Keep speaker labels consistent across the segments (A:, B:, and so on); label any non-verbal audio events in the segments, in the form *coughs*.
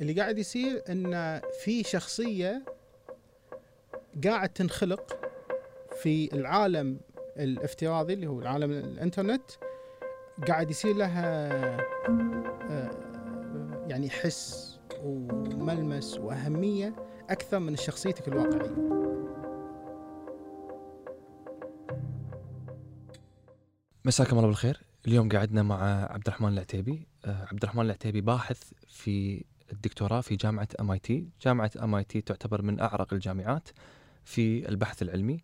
A: اللي قاعد يصير ان في شخصيه قاعد تنخلق في العالم الافتراضي اللي هو العالم الانترنت قاعد يصير لها آه، يعني حس وملمس واهميه اكثر من شخصيتك الواقعيه
B: مساكم الله بالخير اليوم قعدنا مع عبد الرحمن العتيبي آه، عبد الرحمن العتيبي باحث في الدكتوراه في جامعة ام اي تي جامعة ام اي تي تعتبر من اعرق الجامعات في البحث العلمي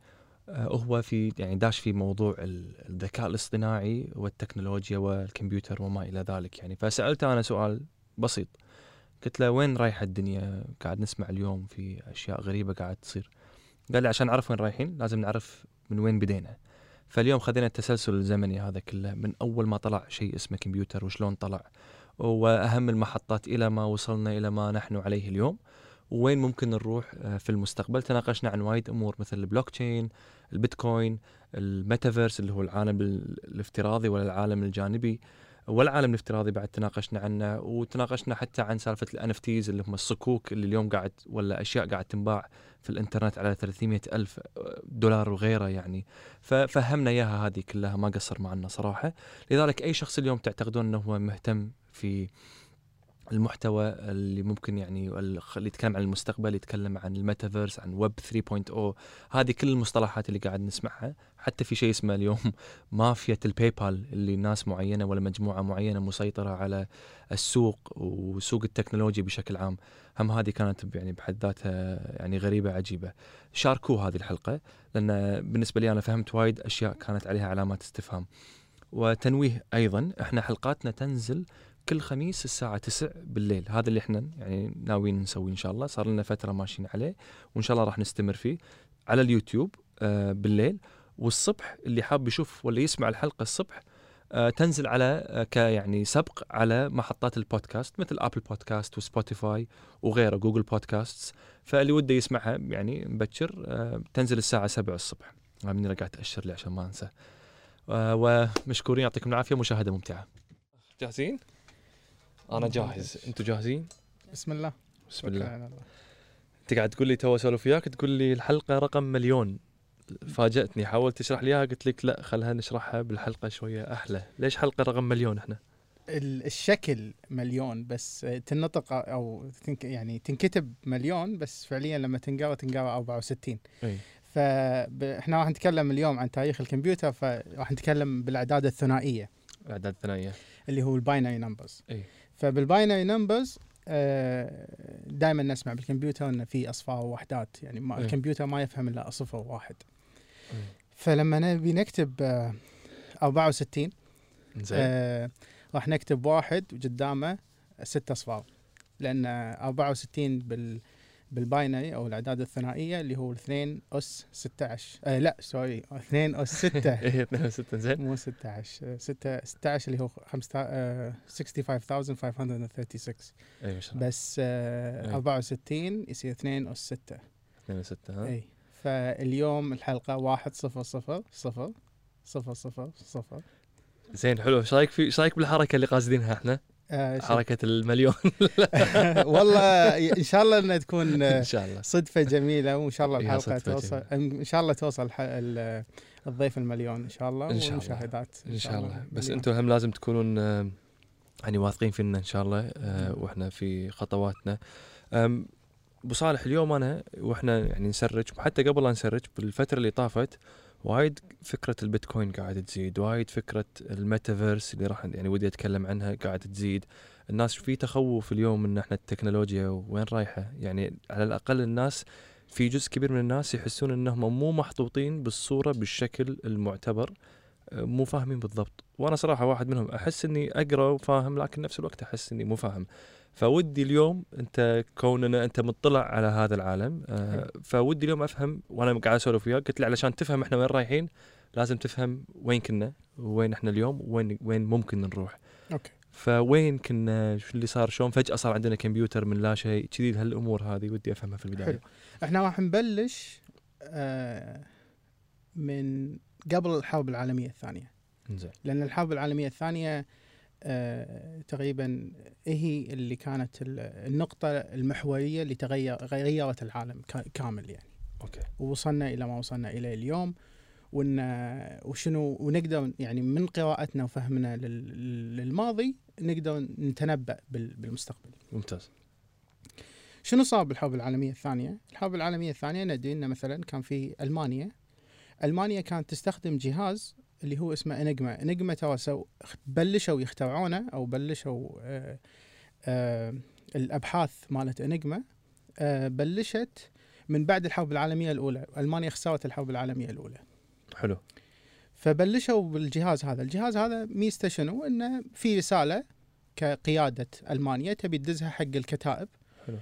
B: آه، وهو في يعني داش في موضوع ال- الذكاء الاصطناعي والتكنولوجيا والكمبيوتر وما الى ذلك يعني فسالته انا سؤال بسيط قلت له وين رايحه الدنيا قاعد نسمع اليوم في اشياء غريبه قاعد تصير قال لي عشان نعرف وين رايحين لازم نعرف من وين بدينا فاليوم خذينا التسلسل الزمني هذا كله من اول ما طلع شيء اسمه كمبيوتر وشلون طلع واهم المحطات الى ما وصلنا الى ما نحن عليه اليوم وين ممكن نروح آه، في المستقبل تناقشنا عن وايد امور مثل البلوك تشين البيتكوين الميتافيرس اللي هو العالم ال- الافتراضي ولا العالم الجانبي والعالم الافتراضي بعد تناقشنا عنه وتناقشنا حتى عن سالفه الان اف تيز اللي هم الصكوك اللي اليوم قاعد ولا اشياء قاعد تنباع في الانترنت على 300 الف دولار وغيره يعني ففهمنا اياها هذه كلها ما قصر معنا صراحه لذلك اي شخص اليوم تعتقدون انه هو مهتم في المحتوى اللي ممكن يعني ال- اللي يتكلم عن المستقبل يتكلم عن الميتافيرس عن ويب 3.0 هذه كل المصطلحات اللي قاعد نسمعها حتى في شيء اسمه اليوم *laughs* مافيا الباي بال اللي ناس معينه ولا مجموعه معينه مسيطره على السوق وسوق التكنولوجيا بشكل عام هم هذه كانت يعني بحد ذاتها يعني غريبه عجيبه شاركوا هذه الحلقه لان بالنسبه لي انا فهمت وايد اشياء كانت عليها علامات استفهام وتنويه ايضا احنا حلقاتنا تنزل كل خميس الساعة 9 بالليل هذا اللي احنا يعني ناويين نسويه ان شاء الله صار لنا فترة ماشيين عليه وان شاء الله راح نستمر فيه على اليوتيوب آه بالليل والصبح اللي حاب يشوف ولا يسمع الحلقة الصبح آه تنزل على آه ك يعني سبق على محطات البودكاست مثل ابل بودكاست وسبوتيفاي وغيره جوجل بودكاستس فاللي وده يسمعها يعني مبكر آه، تنزل الساعة 7 الصبح مني قاعد أشر لي عشان ما أنسى آه، ومشكورين يعطيكم العافية مشاهدة ممتعة جاهزين؟ أنا جاهز أنتم جاهزين؟
A: بسم الله
B: بسم الله
A: توكلنا على الله.
B: أنت قاعد تقول لي تو أسولف وياك تقول لي الحلقة رقم مليون فاجأتني حاولت تشرح لي إياها قلت لك لا خلها نشرحها بالحلقة شوية أحلى ليش حلقة رقم مليون إحنا؟
A: ال- الشكل مليون بس تنطق او تنك يعني تنكتب مليون بس فعليا لما تنقرا تنقرا 64
B: أي
A: فاحنا راح نتكلم اليوم عن تاريخ الكمبيوتر فراح نتكلم بالاعداد الثنائيه
B: الأعداد الثنائية
A: اللي هو الباينري نمبرز
B: إي.
A: فبالباينري نمبرز دائما نسمع بالكمبيوتر انه في اصفار ووحدات يعني ما
B: إي.
A: الكمبيوتر ما يفهم الا صفر وواحد
B: إي.
A: فلما نبي نكتب آه، 64
B: *laughs* زين
A: آه، راح نكتب واحد وقدامه ست اصفار لان 64 بال بالباينري او الاعداد الثنائيه اللي هو 2 اس 16 آه لا سوري 2 اس 6
B: *laughs* إيه 62 زين
A: مو آه، 16 6 16 اللي هو خمسة- آه، 65536
B: إي ما شاء الله
A: بس آه،
B: أي.
A: 64 يصير 2 أس 6
B: 62 ها؟
A: اي فاليوم الحلقه 1 0 0 0 0 0 0
B: زين حلو ايش رايك في ايش رايك بالحركه اللي قاصدينها احنا؟
A: آه، شو-
B: حركه المليون
A: *laughs* والله ان شاء الله انها تكون آه،
B: ان شاء الله
A: صدفه جميله وان شاء الله
B: يا
A: الحلقه
B: صدفة
A: توصل ان شاء الله توصل الح- ال- الضيف المليون ان شاء الله
B: إن شاء الله.
A: والمشاهدات
B: ان شاء الله بس
A: مليون.
B: انتم هم لازم تكونون آم، يعني واثقين فينا ان شاء الله آه،
A: نعم.
B: واحنا في خطواتنا آم، ابو صالح اليوم انا واحنا يعني نسرج وحتى قبل لا نسرج بالفتره اللي طافت وايد فكره البيتكوين قاعده تزيد وايد فكره الميتافيرس اللي راح يعني ودي اتكلم عنها قاعده تزيد الناس في تخوف اليوم ان احنا التكنولوجيا وين رايحه يعني على الاقل الناس في جزء كبير من الناس يحسون انهم مو محطوطين بالصوره بالشكل المعتبر مو فاهمين بالضبط وانا صراحه واحد منهم احس اني اقرا وفاهم لكن نفس الوقت احس اني مو فاهم فودي اليوم انت كوننا انت مطلع على هذا العالم آه، فودي اليوم افهم وانا قاعد اسولف وياك قلت لي علشان تفهم احنا وين رايحين لازم تفهم وين كنا وين احنا اليوم وين وين ممكن نروح
A: اوكي
B: فوين كنا شو اللي صار شلون فجاه صار عندنا كمبيوتر من لا شيء كذي هالامور هذه ودي افهمها في البدايه
A: حلو. احنا راح نبلش آه، من قبل الحرب العالمية الثانية
B: انزين
A: لأن الحرب العالمية الثانية آه، آه، تقريبا هي اللي كانت ال- النقطة المحورية اللي تغير غيرت العالم كا- كامل يعني
C: اوكي
A: ووصلنا إلى ما وصلنا إليه اليوم وإن وشنو ونقدر يعني من قراءتنا وفهمنا لل- للماضي نقدر نتنبأ بال- بالمستقبل
C: ممتاز
A: شنو صار بالحرب العالمية الثانية؟ الحرب العالمية الثانية ندري انه مثلا كان في المانيا المانيا كانت تستخدم جهاز اللي هو اسمه انجما، انجما ترى سو بلشوا يخترعونه او بلشوا آه آه الابحاث مالت انجما آه بلشت من بعد الحرب العالمية الاولى، المانيا خسرت الحرب العالمية الاولى.
C: حلو
A: فبلشوا بالجهاز هذا، الجهاز هذا ميزته شنو؟ انه في رسالة كقيادة المانيا تبي تدزها حق الكتائب
C: حلو.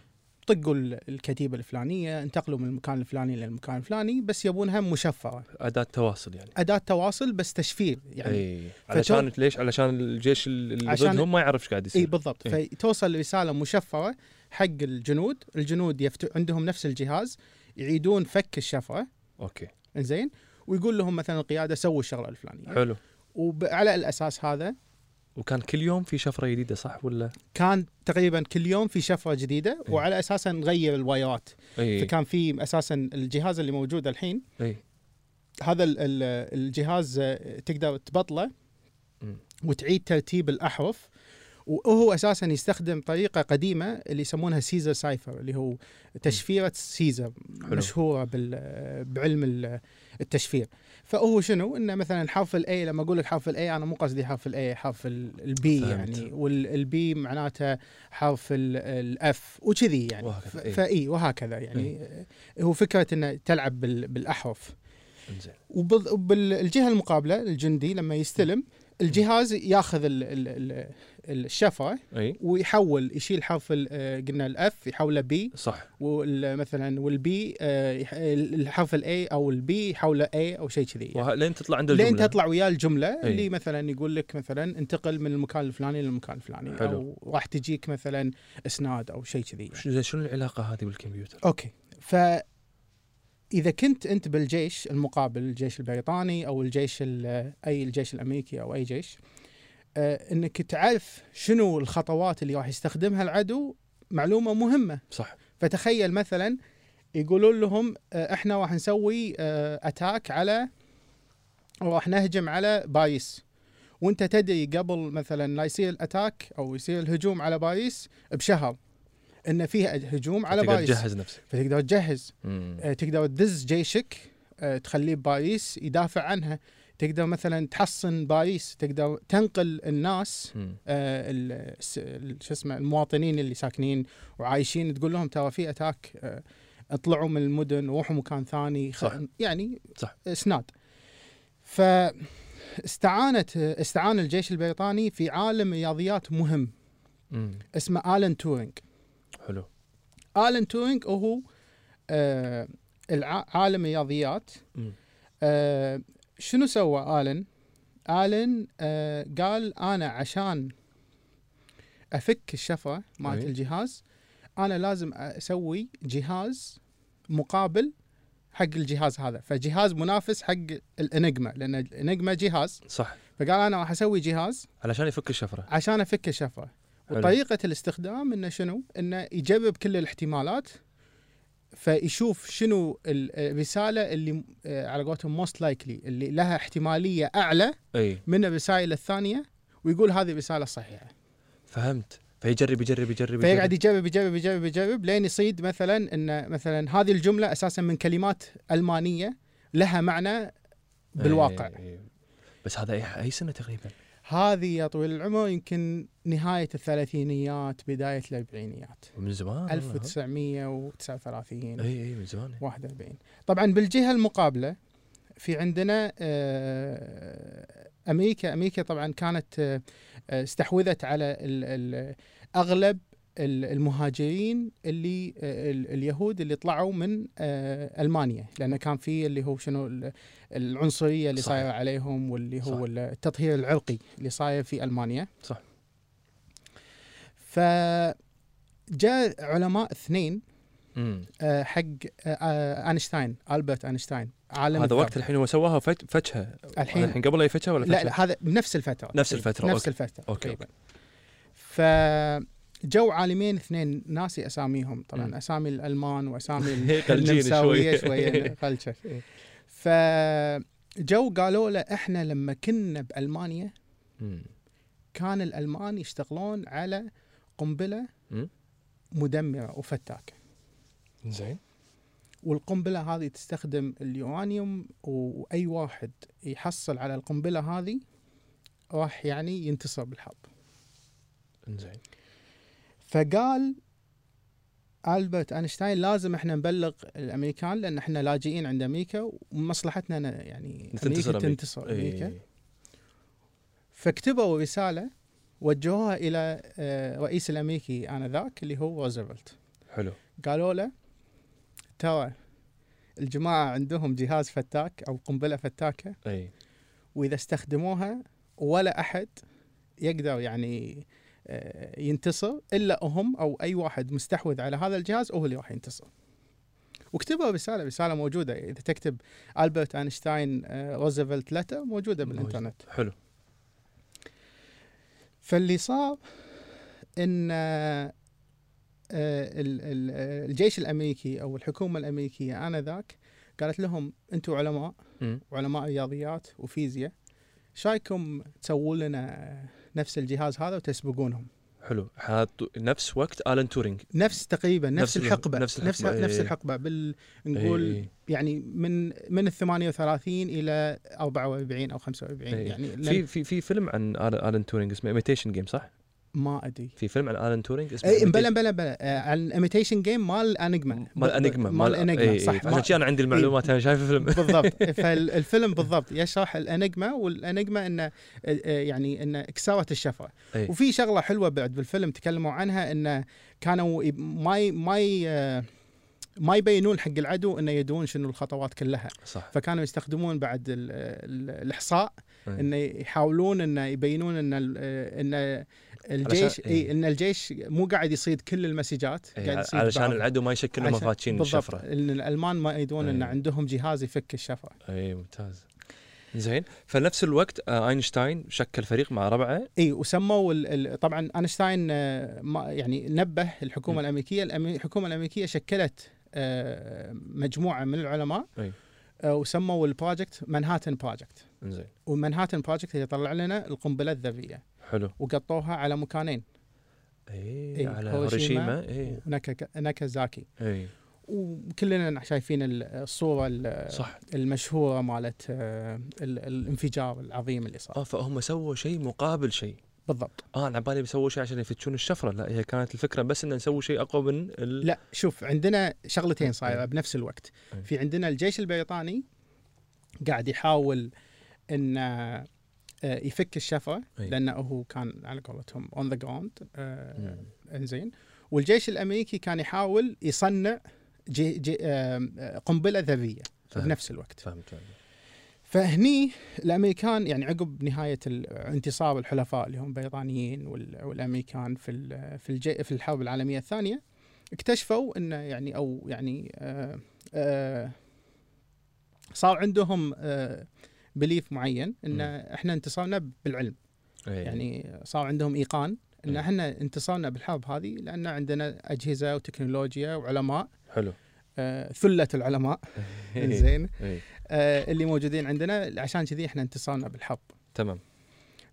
A: طقوا ال- الكتيبة الفلانية انتقلوا من المكان الفلاني للمكان الفلاني بس يبونها مشفرة
C: اداه تواصل يعني
A: أداة تواصل بس تشفير يعني
C: اي إيه. علشان ليش علشان الجيش اللي
A: عشان-
C: ضدهم ما يعرف ايش قاعد يصير
A: اي بالضبط
C: إيه.
A: إيه؟ فتوصل رساله مشفره حق الجنود الجنود يفت... عندهم نفس الجهاز يعيدون فك الشفره
C: اوكي
A: زين ويقول لهم مثلا القياده سووا الشغله الفلانيه
C: حلو
A: وعلى الاساس هذا
C: وكان كل يوم في شفره جديده صح ولا
A: كان تقريبا كل يوم في شفره جديده
C: إيه.
A: وعلى اساسها نغير الوايرات
B: إيه.
C: اي
A: إيه. فكان في اساسا الجهاز اللي موجود الحين
C: اي
A: هذا ال- ال- الجهاز آه، تقدر تبطله
C: مم.
A: وتعيد ترتيب الاحرف وهو اساسا يستخدم طريقه قديمه اللي يسمونها سيزر سايفر اللي هو تشفيره سيزر
C: حلو.
A: مشهوره بال آه، بعلم ال- التشفير فهو شنو انه مثلا حرف الاي لما اقول لك حرف الاي انا مو قصدي حرف الاي حرف البي
C: فهمت.
A: يعني والبي معناته حرف الاف وكذي يعني
C: وهكذا،
A: ف-
C: إيه.
A: فاي وهكذا يعني آه، هو فكره انه تلعب بال- بالاحرف
C: انزين
A: وبالجهه المقابله الجندي لما يستلم الجهاز ياخذ ال ال ال الشفره
C: اي
A: ويحول يشيل حرف ال- آه، قلنا الاف يحوله بي
C: صح
A: مثلا والبي آه، يح- الحرف الاي او البي يحوله اي او شيء كذي يعني.
C: وه... لين تطلع عند الجمله
A: لين تطلع وياه الجمله
C: أي.
A: اللي مثلا يقول لك مثلا انتقل من المكان الفلاني للمكان الفلاني
C: حلو.
A: او راح تجيك مثلا اسناد او شيء كذي يعني.
C: ش- زين شنو العلاقه هذه بالكمبيوتر؟
A: اوكي ف اذا كنت انت بالجيش المقابل الجيش البريطاني او الجيش ال- اي الجيش الامريكي او اي جيش آه، انك تعرف شنو الخطوات اللي راح يستخدمها العدو معلومه مهمه
C: صح
A: فتخيل مثلا يقولون لهم آه، احنا راح نسوي آه، اتاك على أو راح نهجم على باريس وانت تدري قبل مثلا لا يصير الاتاك او يصير الهجوم على باريس بشهر ان فيه هجوم على
C: أنت قاعد
A: باريس
C: تجهز نفسك
A: فتقدر تجهز
C: مم.
A: آه، تقدر تدز جيشك آه، تخليه بباريس يدافع عنها تقدر مثلا تحصن باريس تقدر تنقل الناس
C: مم.
A: آه، ال- الس- ال- شو اسمه المواطنين اللي ساكنين وعايشين تقول لهم ترى في اتاك آه، اطلعوا من المدن روحوا مكان ثاني خ-
C: صح.
A: يعني
C: صح.
A: اسناد ف استعانت استعان الجيش البريطاني في عالم رياضيات مهم
C: مم.
A: اسمه الان تورينج
C: حلو
A: الان تورينج هو آه الع- عالم رياضيات
C: مم.
A: آه شنو سوى الن؟ الن آه قال انا عشان افك الشفره مالت
C: أي.
A: الجهاز انا لازم اسوي جهاز مقابل حق الجهاز هذا فجهاز منافس حق الانجما لان الانجما جهاز
C: صح
A: فقال انا راح اسوي جهاز
C: علشان يفك الشفره
A: عشان افك الشفره
C: حلو.
A: وطريقه الاستخدام انه شنو؟ انه يجرب كل الاحتمالات فيشوف شنو ال- الرساله اللي آه، على قولتهم موست لايكلي اللي لها احتماليه اعلى
C: اي
A: من الرسائل الثانيه ويقول هذه الرساله الصحيحه
C: فهمت فيجرب يجرب يجرب
A: فيقعد
C: يجرب.
A: يجرب يجرب يجرب يجرب لين يصيد مثلا ان مثلا هذه الجمله اساسا من كلمات المانيه لها معنى بالواقع
B: إيه.
C: إي، إي. إيه، بس هذا اي أي سنه تقريبا؟
A: هذه يا طويل العمر يمكن نهايه الثلاثينيات بدايه الاربعينيات
C: من
B: آه،
C: زمان
A: 1939
C: اي اي من زمان
A: 41 طبعا بالجهه المقابله في عندنا آه، امريكا امريكا طبعا كانت آه، آه، استحوذت على ال- ال- اغلب ال- المهاجرين اللي آه، ال- اليهود اللي طلعوا من آه، المانيا لانه كان في اللي هو شنو ال- العنصريه اللي
C: صحيح.
A: صايره عليهم واللي
C: صح.
A: هو التطهير العرقي اللي صاير في المانيا
C: صح.
A: فجاء علماء اثنين
B: مم.
A: آه، حق آه، آه، اينشتاين البرت اينشتاين عالم
B: هذا
A: الذرة.
B: وقت الحين هو سواها فت- فتشها
A: الحين-
B: الحين قبل لا يفتشها ولا
A: لا,
B: فتشها؟
A: لا هذا بنفس الفتره
B: نفس الفترة،
A: نفس
B: أوكي.
A: الفتره
B: أوكي،
A: تقريبا فجو عالمين اثنين ناسي اساميهم طبعا
B: مم.
A: اسامي الالمان
B: *laughs*
A: واسامي
B: قلجيني
A: النمساويه
B: شوي. *laughs*
A: شويه خلشه فجو إيه. قالوا له احنا لما كنا بالمانيا
B: مم.
A: كان الالمان يشتغلون على قنبله
B: مم.
A: مدمره وفتاكه
B: زين
A: والقنبله هذه تستخدم اليورانيوم واي واحد يحصل على القنبله هذه راح يعني ينتصر بالحرب
B: زين
A: فقال البرت اينشتاين لازم احنا نبلغ الامريكان لان احنا لاجئين عند امريكا ومصلحتنا إن يعني
B: تنتصر
A: امريكا
B: أمريكا.
A: تنتصر امريكا
B: إيه.
A: فكتبوا رساله وجهوها الى آه، رئيس الامريكي انذاك اللي هو روزفلت
B: حلو
A: قالوا له ترى الجماعه عندهم جهاز فتاك او قنبله فتاكه
B: اي
A: واذا استخدموها ولا احد يقدر يعني آه، ينتصر الا هم او اي واحد مستحوذ على هذا الجهاز هو اللي راح ينتصر. وكتبوا رساله رساله موجوده اذا تكتب البرت اينشتاين آه، روزفلت لتر موجوده بالانترنت.
B: حلو
A: فاللي صار ان آه، ال- ال- آه، الجيش الامريكي او الحكومه الامريكيه انذاك قالت لهم انتم علماء
B: مم.
A: وعلماء رياضيات وفيزياء ايش رايكم تسووا لنا نفس الجهاز هذا وتسبقونهم
B: حلو حاط نفس وقت الان تورينج
A: نفس تقريبا نفس,
B: نفس ال-
A: الحقبه
B: نفس
A: نفس نفس,
B: الحقبة،
A: نفس
B: إيه.
A: الحقبه بال نقول
B: إيه.
A: يعني من من ال 38 الى 44 او 45
B: إيه.
A: يعني لأن
B: في في في فيلم عن آل- الان تورينج اسمه ايميتيشن جيم صح؟
A: ما ادري
B: في فيلم عن الان تورينج اسمه
A: اي
B: Imitation-
A: بلا بلا بلا آه، عن ايميتيشن جيم إيه، مال انجما
B: مال انجما
A: مال انجما صح إيه.
B: عشان
A: ما-
B: كذا انا عندي المعلومات انا شايف الفيلم
A: بالضبط
B: *laughs*
A: فالفيلم بالضبط يشرح الانجما والانجما انه آه، آه، يعني انه كسرت الشفره
B: إيه.
A: وفي شغله حلوه بعد بالفيلم تكلموا عنها انه كانوا يب- ما ي- ما ي- آه، ما يبينون حق العدو انه يدرون شنو الخطوات كلها
B: صح
A: فكانوا يستخدمون بعد ال- ال- الاحصاء
B: إيه.
A: انه يحاولون انه يبينون ان ال- آه، ان الجيش
B: إيه.
A: اي ان الجيش مو قاعد يصيد كل المسجات
B: إيه،
A: قاعد يصيد
B: علشان
A: بعضها.
B: العدو ما يشكل انهم
A: عشان-
B: فاتشين
A: بالضبط،
B: الشفره
A: ان الالمان ما يدرون ان
B: إيه.
A: عندهم جهاز يفك الشفره
B: اي إيه، ممتاز زين فنفس الوقت آه، اينشتاين شكل فريق مع ربعه
A: اي إيه، وسموا ال- ال- طبعا اينشتاين آه، ما- يعني نبه الحكومه
B: م.
A: الامريكيه الأمي- الحكومه الامريكيه شكلت آه، مجموعه من العلماء
B: أي.
A: آه، وسموا البروجكت مانهاتن بروجكت
B: زين
A: والمانهاتن بروجكت هي طلع لنا القنبله الذريه
B: حلو
A: وقطوها على مكانين
B: اي
A: إيه،
B: على
A: هيروشيما
B: هيروشيما إيه. اي
A: ناكا- ناكازاكي
B: اي
A: وكلنا شايفين ال- الصوره ال-
B: صح
A: المشهوره مالت آه، ال- الانفجار العظيم اللي صار
B: اه فهم سووا شيء مقابل شيء
A: بالضبط
B: اه انا بالي بيسووا شيء عشان يفتشون الشفره لا هي كانت الفكره بس ان نسوي شيء اقوى من ال...
A: لا شوف عندنا شغلتين
B: أي.
A: صايره بنفس الوقت
B: أي.
A: في عندنا الجيش البريطاني قاعد يحاول ان آه، يفك الشفره
B: أي.
A: لانه هو كان على قولتهم اون ذا جراوند
B: مم.
A: انزين آه، والجيش الامريكي كان يحاول يصنع جي جي آه، آه، قنبله ذريه
B: فهمت.
A: بنفس الوقت
B: فهمت فهمت.
A: فهني الامريكان يعني عقب نهايه ال- انتصار الحلفاء اللي هم البريطانيين وال- والامريكان في ال- في الج- في الحرب العالميه الثانيه اكتشفوا انه يعني او يعني آه آه صار عندهم آه بليف معين ان
B: مم.
A: احنا انتصرنا بالعلم
B: إيه.
A: يعني صار عندهم ايقان ان
B: مم.
A: احنا انتصرنا بالحرب هذه لان عندنا اجهزه وتكنولوجيا وعلماء
B: حلو
A: آه ثله
B: *laughs*
A: العلماء زين
B: إيه.
A: آه، اللي موجودين عندنا عشان كذي احنا انتصرنا بالحرب
B: تمام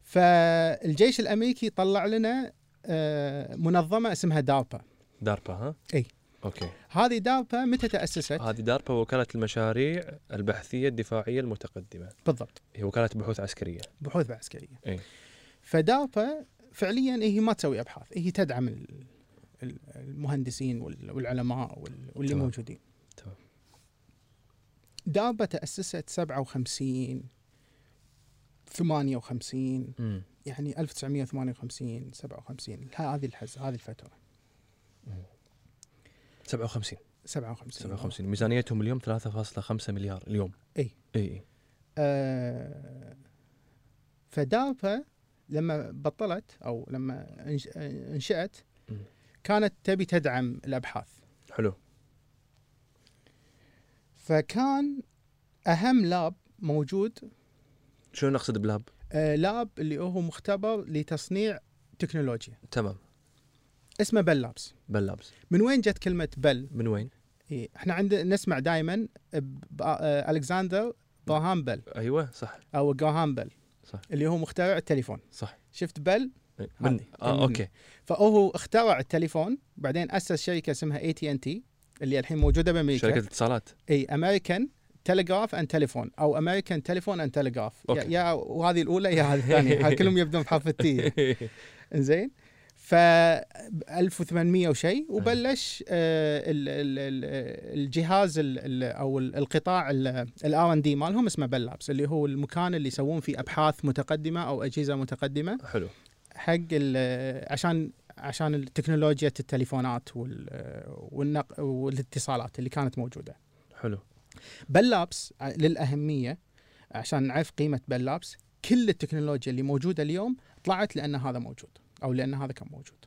A: فالجيش الامريكي طلع لنا آه، منظمه اسمها داربا
B: داربا ها
A: إي.
B: اوكي
A: هذه داربا متى تاسست
B: هذه داربا وكاله المشاريع البحثيه الدفاعيه المتقدمه
A: بالضبط
B: هي وكاله بحوث عسكريه
A: بحوث عسكريه
B: إي.
A: فداربا فعليا هي ما تسوي ابحاث هي تدعم ال- ال- المهندسين وال- والعلماء وال- واللي
B: تمام.
A: موجودين
B: تمام.
A: داربا تاسست 57 58
B: امم
A: يعني 1958 57 لا، هذه الحز هذه الفتره
B: 57
A: 57
B: 57 ميزانيتهم اليوم 3.5 مليار اليوم
A: إي.
B: اي
A: آه فدارفا لما بطلت او لما انش- انشات
B: مم.
A: كانت تبي تدعم الابحاث
B: حلو
A: فكان اهم لاب موجود
B: شنو نقصد بلاب؟
A: آه، لاب اللي هو مختبر لتصنيع تكنولوجيا
B: تمام
A: اسمه بل لابس
B: بل لابس
A: من وين جت كلمه بل
B: من وين؟
A: إيه، احنا عند نسمع آه، دائما الكسندر براهام بل
B: ايوه صح
A: او جراهام بل
B: صح.
A: اللي هو مخترع التليفون
B: صح
A: شفت بل
B: من
A: هذه.
B: اه اوكي
A: فهو اخترع التليفون بعدين اسس شركه اسمها اي تي ان تي اللي الحين موجوده بامريكا
B: شركه اتصالات
A: اي امريكان تلغراف اند تليفون او امريكان تليفون اند تلغراف
B: أوكي.
A: يا يا- وهذه الاولى يا هذه
B: *laughs*
A: الثانيه ها كلهم يبدون بحرف التي زين ف 1800 وشيء وبلش آه، ال- ال- ال- الجهاز ال- ال- او ال- القطاع الار ان دي مالهم اسمه بل لابس اللي هو المكان اللي يسوون فيه ابحاث متقدمه او اجهزه متقدمه
B: حلو
A: حق ال- عشان عشان التكنولوجيا التليفونات وال- والنق والاتصالات اللي كانت موجوده
B: حلو
A: بل لابس ع- للاهميه آه، عشان نعرف قيمه بل لابس كل التكنولوجيا اللي موجوده اليوم طلعت لان هذا موجود او لان هذا كان موجود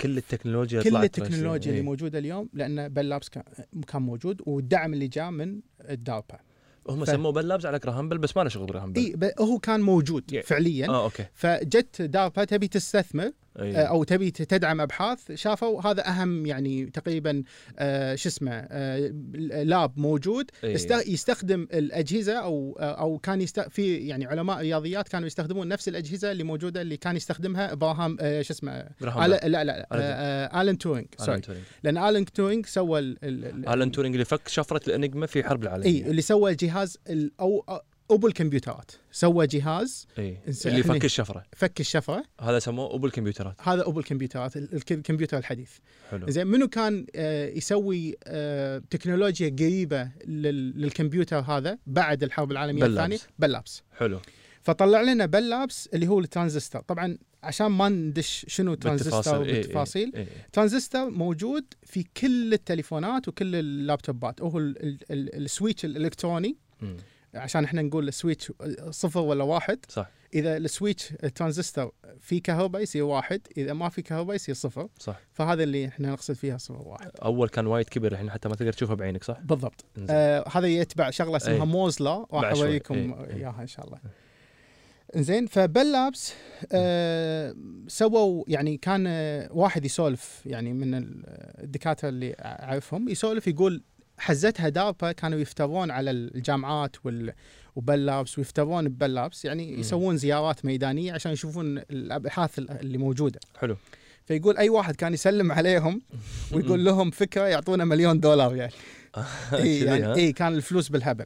B: كل التكنولوجيا
A: كل
B: طلعت رئيسية.
A: التكنولوجيا اللي
B: إيه.
A: موجوده اليوم لان بل لابس كان- كان موجود والدعم اللي جاء من الداربا
B: إيه. هم
A: ف- إيه،
B: سموه بل لابس على كرهامبل بس ما له شغل برهامبل
A: اي ب- هو كان موجود
B: Yeah.
A: فعليا
B: اه اوكي
A: فجت داربا تبي تستثمر
B: إيه.
A: يعني آه، او تبي ت- تدعم ابحاث شافوا هذا اهم يعني تقريبا آه، شو اسمه آه، لاب موجود
B: إيه.
A: است- يستخدم الاجهزه او آه، او كان يست... في يعني علماء رياضيات كانوا يستخدمون نفس الاجهزه اللي موجوده اللي كان يستخدمها ابراهام آه، شو اسمه آل...
B: برهامبل
A: لا لا, لا آه، آه، الن تورينج
B: الان
A: سوري
B: تورينج
A: لان الن تورينج سوى ال... ال... ال...
B: الان تورينج اللي فك شفره الانجما في حرب
A: اي
B: العالميه
A: اللي سوى الجهاز ال... او أو- ابو الكمبيوترات سوى جهاز
B: اي
A: إنسان-
B: إيه.
A: إيه.
B: اللي
A: إحنا-
B: فك الشفره
A: فك الشفره
B: هذا سموه ابو الكمبيوترات
A: هذا ابو الكمبيوترات ال- الك- الكمبيوتر الحديث
B: حلو
A: زين منو كان آه، يسوي آه، تكنولوجيا قريبه لل- للكمبيوتر هذا بعد الحرب العالميه
B: بل
A: الثانيه
B: لابس.
A: بل لابس
B: حلو
A: فطلع لنا بل لابس اللي هو الترانزستور طبعا عشان ما ندش شنو ترانزستور
B: بالتفاصيل. إيه، إيه،
A: بالتفاصيل
B: إيه، إيه.
A: ترانزستور موجود في كل التليفونات وكل اللابتوبات هو ال- ال- ال- السويتش الالكتروني
B: مم.
A: عشان احنا نقول السويتش صفر ولا واحد
B: صح
A: اذا السويتش الترانزستور في كهرباء يصير واحد اذا ما في كهرباء يصير صفر
B: صح
A: فهذا اللي احنا نقصد فيها صفر واحد
B: اول كان وايد كبير الحين حتى ما تقدر تشوفه بعينك صح؟
A: بالضبط
B: إنزين.
A: آه هذا يتبع شغله اسمها
B: أي.
A: موزلا راح
B: بعد شوي. إيه،
A: اوريكم
B: أي. أي.
A: اياها ان شاء الله زين فبل لابس
B: إيه.
A: آه سووا يعني كان آه، واحد يسولف يعني من ال- الدكاتره اللي اعرفهم يسولف يقول حزتها داربا كانوا يفترون على الجامعات وال وبل لابس ويفترون ببل لابس يعني
B: مم.
A: يسوون زيارات ميدانيه عشان يشوفون الابحاث ال- اللي موجوده
B: حلو
A: فيقول اي واحد كان يسلم
B: *laughs*
A: عليهم ويقول لهم فكره يعطونه مليون دولار يعني
B: *laughs*
A: اي
B: كذي،
A: يعني
B: ها؟
A: اي كان الفلوس بالهبل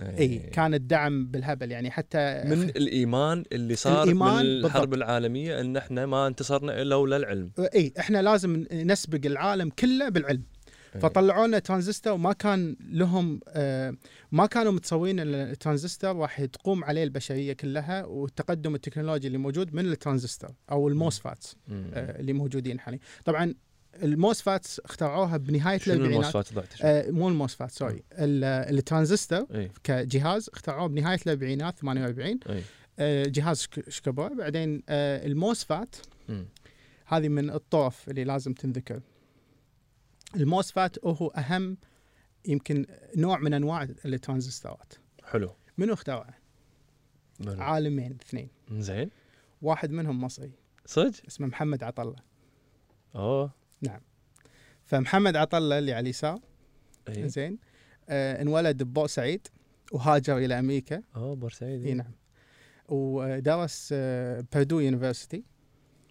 A: اي
B: إيه.
A: كان الدعم بالهبل يعني حتى
B: من الايمان اللي صار
A: الإيمان
B: الإيمان من الحرب
A: بالضبط.
B: العالميه ان احنا ما انتصرنا لولا العلم
A: اي احنا إيه، لازم نسبق العالم كله بالعلم
B: إيه.
A: فطلعوا لنا ترانزستور ما كان لهم آه، ما كانوا متصورين ان الترانزستور راح تقوم عليه البشريه كلها والتقدم التكنولوجي اللي موجود من الترانزستور
B: إيه.
A: او الموسفاتس
B: مم.
A: آه، اللي موجودين حاليا طبعا الموسفاتس اخترعوها بنهايه
B: شنو إيه.
A: الاربعينات
B: المواصفات ضعت
A: آه، مو الموسفات سوري ال- الترانزستور
B: اي
A: كجهاز اخترعوه بنهايه الاربعينات 48
B: اي
A: آه، جهاز شك- شكبه بعدين آه، الموسفات هذه من الطرف اللي لازم تنذكر الموسفات هو اهم يمكن نوع من انواع الترانزستورات
B: حلو
A: منو اخترعه؟
B: منو؟
A: عالمين اثنين
B: زين
A: واحد منهم مصري
B: صدق؟
A: اسمه محمد عطله آه.
B: اوه
A: فمحمد عطله اللي على اليسار
B: اي
A: زين آه انولد ببورسعيد وهاجر الى امريكا
B: اوه بورسعيد
A: اي نعم ودرس آه، بيردو يونيفرسيتي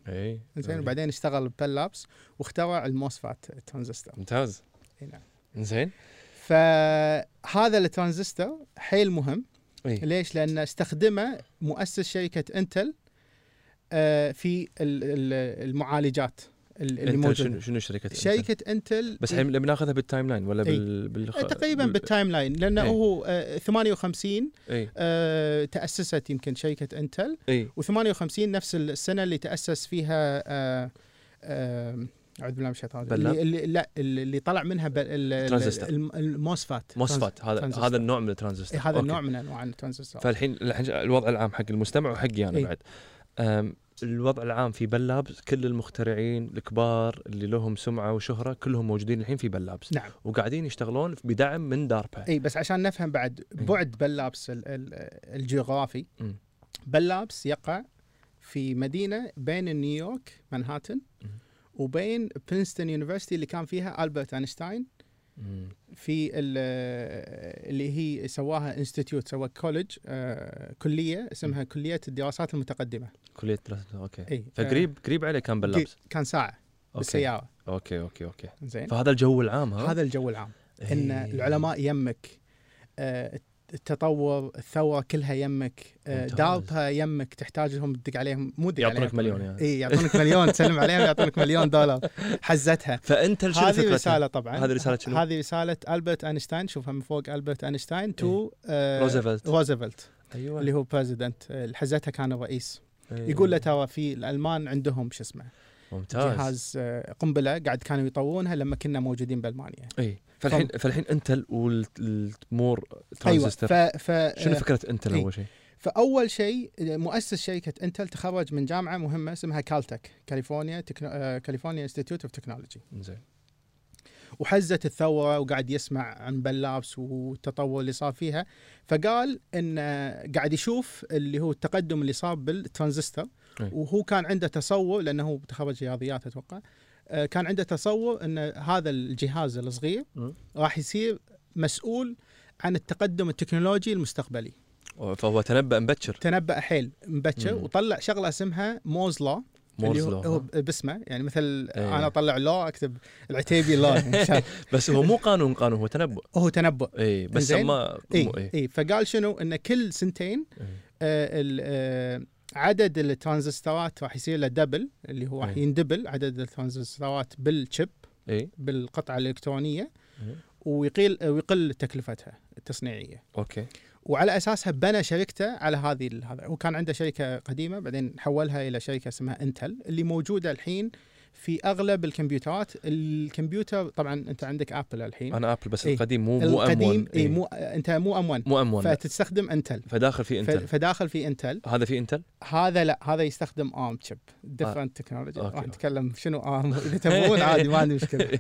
B: اي آه.
A: زين
B: إي.
A: وبعدين اشتغل ببل لابس واخترع الموسفات الترانزستور
B: ممتاز
A: اي نعم
B: زين
A: فهذا الترانزستور حيل مهم
B: اي
A: ليش؟ لان استخدمه مؤسس شركه انتل آه، في ال- ال- المعالجات ال- اللي
B: انت شنو
A: موجوده
B: شنو شركه انت؟
A: شركه انتل
B: بس الحين لما ناخذها بالتايم لاين ولا
A: إي.
B: بال بال
A: آه، تقريبا
B: بال-
A: بالتايم لاين لانه
B: إيه.
A: هو آه، 58
B: اي
A: آه، تاسست يمكن شركه انتل
B: اي
A: و58 نفس السنه اللي تاسس فيها آه، آه، اعوذ بالله من الشيطان
B: بل
A: اللي, اللي لا اللي طلع منها بل- ال- ال-
B: ترانزستور.
A: الم- الموسفات
B: موسفات هذا
A: ترانزستور.
B: هذا النوع من
A: ترانز-
B: الترانزستور
A: إيه، هذا
B: أوكي.
A: النوع من انواع الترانزستور
B: فالحين الحين الوضع العام حق المستمع وحقي انا
A: إي.
B: بعد أم، الوضع العام في بل لابس كل المخترعين الكبار اللي لهم سمعه وشهره كلهم موجودين الحين في بل لابس
A: نعم
B: وقاعدين يشتغلون بدعم من داربا
A: اي إيه، بس عشان نفهم بعد
B: إي.
A: بعد بلابس ال- ال- الجغرافي
B: مم.
A: بلابس يقع في مدينه بين نيويورك منهاتن
B: مم.
A: وبين برينستون يونيفرستي اللي كان فيها البرت اينشتاين
B: مم.
A: في ال- اللي هي سواها انستيتيوت سوى كولج آه، كليه اسمها
B: إيه.
A: كليه الدراسات المتقدمه
B: كليه دراسة اوكي
A: اي
B: إيه. فقريب قريب عليه كان بل
A: آه،
B: لابس
A: كان ساعه
B: اوكي
A: بالسياره
B: اوكي اوكي اوكي
A: زين
B: فهذا الجو العام ها
A: هذا الجو العام ان
B: إيه.
A: العلماء يمك آه، التطور الثوره كلها يمك آه،
B: ممتاز.
A: داربها يمك تحتاج لهم تدق عليهم مو تدق
B: يعطونك
A: عليهم.
B: مليون يعني.
A: اي يعطونك
B: *laughs*
A: مليون تسلم عليهم يعطونك مليون دولار حزتها
B: فانت *laughs* شنو
A: هذه
B: فكرتها؟
A: رساله طبعا
B: هذه رسالة شنو؟
A: هذه رساله البرت اينشتاين شوفها من فوق البرت اينشتاين
B: إيه.
A: تو آه،
B: روزفلت
A: روزفلت
B: ايوه
A: اللي هو بريزيدنت حزتها كان الرئيس
B: إيه.
A: يقول له ترى في الالمان عندهم شو اسمه
B: ممتاز
A: جهاز آه، قنبله قاعد كانوا يطورونها لما كنا موجودين بالمانيا
B: اي إيه. فالحين فالحين انتل والتمور
A: ايوه
B: ترانزستور
A: ف, ف...
B: شنو
A: آه،
B: فكره انتل
A: إيه.
B: اول شيء؟
A: فاول شيء مؤسس شركه انتل تخرج من جامعه مهمه اسمها كالتك كاليفورنيا تكنو... آه، كاليفورنيا انستيتيوت اوف تكنولوجي
B: زين
A: وحزت الثوره وقاعد يسمع عن بل لابس والتطور اللي صار فيها فقال ان آه، قاعد يشوف اللي هو التقدم اللي صار بالترانزستور
B: أي.
A: وهو كان عنده تصور لانه هو تخرج رياضيات اتوقع آه، كان عنده تصور ان هذا الجهاز الصغير
B: مم.
A: راح يصير مسؤول عن التقدم التكنولوجي المستقبلي
B: أوه، فهو تنبأ مبكر
A: تنبأ حيل مبكر
B: مم.
A: وطلع شغله اسمها موز لا اللي
B: مورز
A: هو, هو
B: لو
A: باسمه يعني مثل
B: إيه.
A: انا اطلع لا اكتب العتيبي لا
B: *laughs*
A: يعني عشان-
B: بس هو مو قانون قانون هو تنبؤ
A: هو تنبؤ
B: اي بس
A: إنزين.
B: سماه
A: اي
B: مو- إيه.
A: اي فقال شنو ان كل سنتين
B: إيه.
A: آه ال- آه عدد الترانزستورات راح يصير له دبل اللي هو راح
B: إيه.
A: يندبل عدد الترانزستورات بالشيب
B: اي
A: بالقطعه الالكترونيه
B: إيه.
A: ويقل ويقل تكلفتها التصنيعيه
B: اوكي
A: وعلى اساسها بنى شركته على هذه ال- هذا هو كان عنده شركه قديمه بعدين حولها الى شركه اسمها انتل اللي موجوده الحين في اغلب الكمبيوترات الكمبيوتر طبعا انت عندك ابل الحين
B: انا ابل بس
A: إيه.
B: القديم مو مو ام
A: القديم
B: 1
A: اي مو انت مو ام 1
B: مو ام 1
A: فتستخدم انتل
B: فداخل في
A: ف-
B: انتل
A: فداخل في انتل
B: هذا في انتل
A: هذا لا هذا يستخدم ارم تشيب ديفرنت تكنولوجي
B: آه، أوكي،
A: راح
B: أوكي.
A: نتكلم شنو ارم اذا تبون عادي ما عندي
B: *laughs*
A: مشكله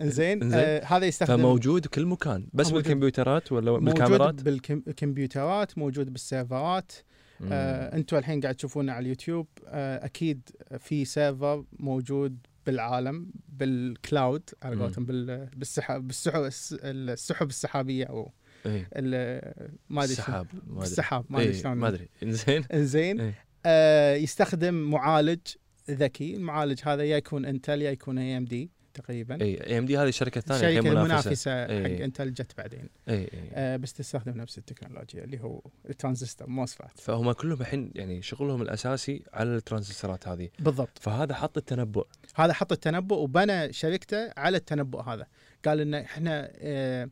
A: زين
B: إنزين.
A: آه هذا يستخدم
B: فموجود بكل مكان بس
A: موجود.
B: بالكمبيوترات ولا بالكاميرات؟
A: موجود بالكمبيوترات موجود بالسيرفرات
B: مم.
A: آه، انتم الحين قاعد تشوفونا على اليوتيوب آه، اكيد في سيرفر موجود بالعالم بالكلاود على
B: مم.
A: قولتهم بال- بالسحاب بالسحب السحب السحابيه او
B: إيه.
A: ال- ما ادري شو-
B: السحاب ما ادري
A: السحاب ما ادري
B: إيه،
A: شلون
B: ما *laughs* ادري انزين
A: انزين
B: إيه.
A: آه، يستخدم معالج ذكي المعالج هذا يا يكون انتل يا يكون اي ام دي تقريبا
B: اي ام دي هذه الشركه الثانيه إيه، الحين إيه،
A: الشركه
B: منافسه
A: المنافسه
B: إيه.
A: حق انتل جت بعدين
B: اي اي
A: آه، بس تستخدم نفس التكنولوجيا اللي هو الترانزستور موسفات
B: فهم كلهم الحين يعني شغلهم الاساسي على الترانزستورات هذه
A: بالضبط
B: فهذا حط التنبؤ
A: هذا حط التنبؤ وبنى شركته على التنبؤ هذا قال ان احنا آه،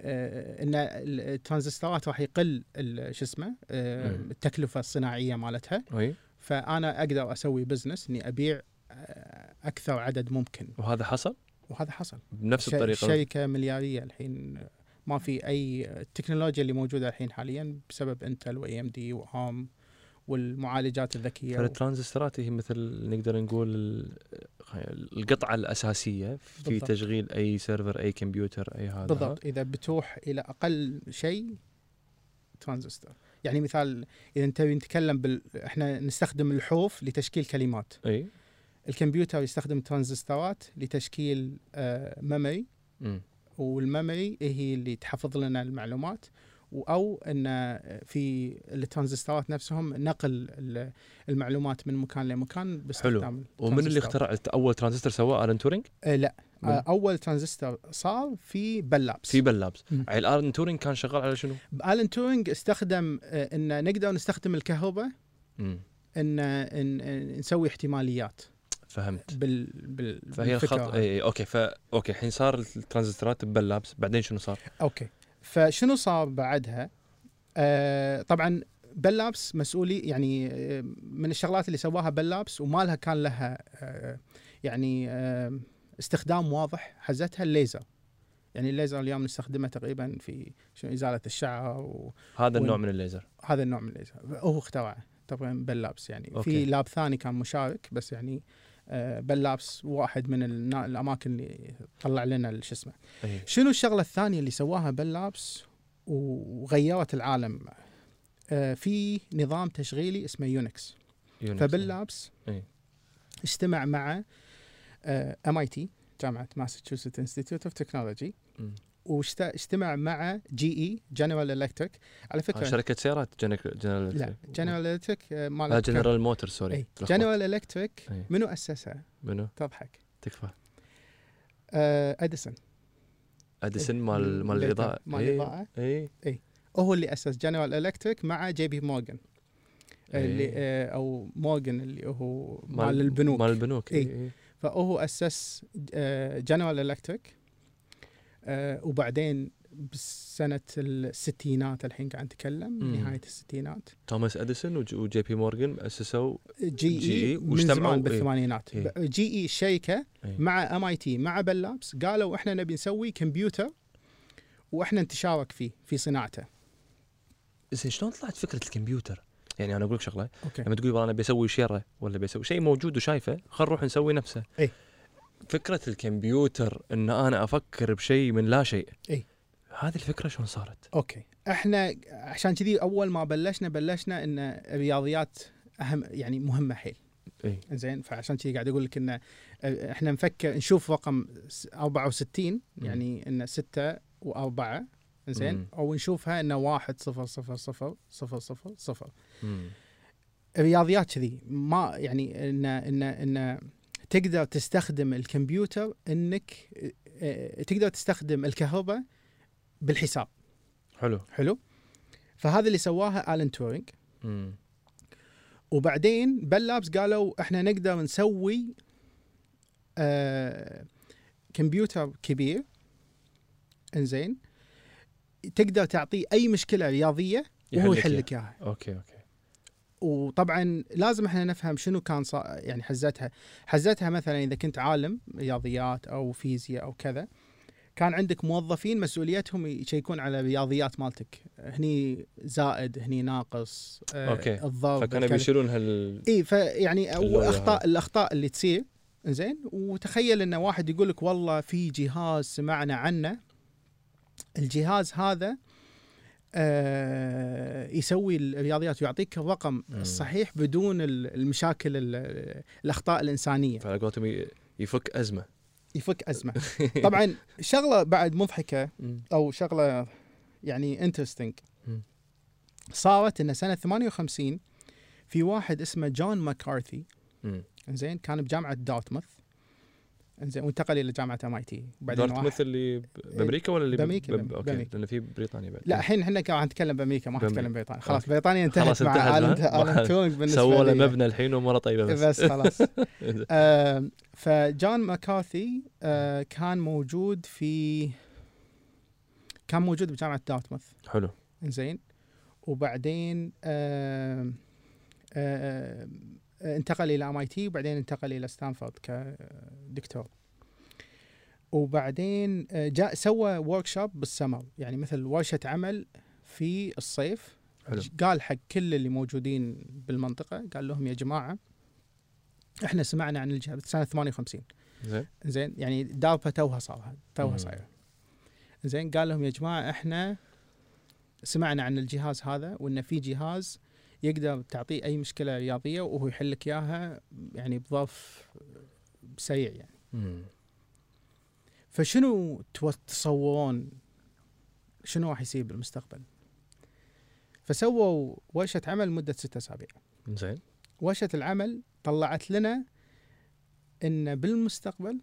A: آه، ان الترانزستورات راح يقل ال- شو اسمه آه،
B: مم.
A: التكلفه الصناعيه مالتها
B: اي
A: فانا اقدر اسوي بزنس اني ابيع آه، اكثر عدد ممكن
B: وهذا حصل
A: وهذا حصل
B: بنفس
A: ش-
B: الطريقه
A: شركه ملياريه الحين ما في اي التكنولوجيا اللي موجوده الحين حاليا بسبب انتل واي ام دي وهام والمعالجات الذكيه و-
B: فالترانزستورات هي مثل نقدر نقول ال- القطعه الاساسيه في
A: بالضبط.
B: تشغيل اي سيرفر اي كمبيوتر اي هذا
A: بالضبط اذا بتروح الى اقل شيء ترانزستور يعني مثال اذا انت نتكلم بال... احنا نستخدم الحروف لتشكيل كلمات
B: اي
A: الكمبيوتر يستخدم ترانزستورات لتشكيل آه ميموري
B: مم.
A: والميموري هي اللي تحفظ لنا المعلومات و- او ان في الترانزستورات نفسهم نقل ال- المعلومات من مكان لمكان باستخدام
B: ومن اللي
A: الترانزستور.
B: اخترع الت- اول ترانزستور سواه الان تورينج
A: آه لا
B: من-
A: آه اول ترانزستور صار في بل لابس
B: في بل لابس
A: مم.
B: عيل الان تورينج كان شغال على شنو؟
A: الن تورينج استخدم آه، ان نقدر نستخدم الكهرباء
B: مم.
A: ان إن- إن نسوي احتماليات
B: فهمت
A: بال بال
B: فهي إيه.
A: بالفكرة
B: الخط
A: هاي.
B: اي اوكي ف اوكي الحين صار الترانزستورات ببل لابس بعدين شنو صار؟
A: اوكي فشنو صار بعدها؟ آه طبعا بل لابس مسؤولي يعني آه، من الشغلات اللي سواها بل لابس وما لها كان لها آه يعني آه استخدام واضح حزتها الليزر يعني الليزر اليوم نستخدمه تقريبا في شنو ازاله الشعر و...
B: هذا النوع
A: وين؟
B: من الليزر
A: هذا النوع من الليزر هو اخترعه طبعا بل لابس يعني
B: أوكي.
A: في لاب ثاني كان مشارك بس يعني آه، بل لابس واحد من النا- الاماكن اللي طلع لنا ال- شو اسمه
B: أي.
A: شنو الشغله الثانيه اللي سواها بل لابس وغيرت العالم آه، في نظام تشغيلي اسمه يونكس
B: يونكس.
A: فبل لابس
B: إي.
A: اجتمع مع آه، ام اي تي جامعه ماساتشوست انستيتيوت اوف تكنولوجي
B: مم.
A: واجتمع مع جي اي جنرال الكتريك على
B: آه،
A: فكره
B: شركه سيارات جنرال جنرال إيه.
A: لا
B: آه،
A: إيه، جنرال الكتريك
B: لا
A: مال
B: جنرال موتور سوري تلخبط. إيه.
A: جنرال الكتريك
B: إي.
A: منو اسسها؟
B: منو
A: تضحك
B: تكفى
A: آه، اديسون
B: اديسون مال إيه، مال
A: بيتا-
B: الاضاءه
A: إيه، مال
B: إي.
A: الإضاءة.
B: اي
A: هو اللي اسس جنرال الكتريك مع جي بي مورجان اللي
B: إي.
A: آه، او مورجان اللي هو مال البنوك
B: إيه.
A: إيه.
B: مال البنوك إيه،
A: إي.
B: اي إي.
A: فهو آه، اسس جنرال الكتريك آه، وبعدين بسنه الستينات الحين قاعد نتكلم
B: مم.
A: نهايه الستينات
B: توماس اديسون وج- وجي بي مورغان اسسوا
A: جي
B: جي إي إيه.
A: اي من
B: واجتمعوا-
A: زمان
B: إي.
A: بالثمانينات
B: إي.
A: ب- جي اي شركه
B: إي.
A: مع ام اي تي مع بل لابس قالوا احنا نبي نسوي كمبيوتر واحنا نتشارك فيه في صناعته
B: زين شلون طلعت فكره الكمبيوتر؟ يعني انا اقول لك شغله
A: اوكي
B: لما تقول والله انا بسوي شيره ولا بسوي شيء موجود وشايفه خل نروح نسوي نفسه
A: إي.
B: فكره الكمبيوتر ان انا افكر بشيء من لا شيء
A: إي.
B: هذه الفكره شلون صارت؟
A: اوكي احنا عشان كذي اول ما بلشنا بلشنا ان الرياضيات اهم يعني مهمه حيل
B: اي
A: زين فعشان كذي قاعد اقول لك ان احنا نفكر نشوف رقم س- 64 يعني ان 6 و4 زين
B: مم.
A: او نشوفها انه 1 0 0 0 0 0 0 الرياضيات كذي ما يعني ان ان ان تقدر تستخدم الكمبيوتر انك اه، اه، تقدر تستخدم الكهرباء بالحساب
B: حلو
A: حلو فهذا اللي سواها الن تورينج
B: مم.
A: وبعدين بل لابس قالوا احنا نقدر نسوي آه كمبيوتر كبير انزين تقدر تعطيه اي مشكله رياضيه وهو
B: يحلك
A: يحل لك اياها
B: إياه. اوكي اوكي
A: وطبعا لازم احنا نفهم شنو كان صا يعني حزتها حزتها مثلا اذا كنت عالم رياضيات او فيزياء او كذا كان عندك موظفين مسؤوليتهم يشيكون على الرياضيات مالتك هني زائد هني ناقص آه،
B: أوكي.
A: الضرب
B: فكانوا
A: كذا.
B: بيشيلون هال
A: اي فيعني
B: اللوية هاي.
A: اخطاء الاخطاء اللي تصير زين وتخيل ان واحد يقول لك والله في جهاز سمعنا عنه الجهاز هذا آه يسوي الرياضيات ويعطيك الرقم
B: مم.
A: الصحيح بدون ال- المشاكل ال- الاخطاء الانسانيه
B: فعلى قولتهم ي- يفك ازمه
A: يفك ازمه طبعا
B: *laughs*
A: شغله بعد مضحكه
B: مم.
A: او شغله يعني انترستنج
B: مم.
A: صارت ان سنه 58 في واحد اسمه جون ماكارثي
B: مم.
A: زين كان بجامعه دارتموث زين وانتقل الى جامعه ام اي تي وبعدين
B: دارت
A: راح-
B: مثل اللي ب- بامريكا ولا اللي ب-
A: بأمريكا،
B: ب- اوكي
A: بأمريكا.
B: لان في بريطانيا بعد
A: لا الحين احنا قاعد نتكلم بامريكا ما راح
B: بأمريكا.
A: نتكلم بريطانيا خلاص
B: أوكي.
A: بريطانيا انتهت
B: خلاص
A: مع
B: انتهت،
A: آلن-
B: ها؟
A: آلن
B: *laughs* ما-
A: تورينج بالنسبه
B: سووا له
A: لي.
B: مبنى الحين ومره طيبه بس, *laughs*
A: بس خلاص آم، فجون ماكارثي آه، كان موجود في كان موجود بجامعه دارتموث
B: حلو
A: زين وبعدين آم، آم، انتقل الى ام اي تي وبعدين انتقل الى ستانفورد كدكتور وبعدين آه، جاء سوى ورك شوب بالسمر يعني مثل ورشه عمل في الصيف
B: حلو.
A: قال حق كل اللي موجودين بالمنطقه قال لهم يا جماعه احنا سمعنا عن الجهه سنه 58
B: زين
A: زين يعني داربا توها صارها توها
B: مم.
A: صايره زين قال لهم يا جماعه احنا سمعنا عن الجهاز هذا وانه في جهاز يقدر تعطيه اي مشكله رياضيه وهو يحل لك اياها يعني بظرف سريع يعني
B: مم.
A: فشنو تو- تصورون شنو راح يصير بالمستقبل؟ فسووا ورشه عمل مده ستة اسابيع
B: زين
A: ورشة العمل طلعت لنا ان بالمستقبل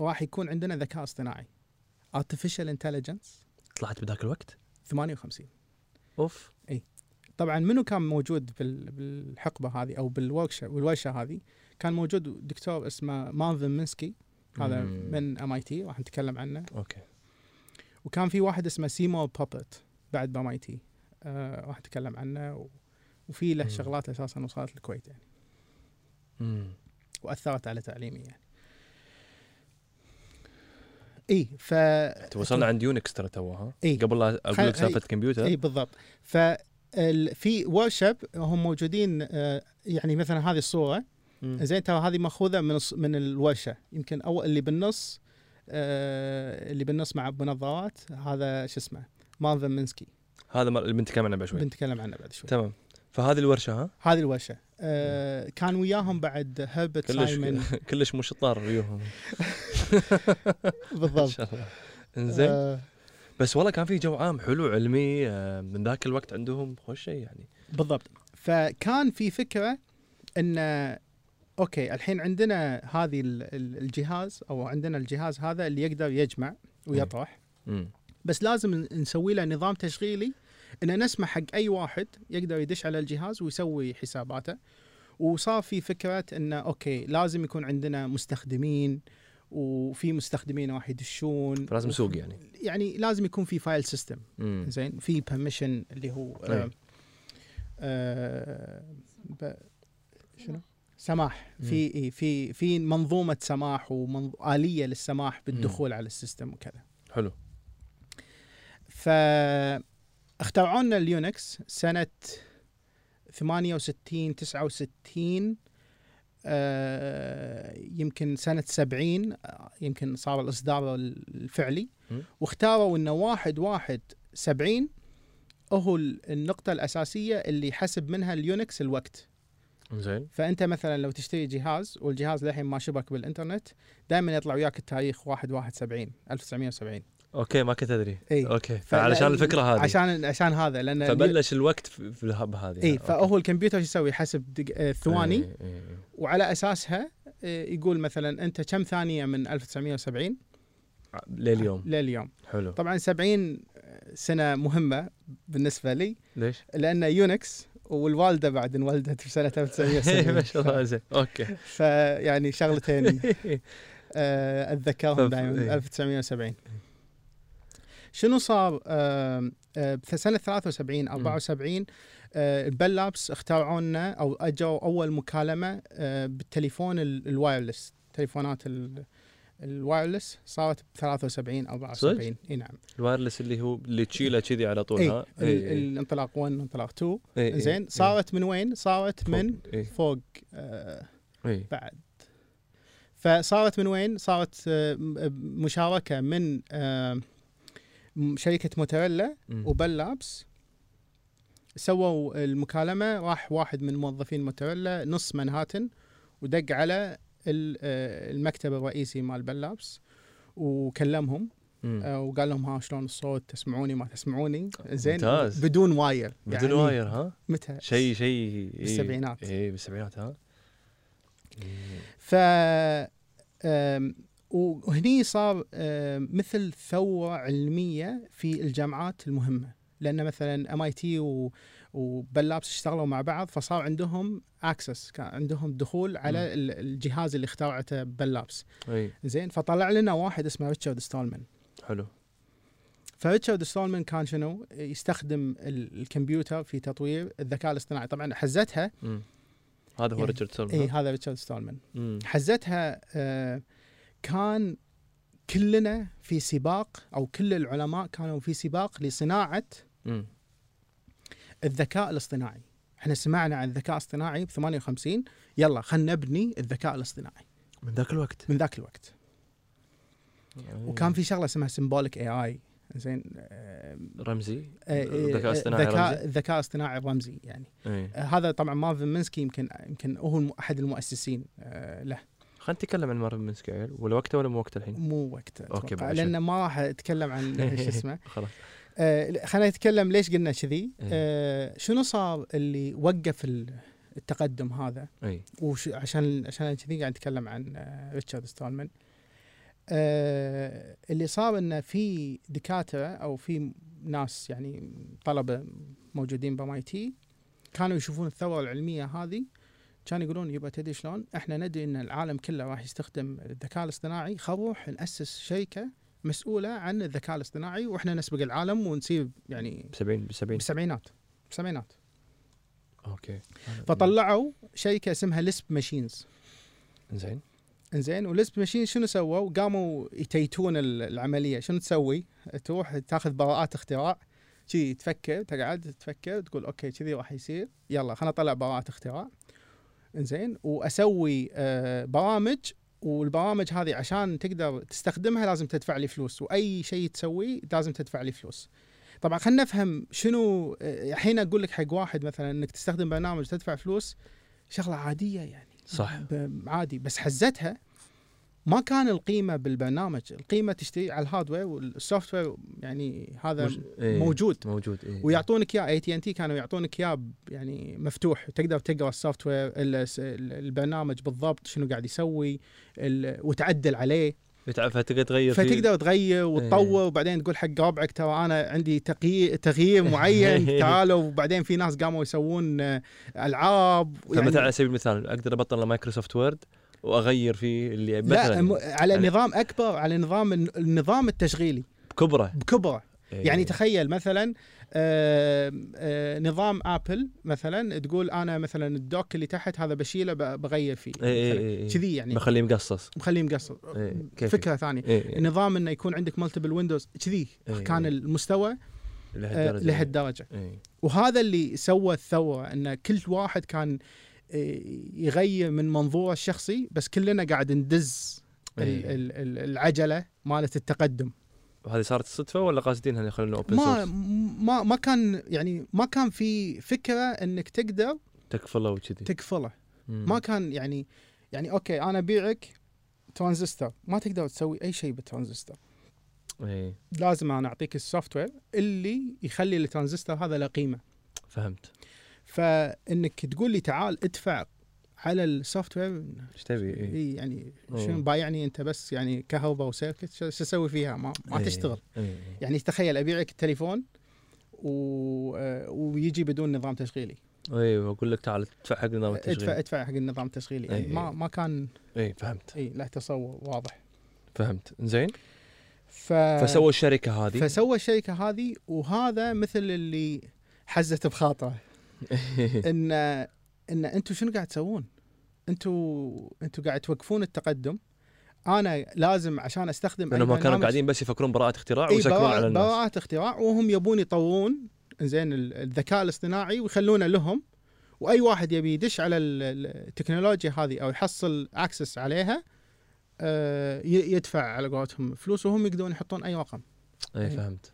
A: راح يكون عندنا ذكاء اصطناعي artificial intelligence
B: طلعت بذاك الوقت
A: 58
B: اوف
A: طبعا منو كان موجود بال- بالحقبه هذه او بالورشه بالورشه هذه كان موجود دكتور اسمه مانفن منسكي هذا
B: مم.
A: من ام اي تي راح نتكلم عنه
B: اوكي
A: وكان في واحد اسمه سيمو بابت بعد بام اي تي آه راح نتكلم عنه و... وفي له
B: مم.
A: شغلات اساسا وصلت الكويت يعني
B: مم.
A: واثرت على تعليمي يعني اي ف
B: وصلنا عند يونكس ترى تو ها
A: إي.
B: قبل لا اقول لك
A: خل-
B: سالفه كمبيوتر
A: اي بالضبط فاللي ال- في ورشب هم موجودين آه، يعني مثلا هذه الصوره زين ترى هذه ماخوذه من الص- من الورشه يمكن اول اللي بالنص آه، اللي بالنص مع منظرات هذا شو اسمه مارفن منسكي
B: هذا ما- اللي بنتكلم عنه بعد شوي
A: بنتكلم عنه بعد شوي
B: تمام فهذه الورشه ها *laughs*
A: هذه الورشه آه، كان وياهم بعد هربرت
B: كلش *laughs*
A: سايمون
B: كلش مو شطار ريوهم ان
A: بالضبط
B: شاء الله انزين
A: آه،
B: بس والله كان في جو عام حلو علمي آه، من ذاك الوقت عندهم خوش شيء يعني
A: بالضبط فكان في فكره ان اوكي الحين عندنا هذه ال- ال- الجهاز او عندنا الجهاز هذا اللي يقدر يجمع ويطرح
B: مم.
A: بس لازم نسوي له نظام تشغيلي ان نسمح حق اي واحد يقدر يدش على الجهاز ويسوي حساباته وصار في فكره انه اوكي لازم يكون عندنا مستخدمين وفي مستخدمين راح يدشون
B: فلازم سوق يعني
A: يعني لازم يكون في فايل سيستم
B: مم.
A: زين في بيرميشن اللي هو آه
B: أي.
A: آه ب- شنو سماح في إي، في في منظومه سماح واليه للسماح بالدخول على السيستم وكذا
B: حلو
A: فاخترعوا لنا اليونكس سنة 68 69 آه، يمكن سنة 70 آه، يمكن صار الإصدار الفعلي
B: مم.
A: واختاروا أنه واحد واحد 70 هو ال- النقطة الأساسية اللي يحسب منها اليونكس الوقت
B: زين
A: فأنت مثلا لو تشتري جهاز والجهاز للحين ما شبك بالإنترنت دائما يطلع وياك التاريخ 1 1 70 1970
B: اوكي ما كنت ادري
A: إي.
B: اوكي
A: فلا-
B: فعلشان الفكره هذه
A: عشان عشان هذا لأن
B: فبلش الوقت في في الهب هذه
A: اي
B: آه، أوكي.
A: إيه،
B: إيه.
A: فهو الكمبيوتر شو يسوي حسب دق... آه، ثواني
B: إي، إي، إي.
A: وعلى اساسها آه، يقول مثلا انت كم ثانيه من 1970
B: ع- لليوم
A: لليوم
B: حلو
A: طبعا 70 سنه مهمه بالنسبه لي
B: ليش؟
A: لان يونكس والوالده بعد انولدت في
B: *laughs*
A: سنه
B: ما شاء الله
A: 1970
B: زين اوكي
A: فيعني
B: *laughs*
A: شغلتين آه، اتذكرهم
B: فف-
A: دائما
B: إيه.
A: 1970 شنو صار آه، آه، بسنه 73 74 آه، البل لابس اخترعوا لنا او اجوا اول مكالمه آه، بالتليفون ال- الوايرلس تليفونات ال- الوايرلس صارت ب 73 74 اي نعم
B: الوايرلس اللي هو اللي تشيله كذي على طول
A: اي
B: ها؟
A: إيه.
B: إيه،
A: ال- الانطلاق 1 انطلاق 2
B: إي، إي.
A: زين صارت من وين؟ صارت من
B: اي
A: فوق آه،
B: اي
A: بعد فصارت من وين؟ صارت آه، م- مشاركه من آه، م- شركه موتوريلا
B: مم.
A: وبل لابس سووا المكالمه راح واحد من موظفين موتوريلا نص منهاتن ودق على ال- آه، المكتب الرئيسي مال بل لابس وكلمهم
B: مم.
A: آه، وقال لهم ها شلون الصوت تسمعوني ما تسمعوني زين
B: ممتاز.
A: بدون واير
B: بدون
A: يعني
B: واير ها؟
A: متى
B: شيء شيء
A: بالسبعينات.
B: اي إيه، بالسبعينات ها؟ إيه،
A: ف آم، وهني صار آم، مثل ثوره علميه في الجامعات المهمه لان مثلا ام اي تي وبلابس اشتغلوا مع بعض فصار عندهم اكسس كان عندهم دخول
B: مم.
A: على ال- الجهاز اللي اخترعته بلابس
B: اي
A: زين فطلع لنا واحد اسمه ريتشارد ستولمان
B: إيه، حلو
A: فريتشارد ستولمان كان شنو يستخدم ال- الكمبيوتر في تطوير الذكاء الاصطناعي طبعا حزتها
B: مم. هذا هو
A: يعني-
B: ريتشارد سولمان
A: اي
B: ها؟
A: هذا ريتشارد ستولمان
B: مم.
A: حزتها آه، كان كلنا في سباق او كل العلماء كانوا في سباق لصناعه
B: مم.
A: الذكاء الاصطناعي احنا سمعنا عن الذكاء الاصطناعي ب 58 يلا خلينا نبني الذكاء الاصطناعي
B: من ذاك الوقت
A: من ذاك الوقت وكان في شغله اسمها سيمبوليك اي اي زين آه،
B: رمزي
A: آه،
B: ذكاء
A: آه،
B: اصطناعي
A: ذكاء
B: رمزي إيه.
A: الذكاء الاصطناعي الرمزي يعني
B: إي.
A: آه، هذا طبعا مارفن منسكي يمكن يمكن هو الم- احد المؤسسين آه، له
B: خلينا نتكلم عن مارفن منسكي عيل ولا وقته ولا مو وقته الحين
A: مو وقته
B: أوكي،
A: أتوقع،
B: بعد شوي.
A: لان ما راح اتكلم
B: *laughs*
A: عن شو اسمه
B: خلاص
A: آه، خلينا نتكلم ليش قلنا كذي
B: إيه.
A: آه، شنو صار اللي وقف ال- التقدم هذا
B: اي
A: وش عشان عشان كذي قاعد نتكلم عن آه، ريتشارد ستولمان آه، اللي صار انه في دكاتره او في ناس يعني طلبه موجودين بام اي تي كانوا يشوفون الثوره العلميه هذه كانوا يقولون يبا تدري شلون احنا ندري ان العالم كله راح يستخدم الذكاء الاصطناعي خروح ناسس شركه مسؤوله عن الذكاء الاصطناعي واحنا نسبق العالم ونصير يعني
B: ب 70 ب 70
A: بالسبعينات بالسبعينات
B: اوكي
A: فطلعوا شركه اسمها لسب ماشينز
B: زين
A: انزين ولسب ماشين شنو سووا؟ قاموا يتيتون ال- العمليه، شنو تسوي؟ تروح تاخذ براءات اختراع شي تفكر تقعد تفكر تقول اوكي كذي راح يصير يلا خلنا اطلع براءة اختراع انزين واسوي آه، برامج والبرامج هذه عشان تقدر تستخدمها لازم تدفع لي فلوس واي شيء تسويه لازم تدفع لي فلوس طبعا خلينا نفهم شنو آه، الحين اقول لك حق واحد مثلا انك تستخدم برنامج تدفع فلوس شغله عاديه يعني
C: صح
A: ب- عادي بس حزتها ما كان القيمه بالبرنامج القيمه تشتري على الهاردوير والسوفت وير يعني هذا
B: مش- إيه،
A: موجود
B: موجود إيه.
A: ويعطونك اياه اي تي ان تي كانوا يعطونك اياه ب- يعني مفتوح تقدر تقرا السوفت وير البرنامج بالضبط شنو قاعد يسوي ال- وتعدل عليه
B: يتع- فتقدر تغير فيه.
A: فتقدر تغير
B: إيه.
A: وتطور وبعدين تقول حق ربعك ترى انا عندي تقي- تغيير
B: *laughs*
A: معين تعالوا وبعدين في ناس قاموا يسوون آه، العاب
B: فمثلا على سبيل المثال اقدر ابطل مايكروسوفت وورد واغير فيه اللي
A: لا
B: مثلا
A: م- على
B: يعني-
A: نظام اكبر على نظام الن- النظام التشغيلي
B: بكبره
A: بكبره
B: إيه.
A: يعني تخيل مثلا آه، آه، نظام ابل مثلا تقول انا مثلا الدوك اللي تحت هذا بشيله ب- بغير فيه
B: إيه، إيه،
A: مثلاً.
B: إيه، إيه.
A: كذي يعني
B: بخليه مقصص
A: مخليه مقصر
B: إيه، كيفك.
A: فكره ثانيه
B: إيه.
A: نظام انه يكون عندك ملتيبل ويندوز كذي
B: إيه.
A: كان المستوى آه،
B: لهالدرجه
A: لهالدرجه
B: يعني. إيه.
A: وهذا اللي سوى الثوره ان كل واحد كان آه، يغير من منظوره الشخصي بس كلنا قاعد ندز ال-
B: إيه.
A: ال- ال- العجله مالت التقدم
B: وهذه صارت صدفه ولا قاصدينها يخلونه اوبن
A: ما
B: سورس
A: ما ما كان يعني ما كان في فكره انك تقدر
B: تكفله وكذي
A: تكفله ما كان يعني يعني اوكي انا بيعك ترانزستور ما تقدر تسوي اي شيء بالترانزستور
B: اي
A: لازم انا اعطيك السوفت وير اللي يخلي الترانزستور هذا له قيمه
B: فهمت
A: فانك تقول لي تعال ادفع على السوفت وير
B: ايش تبي إيه. اي
A: إي يعني
B: أوه.
A: شنو بايعني انت بس يعني كهرباء وسيركت شو شو اسوي فيها ما, ما
B: إيه.
A: تشتغل
B: إيه.
A: يعني تخيل ابيعك التليفون و... آه، ويجي بدون نظام تشغيلي
B: اي واقول إيه، لك تعال تدفع حق نظام
A: ادفع
B: التشغيل
A: ادفع حق النظام التشغيلي يعني
B: أي.
A: ما ما كان
B: اي فهمت
A: اي له تصور واضح
B: فهمت زين
A: ف...
B: فسووا الشركه هذه
A: فسوى الشركه هذه وهذا مثل اللي حزت بخاطره
B: *laughs*
A: ان ان انتم شنو قاعد تسوون؟ انتم انتم قاعد توقفون التقدم انا لازم عشان استخدم
B: لانهم
A: أي
B: كانوا
A: برنامج-
B: قاعدين بس يفكرون براءه اختراع
A: إي،
B: ويسكرون
A: إيه، براءة-
B: على الناس
A: براءات اختراع وهم يبون يطورون زين الذكاء الاصطناعي ويخلونه لهم واي واحد يبي يدش على ال- ال- التكنولوجيا هذه او يحصل اكسس عليها آه، ي- يدفع على قولتهم فلوس وهم يقدرون يحطون اي رقم
B: اي
A: إي.
B: إيه، فهمت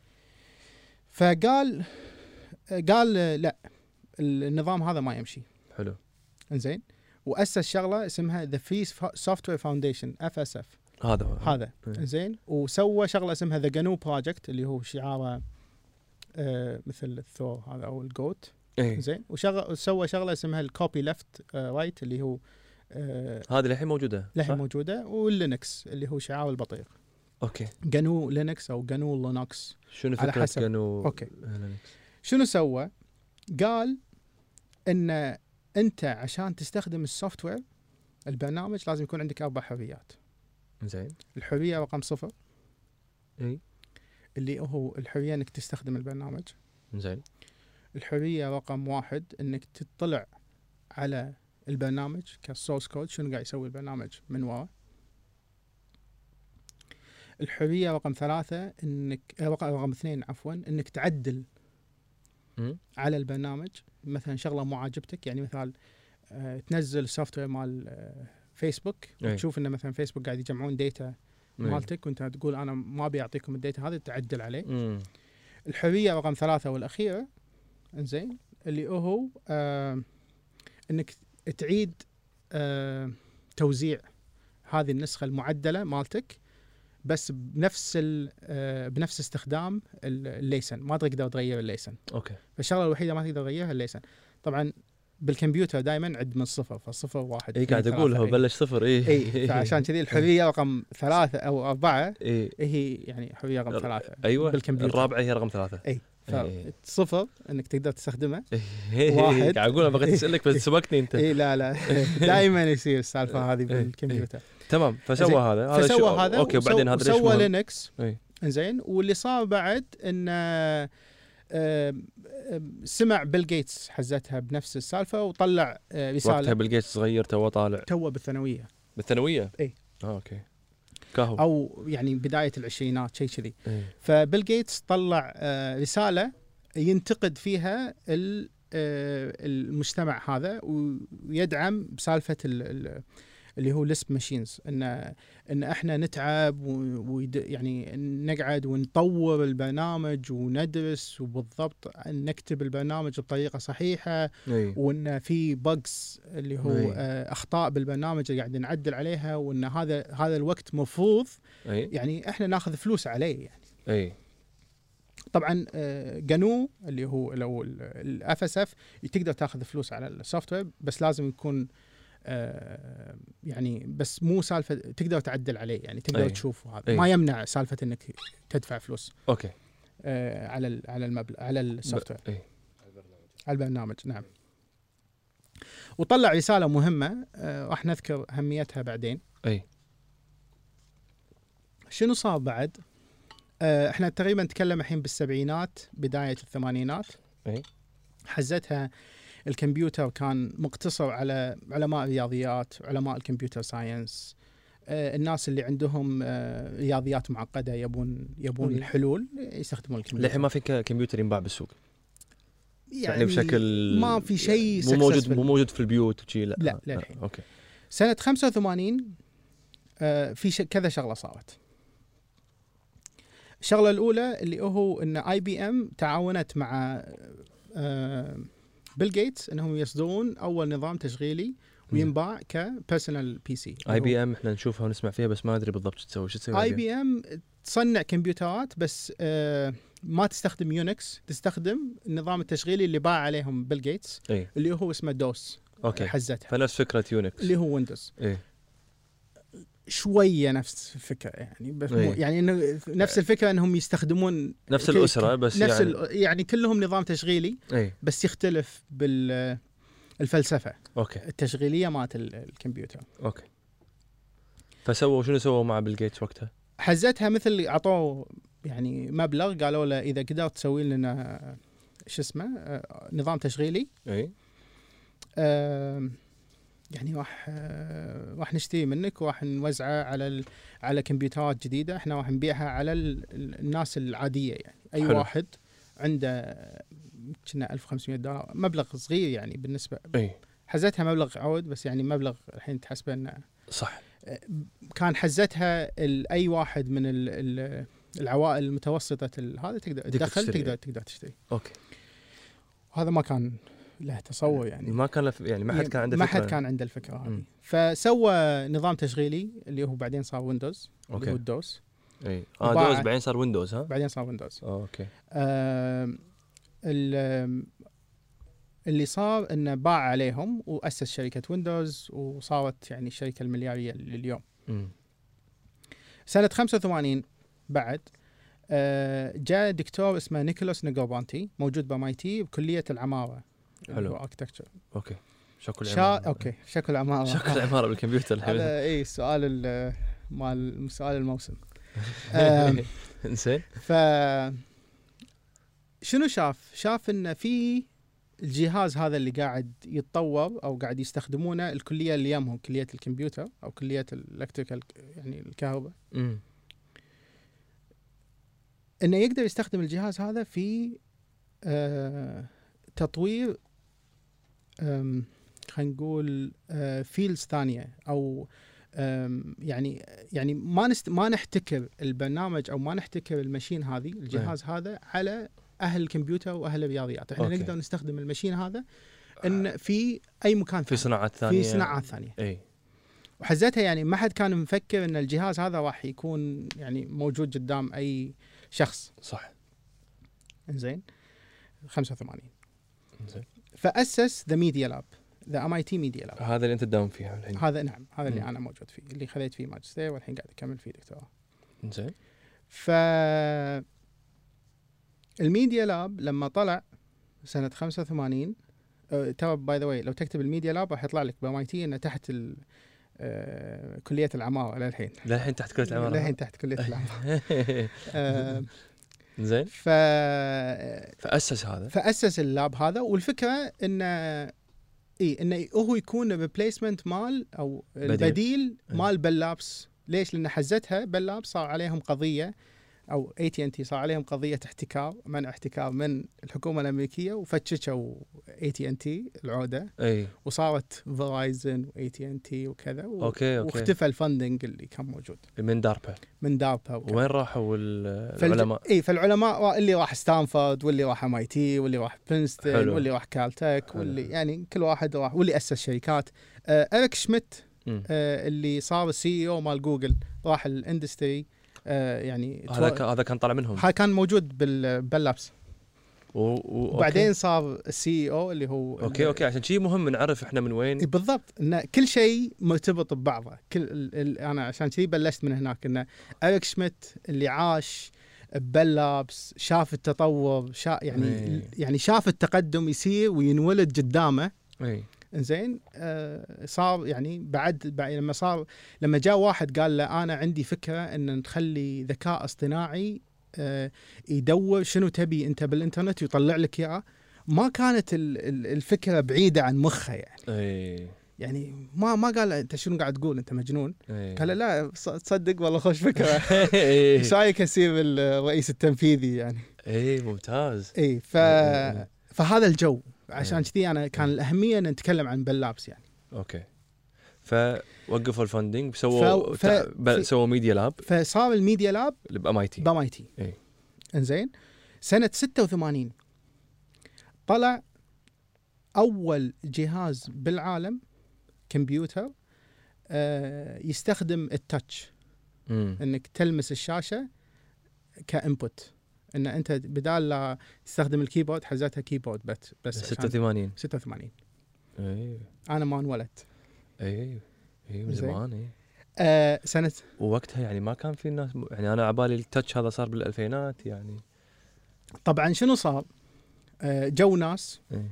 A: فقال قال آه، لا النظام هذا ما يمشي
B: حلو
A: انزين واسس شغله اسمها ذا فري سوفت وير فاونديشن اف اس اف
B: هذا هو
A: هذا
B: إيه.
A: زين وسوى شغله اسمها ذا جنو بروجكت اللي هو شعاره آه مثل الثور هذا او الجوت
B: إي.
A: زين وشغل وسوى شغله اسمها الكوبي ليفت رايت اللي هو آه
B: هذه للحين موجوده صح؟
A: لحين موجوده واللينكس اللي هو شعار البطيخ
B: اوكي
A: جنو لينكس او جنو لينكس
B: شنو
A: على
B: فكره
A: حسب.
B: كانوا
A: اوكي شنو سوى؟ قال ان انت عشان تستخدم السوفت وير البرنامج لازم يكون عندك اربع حريات
B: زين
A: الحريه رقم صفر
B: اي
A: اللي هو الحريه انك تستخدم البرنامج
B: زين
A: الحريه رقم واحد انك تطلع على البرنامج كالسورس كود شنو قاعد يسوي البرنامج من ورا الحريه رقم ثلاثه انك آه، رقم رقم اثنين عفوا انك تعدل
B: مم.
A: على البرنامج مثلا شغله مو عاجبتك يعني مثال آه، تنزل السوفت وير مال آه، فيسبوك
B: أي.
A: وتشوف انه مثلا فيسبوك قاعد يجمعون ديتا مالتك وانت تقول انا ما ابي اعطيكم الديتا هذه تعدل عليه
B: مم.
A: الحريه رقم ثلاثه والاخيره انزين اللي هو آه انك تعيد آه توزيع هذه النسخه المعدله مالتك بس بنفس ال- آه بنفس استخدام ال- الليسن ما تقدر تغير الليسن
B: اوكي
A: فالشغله الوحيده ما تقدر تغيرها الليسن طبعا بالكمبيوتر دائما عد من صفر فالصفر واحد
B: اي
A: اثنين،
B: إيه، قاعد اقول
A: ثلاثة،
B: هو
A: إي.
B: بلش صفر إيه. اي
A: اي إيه،
B: *laughs*
A: فعشان كذي الحريه رقم ثلاثه او اربعه
B: اي
A: هي يعني حريه رقم ثلاثه
B: ايوه
A: بالكمبيوتر.
B: الرابعه إيه. هي رقم *laughs* ثلاثه
A: اي
B: إي.
A: فصفر انك تقدر تستخدمه
B: إيه،
A: واحد. إيه.
B: واحد اقول بغيت
A: *laughs*
B: اسالك بس سبقتني انت
A: اي لا لا
B: إيه.
A: *laughs* دائما يصير السالفه هذه بالكمبيوتر
B: تمام فسوى
A: زين.
B: هذا إيه. هذا
A: فسوى
B: شو-
A: هذا
B: اوكي وبعدين هذا ليش إيه.
A: سوى
B: مهم؟
A: لينكس
B: إي.
A: زين واللي صار بعد انه آم، آم، سمع بيل جيتس حزتها بنفس السالفه وطلع آه،
B: وقتها
A: رساله
B: بيل جيتس صغير توه طالع
A: توه بالثانويه
B: بالثانويه
A: إي.
B: اه اوكي كهو إيه.
A: او يعني بدايه العشرينات شيء كذي
B: إي.
A: فبيل جيتس طلع آه، رساله ينتقد فيها ال- آه، المجتمع هذا ويدعم بسالفه ال- ال- اللي هو ليسب ماشينز ان ان احنا نتعب و- ويد- يعني نقعد ونطور البرنامج وندرس وبالضبط نكتب البرنامج بطريقه صحيحه
B: اي
A: وان في بجز اللي هو
B: أي.
A: آه، اخطاء بالبرنامج اللي قاعد نعدل عليها وان هذا هذا الوقت مفروض
B: اي
A: يعني احنا ناخذ فلوس عليه يعني
B: اي
A: طبعا آه، جنو اللي هو لو الاف اس اف تقدر تاخذ فلوس على السوفت وير بس لازم يكون آه، يعني بس مو سالفه تقدر تعدل عليه يعني تقدر
B: أي.
A: تشوف هذا
B: أي.
A: ما يمنع سالفه انك تدفع فلوس
B: اوكي
A: آه، على ال- على المبلغ على السوفت وير
B: اي
A: على البرنامج نعم وطلع رسالة مهمة آه، راح نذكر أهميتها بعدين
B: أي.
A: شنو صار بعد؟ آه، احنا تقريبا نتكلم الحين بالسبعينات بداية الثمانينات
B: أي.
A: حزتها الكمبيوتر كان مقتصر على علماء الرياضيات علماء الكمبيوتر ساينس آه، الناس اللي عندهم آه، رياضيات معقدة يبون يبون
B: أوكي.
A: الحلول يستخدمون الكمبيوتر
B: للحين ما في ك- كمبيوتر ينباع بالسوق يعني بشكل يعني
A: ما في شيء
B: مو موجود
A: successful.
B: مو موجود في البيوت وشي لا
A: لا،
B: آه،
A: للحين.
B: اوكي
A: سنة 85 آه، في ش- كذا شغلة صارت. الشغلة الأولى اللي هو أن اي بي ام تعاونت مع آه، بيل جيتس أنهم يصدرون أول نظام تشغيلي وينباع كبيرسونال بي سي.
B: اي بي ام احنا نشوفها ونسمع فيها بس ما ادري بالضبط شو تسوي شو تسوي
A: اي بي ام تصنع كمبيوترات بس آه، ما تستخدم يونكس تستخدم النظام التشغيلي اللي باع عليهم بيل جيتس
B: اي
A: اللي هو اسمه دوس
B: اوكي
A: حزتها
B: فنفس إيه. فكره يونكس
A: اللي هو ويندوز
B: اي
A: شويه نفس الفكره يعني بس مو
B: إيه.
A: يعني انه نفس الفكره انهم يستخدمون
B: نفس
A: ك- ك-
B: الاسره بس
A: نفس
B: يعني إيه،
A: يعني, يعني كلهم نظام تشغيلي
B: اي
A: بس يختلف بال الفلسفه
B: اوكي
A: التشغيليه مالت ال- الكمبيوتر
B: اوكي فسووا شنو سووا مع بيل جيتس وقتها؟
A: حزتها مثل اعطوه يعني مبلغ قالوا له اذا قدرت تسوي لنا شو اسمه آه، نظام تشغيلي
B: اي
A: آم، يعني راح آه، راح نشتري منك وراح نوزعه على ال... على كمبيوترات جديده احنا راح نبيعها على ال... ال- الناس العاديه يعني اي
B: حلو.
A: حلو. واحد عنده كنا 1500 دولار مبلغ صغير يعني بالنسبه
B: اي
A: حزتها مبلغ عود بس يعني مبلغ الحين تحسبه انه
B: صح
A: كان حزتها ال... اي واحد من ال... ال... العوائل المتوسطه ال... هذا تقدر تدخل
B: تشتري.
A: تقدر تقدر تشتري
B: اوكي
A: وهذا ما كان له تصور يعني
B: ما كان لف... يعني ما حد كان عنده
A: ما
B: فكرة.
A: حد كان عنده الفكره هذه
B: مم.
A: فسوى نظام تشغيلي اللي هو بعدين صار ويندوز اللي هو
B: اوكي
A: الدوس
B: اي اه
A: وباع-
B: دوز بعدين صار ويندوز ها؟
A: بعدين صار ويندوز
B: آه، اوكي
A: آم، ال- اللي صار انه باع عليهم واسس شركه ويندوز وصارت يعني الشركه الملياريه لليوم
B: أمم.
A: سنه 85 بعد آه، جاء دكتور اسمه نيكولاس نيجوبانتي موجود بام اي تي بكليه العماره
B: حلو.
A: اركتكتشر
B: اوكي شكل عمارة
A: شا... اوكي شكل العماره
B: شكل عمارة
A: *laughs*
B: بالكمبيوتر *laughs* الحين
A: هذا اي إيه، سؤال ال- مال سؤال الموسم آم،
B: انزين
A: ف شنو شاف؟ شاف ان في الجهاز هذا اللي قاعد يتطور او قاعد يستخدمونه الكليه اللي يمهم كليه الكمبيوتر او كليه الالكتريكال يعني الكهرباء
B: أمم.
A: انه يقدر يستخدم الجهاز هذا في آه، تطوير آم، خلينا نقول آه، فيلدز ثانيه او آم، يعني يعني ما نست ما نحتكر البرنامج او ما نحتكر المشين هذه الجهاز هذا على اهل الكمبيوتر واهل الرياضيات احنا
B: نعم. أوكي. آه.
A: نقدر نستخدم المشين هذا ان في اي مكان
B: في
A: ثاني،
B: صناعات ثانية
A: في صناعات ثانيه
B: اي
A: وحزتها يعني ما حد كان مفكر ان الجهاز هذا راح يكون يعني موجود قدام اي شخص
B: صح
A: انزين 85
B: إنزين.
A: فاسس ذا ميديا لاب ذا ام اي تي ميديا لاب
B: هذا اللي انت تداوم فيها الحين
A: هذا نعم هذا اللي
B: مم.
A: انا موجود فيه اللي خذيت فيه ماجستير والحين قاعد اكمل فيه دكتوراه
B: زين
A: ف الميديا لاب لما طلع سنه 85 أه، ترى باي ذا واي لو تكتب الميديا لاب راح يطلع لك بام اي تي انه تحت ال... أه، كليه العماره للحين
B: للحين تحت كرة العمارة *laughs*
A: للحين تحت كليه العماره أه،
B: زين
A: ف
B: فاسس هذا
A: فاسس اللاب هذا والفكره انه اي انه هو يكون ريبليسمنت مال او
B: بديل.
A: البديل
B: إيه.
A: مال بلابس ليش؟ لان حزتها بلابس صار عليهم قضيه او اي تي ان تي صار عليهم قضيه احتكار منع احتكار من الحكومه الامريكيه وفتشوا اي تي ان تي العوده
B: اي
A: وصارت فرايزن واي تي ان تي وكذا و...
B: اوكي اوكي
A: واختفى الفندنج اللي كان موجود
B: من داربا
A: من داربا وكذا.
B: وين راحوا ال- العلماء
A: اي فالعلماء وا- اللي راح ستانفورد واللي راح ام اي تي واللي راح برنستون
B: حلو.
A: واللي راح كالتك
B: حلو.
A: واللي يعني كل واحد راح واللي اسس شركات آه اريك شميت
B: مم.
A: آه اللي صار السي او مال جوجل راح الاندستري آه يعني
B: هذا
A: تو-
B: كان هذا كان طالع منهم
A: ها- كان موجود بال- باللابس
B: و... و...
A: وبعدين صار السي او اللي هو
B: اوكي اوكي عشان شي مهم نعرف احنا من وين
A: إيه بالضبط ان كل شيء مرتبط ببعضه كل ال ال انا عشان كذي بلشت من هناك ان اريك شميت اللي عاش بلابس شاف التطور شا يعني
B: إيه.
A: يعني شاف التقدم يصير وينولد قدامه
B: اي
A: زين آه صار يعني بعد, بعد لما صار لما جاء واحد قال له انا عندي فكره ان نخلي ذكاء اصطناعي آه يدور شنو تبي انت بالانترنت ويطلع لك اياه ما كانت ال- ال- الفكره بعيده عن مخه يعني
B: اي
A: يعني ما ما قال انت شنو قاعد تقول انت مجنون؟
B: إي.
A: قال له لا ص- تصدق والله خوش فكره
B: *laughs* إيه. إي.
A: ايش رايك اصير الرئيس التنفيذي يعني؟
B: اي ممتاز
A: اي ف
B: إي، إي، إي.
A: فهذا الجو عشان
B: إي.
A: كذي انا كان الاهميه ان نتكلم عن بلابس يعني
B: اوكي فوقفوا الفندنج سووا
A: ف- ف-
B: تع- ب-
A: في-
B: سووا ميديا لاب
A: فصار الميديا لاب
B: بام اي تي
A: بام اي تي
B: إي.
A: انزين سنه 86 طلع اول جهاز بالعالم كمبيوتر آه، يستخدم التاتش انك تلمس الشاشه كانبوت ان انت بدال لا تستخدم الكيبورد حزتها كيبورد بس بس عشان-
B: 86
A: 86
B: اي
A: انا ما انولدت
B: اي اي إيه،
A: زين.
B: من زمان اي
A: آه سنه
B: ووقتها يعني ما كان في ناس يعني انا عبالي التاتش هذا صار بالالفينات يعني
A: طبعا شنو صار؟ آه جو ناس
B: إي.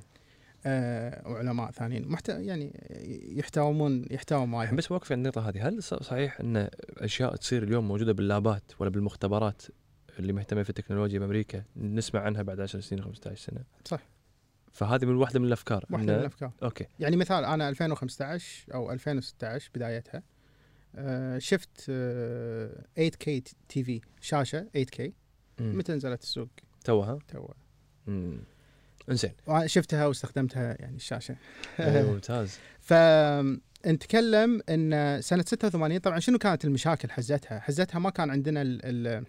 A: آه وعلماء ثانيين محت... يعني يحترمون يحترم
B: الحين
A: رايهم
B: بس واقف عند النقطه هذه هل ص- صحيح ان اشياء تصير اليوم موجوده باللابات ولا بالمختبرات اللي مهتمه في التكنولوجيا بامريكا نسمع عنها بعد 10 سنين 15 سنه
A: صح.
B: فهذه من واحده من الافكار
A: واحده
B: إنه-
A: من الافكار
B: اوكي
A: يعني مثال انا 2015 او 2016 بدايتها آه شفت آه 8K تي في شاشه 8K
B: مم.
A: متى نزلت السوق
B: توها
A: تو
B: مم.
A: *laughs*
B: انزين
A: وأنا شفتها واستخدمتها يعني الشاشه *laughs*
B: أيوة، ممتاز
A: فنتكلم ان سنه 86 طبعا شنو كانت المشاكل حزتها؟ حزتها ما كان عندنا ال ال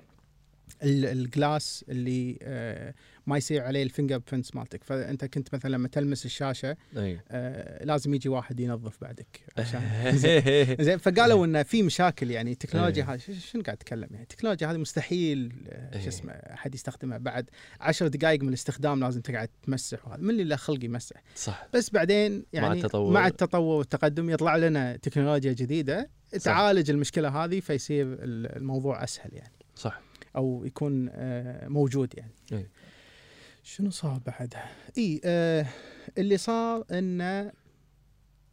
A: ال- الجلاس اللي آه، ما يصير عليه الفينجر برنتس مالتك فانت كنت مثلا لما تلمس الشاشه *laughs*
B: اي
A: آه، لازم يجي واحد ينظف بعدك
B: *laughs*
A: عشان زين. زين فقالوا ان في مشاكل يعني التكنولوجيا
B: إيه.
A: هذه ش- شنو قاعد تتكلم يعني التكنولوجيا هذه مستحيل آه،
B: إيه.
A: شو اسمه احد يستخدمها بعد عشر دقائق من الاستخدام لازم تقعد تمسح وهذا من اللي له خلق يمسح
B: صح
A: بس بعدين يعني
B: التطور.
A: مع التطور والتقدم يطلع لنا تكنولوجيا جديده تعالج المشكله هذه فيصير ال- الموضوع اسهل يعني
B: صح
A: او يكون آه، موجود يعني
B: إيه.
A: شنو صار بعدها؟ اي آه، اللي صار انه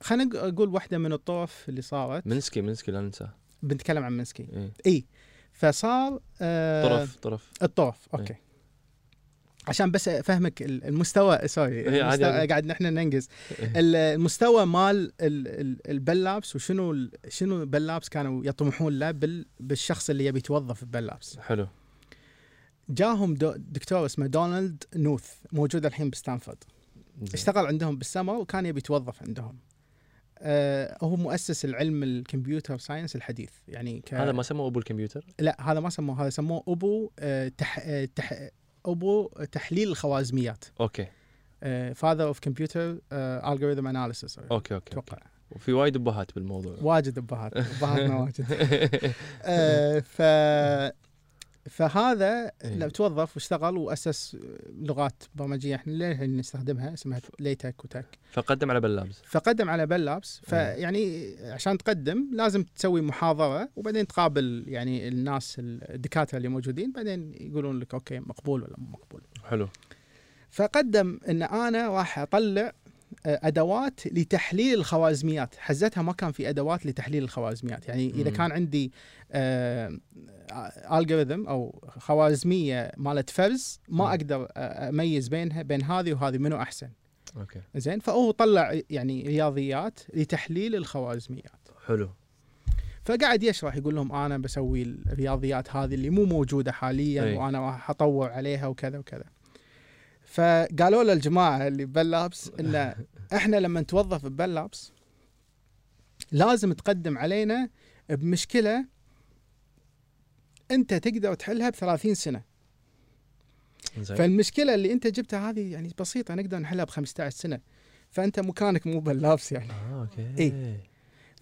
A: خلينا نق- اقول واحده من الطرف اللي صارت
B: منسكي منسكي لا ننساه
A: بنتكلم عن منسكي
B: إي.
A: اي فصار آه،
B: طرف طرف
A: الطرف
B: إيه.
A: اوكي عشان بس افهمك ال- المستوى سوري
B: إيه، عادي،
A: المستوى-
B: عادي.
A: قاعد نحن ننجز
B: إيه.
A: ال- المستوى مال ال- ال- البلابس وشنو ال- شنو البلابس كانوا يطمحون له بال- بالشخص اللي يبي يتوظف ببلابس
B: حلو
A: جاهم دو- دكتور اسمه دونالد نوث موجود الحين بستانفورد
B: إيه. زين.
A: اشتغل عندهم بالسمر وكان يبي يتوظف عندهم آه هو مؤسس العلم الكمبيوتر ساينس الحديث يعني ك...
B: هذا ما سموه ابو الكمبيوتر
A: لا هذا ما سموه هذا سموه ابو آه، تح... آه، تح... ابو تحليل آه، الخوارزميات
B: اوكي
A: فاذر اوف كمبيوتر الجوريثم اناليسيس
B: اوكي اوكي
A: اتوقع
B: وفي وايد
A: *laughs*
B: ابهات بالموضوع
A: واجد ابهات ابهاتنا
B: *laughs*
A: واجد آه، ف فهذا
B: إيه.
A: لو توظف واشتغل واسس لغات برمجيه احنا للحين نستخدمها اسمها ليتك وتك
B: فقدم على بلابس
A: فقدم على بل لابس
B: إيه.
A: فيعني يعني عشان تقدم لازم تسوي محاضره وبعدين تقابل يعني الناس الدكاتره اللي موجودين بعدين يقولون لك اوكي مقبول ولا مو مقبول
B: حلو
A: فقدم ان انا راح اطلع آه، ادوات لتحليل الخوارزميات حزتها ما كان في ادوات لتحليل الخوارزميات يعني اذا
B: مم.
A: كان عندي آه، الجوريثم او خوارزميه مالت فرز ما
B: مم.
A: اقدر آه، اميز بينها بين هذه وهذه منو احسن
B: اوكي
A: زين فهو طلع يعني رياضيات لتحليل الخوارزميات
B: حلو
A: فقاعد يشرح يقول لهم انا بسوي الرياضيات هذه اللي مو موجوده حاليا
B: أي.
A: وانا حطور عليها وكذا وكذا فقالوا له الجماعه اللي ببل لابس ان احنا لما نتوظف ببل لابس لازم تقدم علينا بمشكله انت تقدر تحلها ب 30 سنه
B: زين
A: فالمشكله اللي انت جبتها هذه يعني بسيطه نقدر نحلها ب 15 سنه فانت مكانك مو بلابس يعني
B: اه اوكي
A: إي.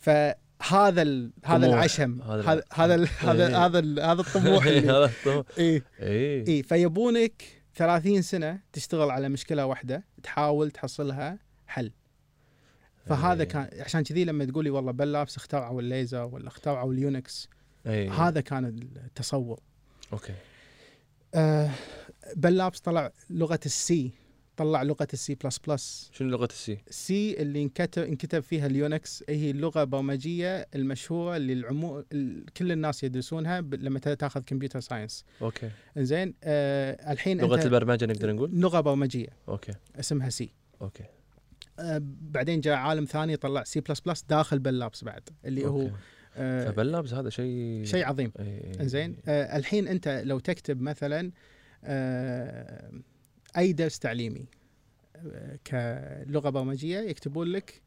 A: فهذا ال... هذا
B: طموح.
A: العشم
B: هذا
A: هذا هذا ال- هذا
B: إيه.
A: هذا ال- هذا
B: *laughs*
A: الطموح اللي-
B: هذا الطموح.
A: اي
B: اي
A: اي فيبونك 30 سنه تشتغل على مشكله واحده تحاول تحصلها حل فهذا
B: إيه.
A: كان عشان كذي لما تقولي والله بلابس اخترعوا الليزر ولا اخترعوا اليونكس
B: اي
A: هذا كان التصور
B: اوكي
A: آه بلابس طلع لغه السي طلع لغه السي بلس بلس
B: شنو لغه السي؟
A: سي اللي انكتب انكتب فيها اليونكس هي اللغه البرمجيه المشهوره اللي العمو... ال- كل الناس يدرسونها ب... لما تا- تاخذ كمبيوتر ساينس
B: اوكي
A: زين آه الحين
B: لغه
A: أنت
B: البرمجه نقدر نقول؟
A: لغه برمجيه
B: اوكي
A: اسمها سي
B: اوكي
A: آه بعدين جاء عالم ثاني طلع سي بلس بلس داخل بلابس بعد اللي هو
B: أوكي.
A: آه
B: فبلابس هذا شيء
A: شيء عظيم
B: إي.
A: زين آه الحين انت لو تكتب مثلا آه اي درس تعليمي آه كلغه برمجيه يكتبون لك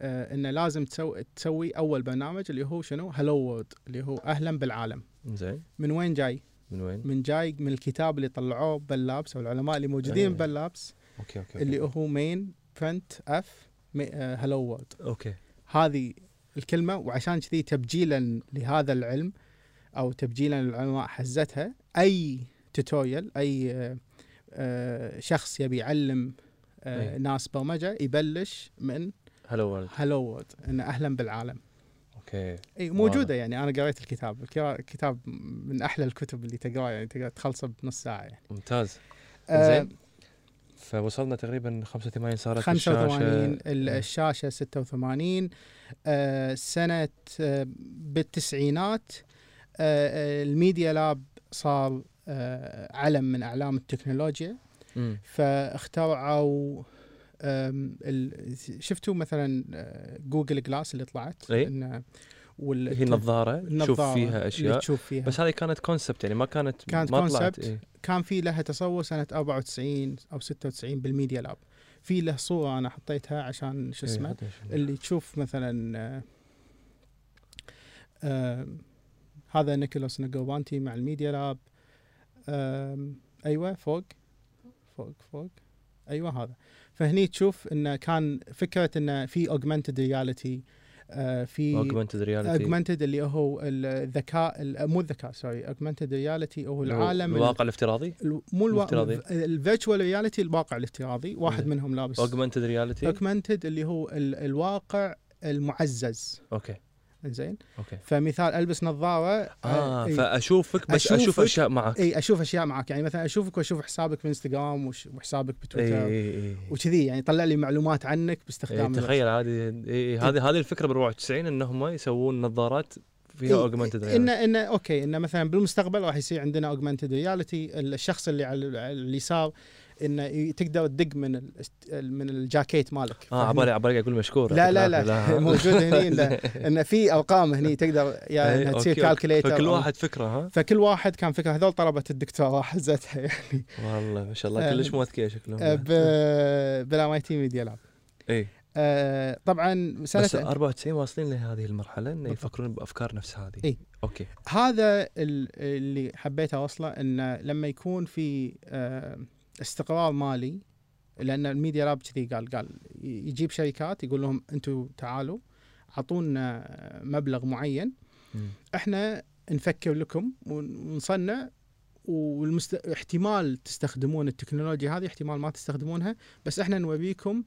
A: آه انه لازم تسوي, تسوي اول برنامج اللي هو شنو هلو وورد اللي هو اهلا بالعالم
B: زين
A: من وين جاي
B: من وين؟
A: من جاي من الكتاب اللي طلعوه بلابس او العلماء اللي موجودين
B: إيه.
A: بلابس
B: اوكي اوكي
A: اللي
B: اوكي
A: هو مين فرنت اف هلو وورد
B: اوكي
A: هذه الكلمة وعشان كذي تبجيلا لهذا العلم أو تبجيلا للعلماء حزتها أي توتوريال أي آه، آه، شخص يبي يعلم آه،
B: أي.
A: ناس برمجة يبلش من
B: هلا وورد
A: هلو وورد إن أهلا بالعالم
B: اوكي
A: اي موجوده يعني انا قريت الكتاب الكرا- الكتاب من احلى الكتب اللي تقراه يعني تقدر تخلصه بنص ساعه يعني
B: ممتاز
A: آه،
B: زين فوصلنا تقريبا 85 صارت
A: 85
B: الشاشة.
A: ال-
B: إيه.
A: الشاشه 86 آه، سنه آه، بالتسعينات آه، الميديا لاب صار آه، علم من اعلام التكنولوجيا
B: مم.
A: فاخترعوا آم، ال- شفتوا مثلا آه، جوجل جلاس اللي طلعت
B: إي.
A: إن- وال-
B: هي النظاره تشوف
A: النظارة
B: فيها
A: اللي
B: اشياء
A: تشوف فيها
B: بس هذه كانت كونسبت يعني ما كانت
A: كانت
B: ما طلعت
A: concept.
B: إيه.
A: كان في لها تصور سنه 94 او 96 بالميديا لاب في له صوره انا حطيتها عشان شو اسمه
B: إيه، حتى-
A: اللي تشوف مثلا آه، آه، هذا نيكولاس نجوبانتي مع الميديا لاب آم، ايوه فوق فوق فوق ايوه هذا فهني تشوف انه كان فكره انه في اوجمانتد رياليتي في
B: augmented reality
A: اوجمانتد اللي هو الذكاء ال- مو الذكاء سوري اوجمانتد رياليتي هو العالم ال-
B: الواقع الافتراضي
A: ال- مو
B: الافتراضي. إيه.
A: الواقع الفيرتشوال رياليتي الواقع الافتراضي واحد
B: زين.
A: منهم لابس
B: اوجمانتد رياليتي
A: اوجمانتد اللي هو ال- الواقع المعزز
B: اوكي
A: زين
B: اوكي
A: فمثال البس نظاره
B: اه
A: اي
B: فاشوفك بس
A: آه، إيه. أشوفك.
B: اشوف اشياء معك
A: اي اشوف اشياء معك يعني مثلا اشوفك واشوف حسابك بانستغرام وش- وحسابك
B: اي
A: بتويتر
B: اي اي
A: وكذي يعني طلع لي معلومات عنك
B: إيه،
A: باستخدام الوقت.
B: تخيل عادي إيه، إيه، هذه هذه الفكره ب 94 انهم يسوون نظارات فيها
A: إيه،
B: اوجمانتد
A: ان ان اوكي ان مثلا بالمستقبل راح يصير عندنا اوجمانتد رياليتي الشخص اللي على على اليسار انه ي- تقدر تدق من ال- من الجاكيت مالك
B: اه عبالي عبالي اقول مشكور
A: لا لا *laughs* لا موجود هني انه
B: *laughs*
A: انه في ارقام هني تقدر
B: إيه،
A: يعني إنها تصير
B: أوكي،
A: كالكوليتر
B: فكل واحد فكره ها
A: فكل واحد كان فكره هذول طلبه الدكتوراه حزتها يعني
B: والله ما شاء الله
A: آه،
B: كلش مو اذكياء شكلهم
A: *laughs* ب- بالام اي تي ميديا لاب
B: اي
A: آه، طبعا
B: بس آه.
A: سنه
B: 94 واصلين لهذه المرحله انه يفكرون بافكار نفس هذه
A: إيه.
B: اوكي
A: هذا ال- اللي حبيت اوصله انه لما يكون في آه، استقرار مالي لان الميديا لاب كذي قال قال ي- يجيب شركات يقول لهم انتم تعالوا اعطونا مبلغ معين
B: مم.
A: احنا نفكر لكم ون- ونصنع والمست... احتمال تستخدمون التكنولوجيا هذه احتمال ما تستخدمونها بس احنا نوريكم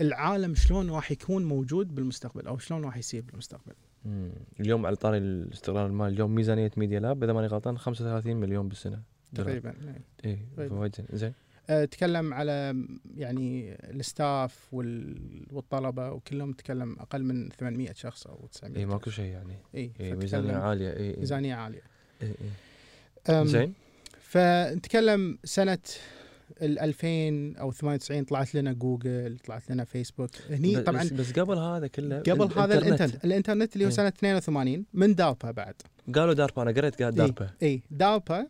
A: العالم شلون راح يكون موجود بالمستقبل او شلون راح يصير بالمستقبل
B: مم. اليوم على طاري الاستقرار المالي اليوم ميزانيه ميديا لاب اذا ماني غلطان 35 مليون بالسنه دولار
A: تقريبا يعني.
B: اي
A: طيب.
B: وايد زين. زين
A: أه، تكلم على يعني الستاف وال... والطلبه وكلهم تكلم اقل من 800 شخص إيه، او 900
B: اي ماكو شيء يعني
A: اي
B: اي ميزانيه عاليه اي اي
A: ميزانيه عاليه
B: إيه. إي، إي.
A: أم،
B: زين
A: فنتكلم سنة ال 2000 او 98 طلعت لنا جوجل طلعت لنا فيسبوك هني
B: بس-
A: طبعا
B: بس قبل هذا كله
A: قبل
B: الإنترنت.
A: هذا الانترنت الانترنت اللي هو
B: إيه.
A: سنه 82 من داربا بعد
B: قالوا داربا انا قريت قال داربا
A: اي داربا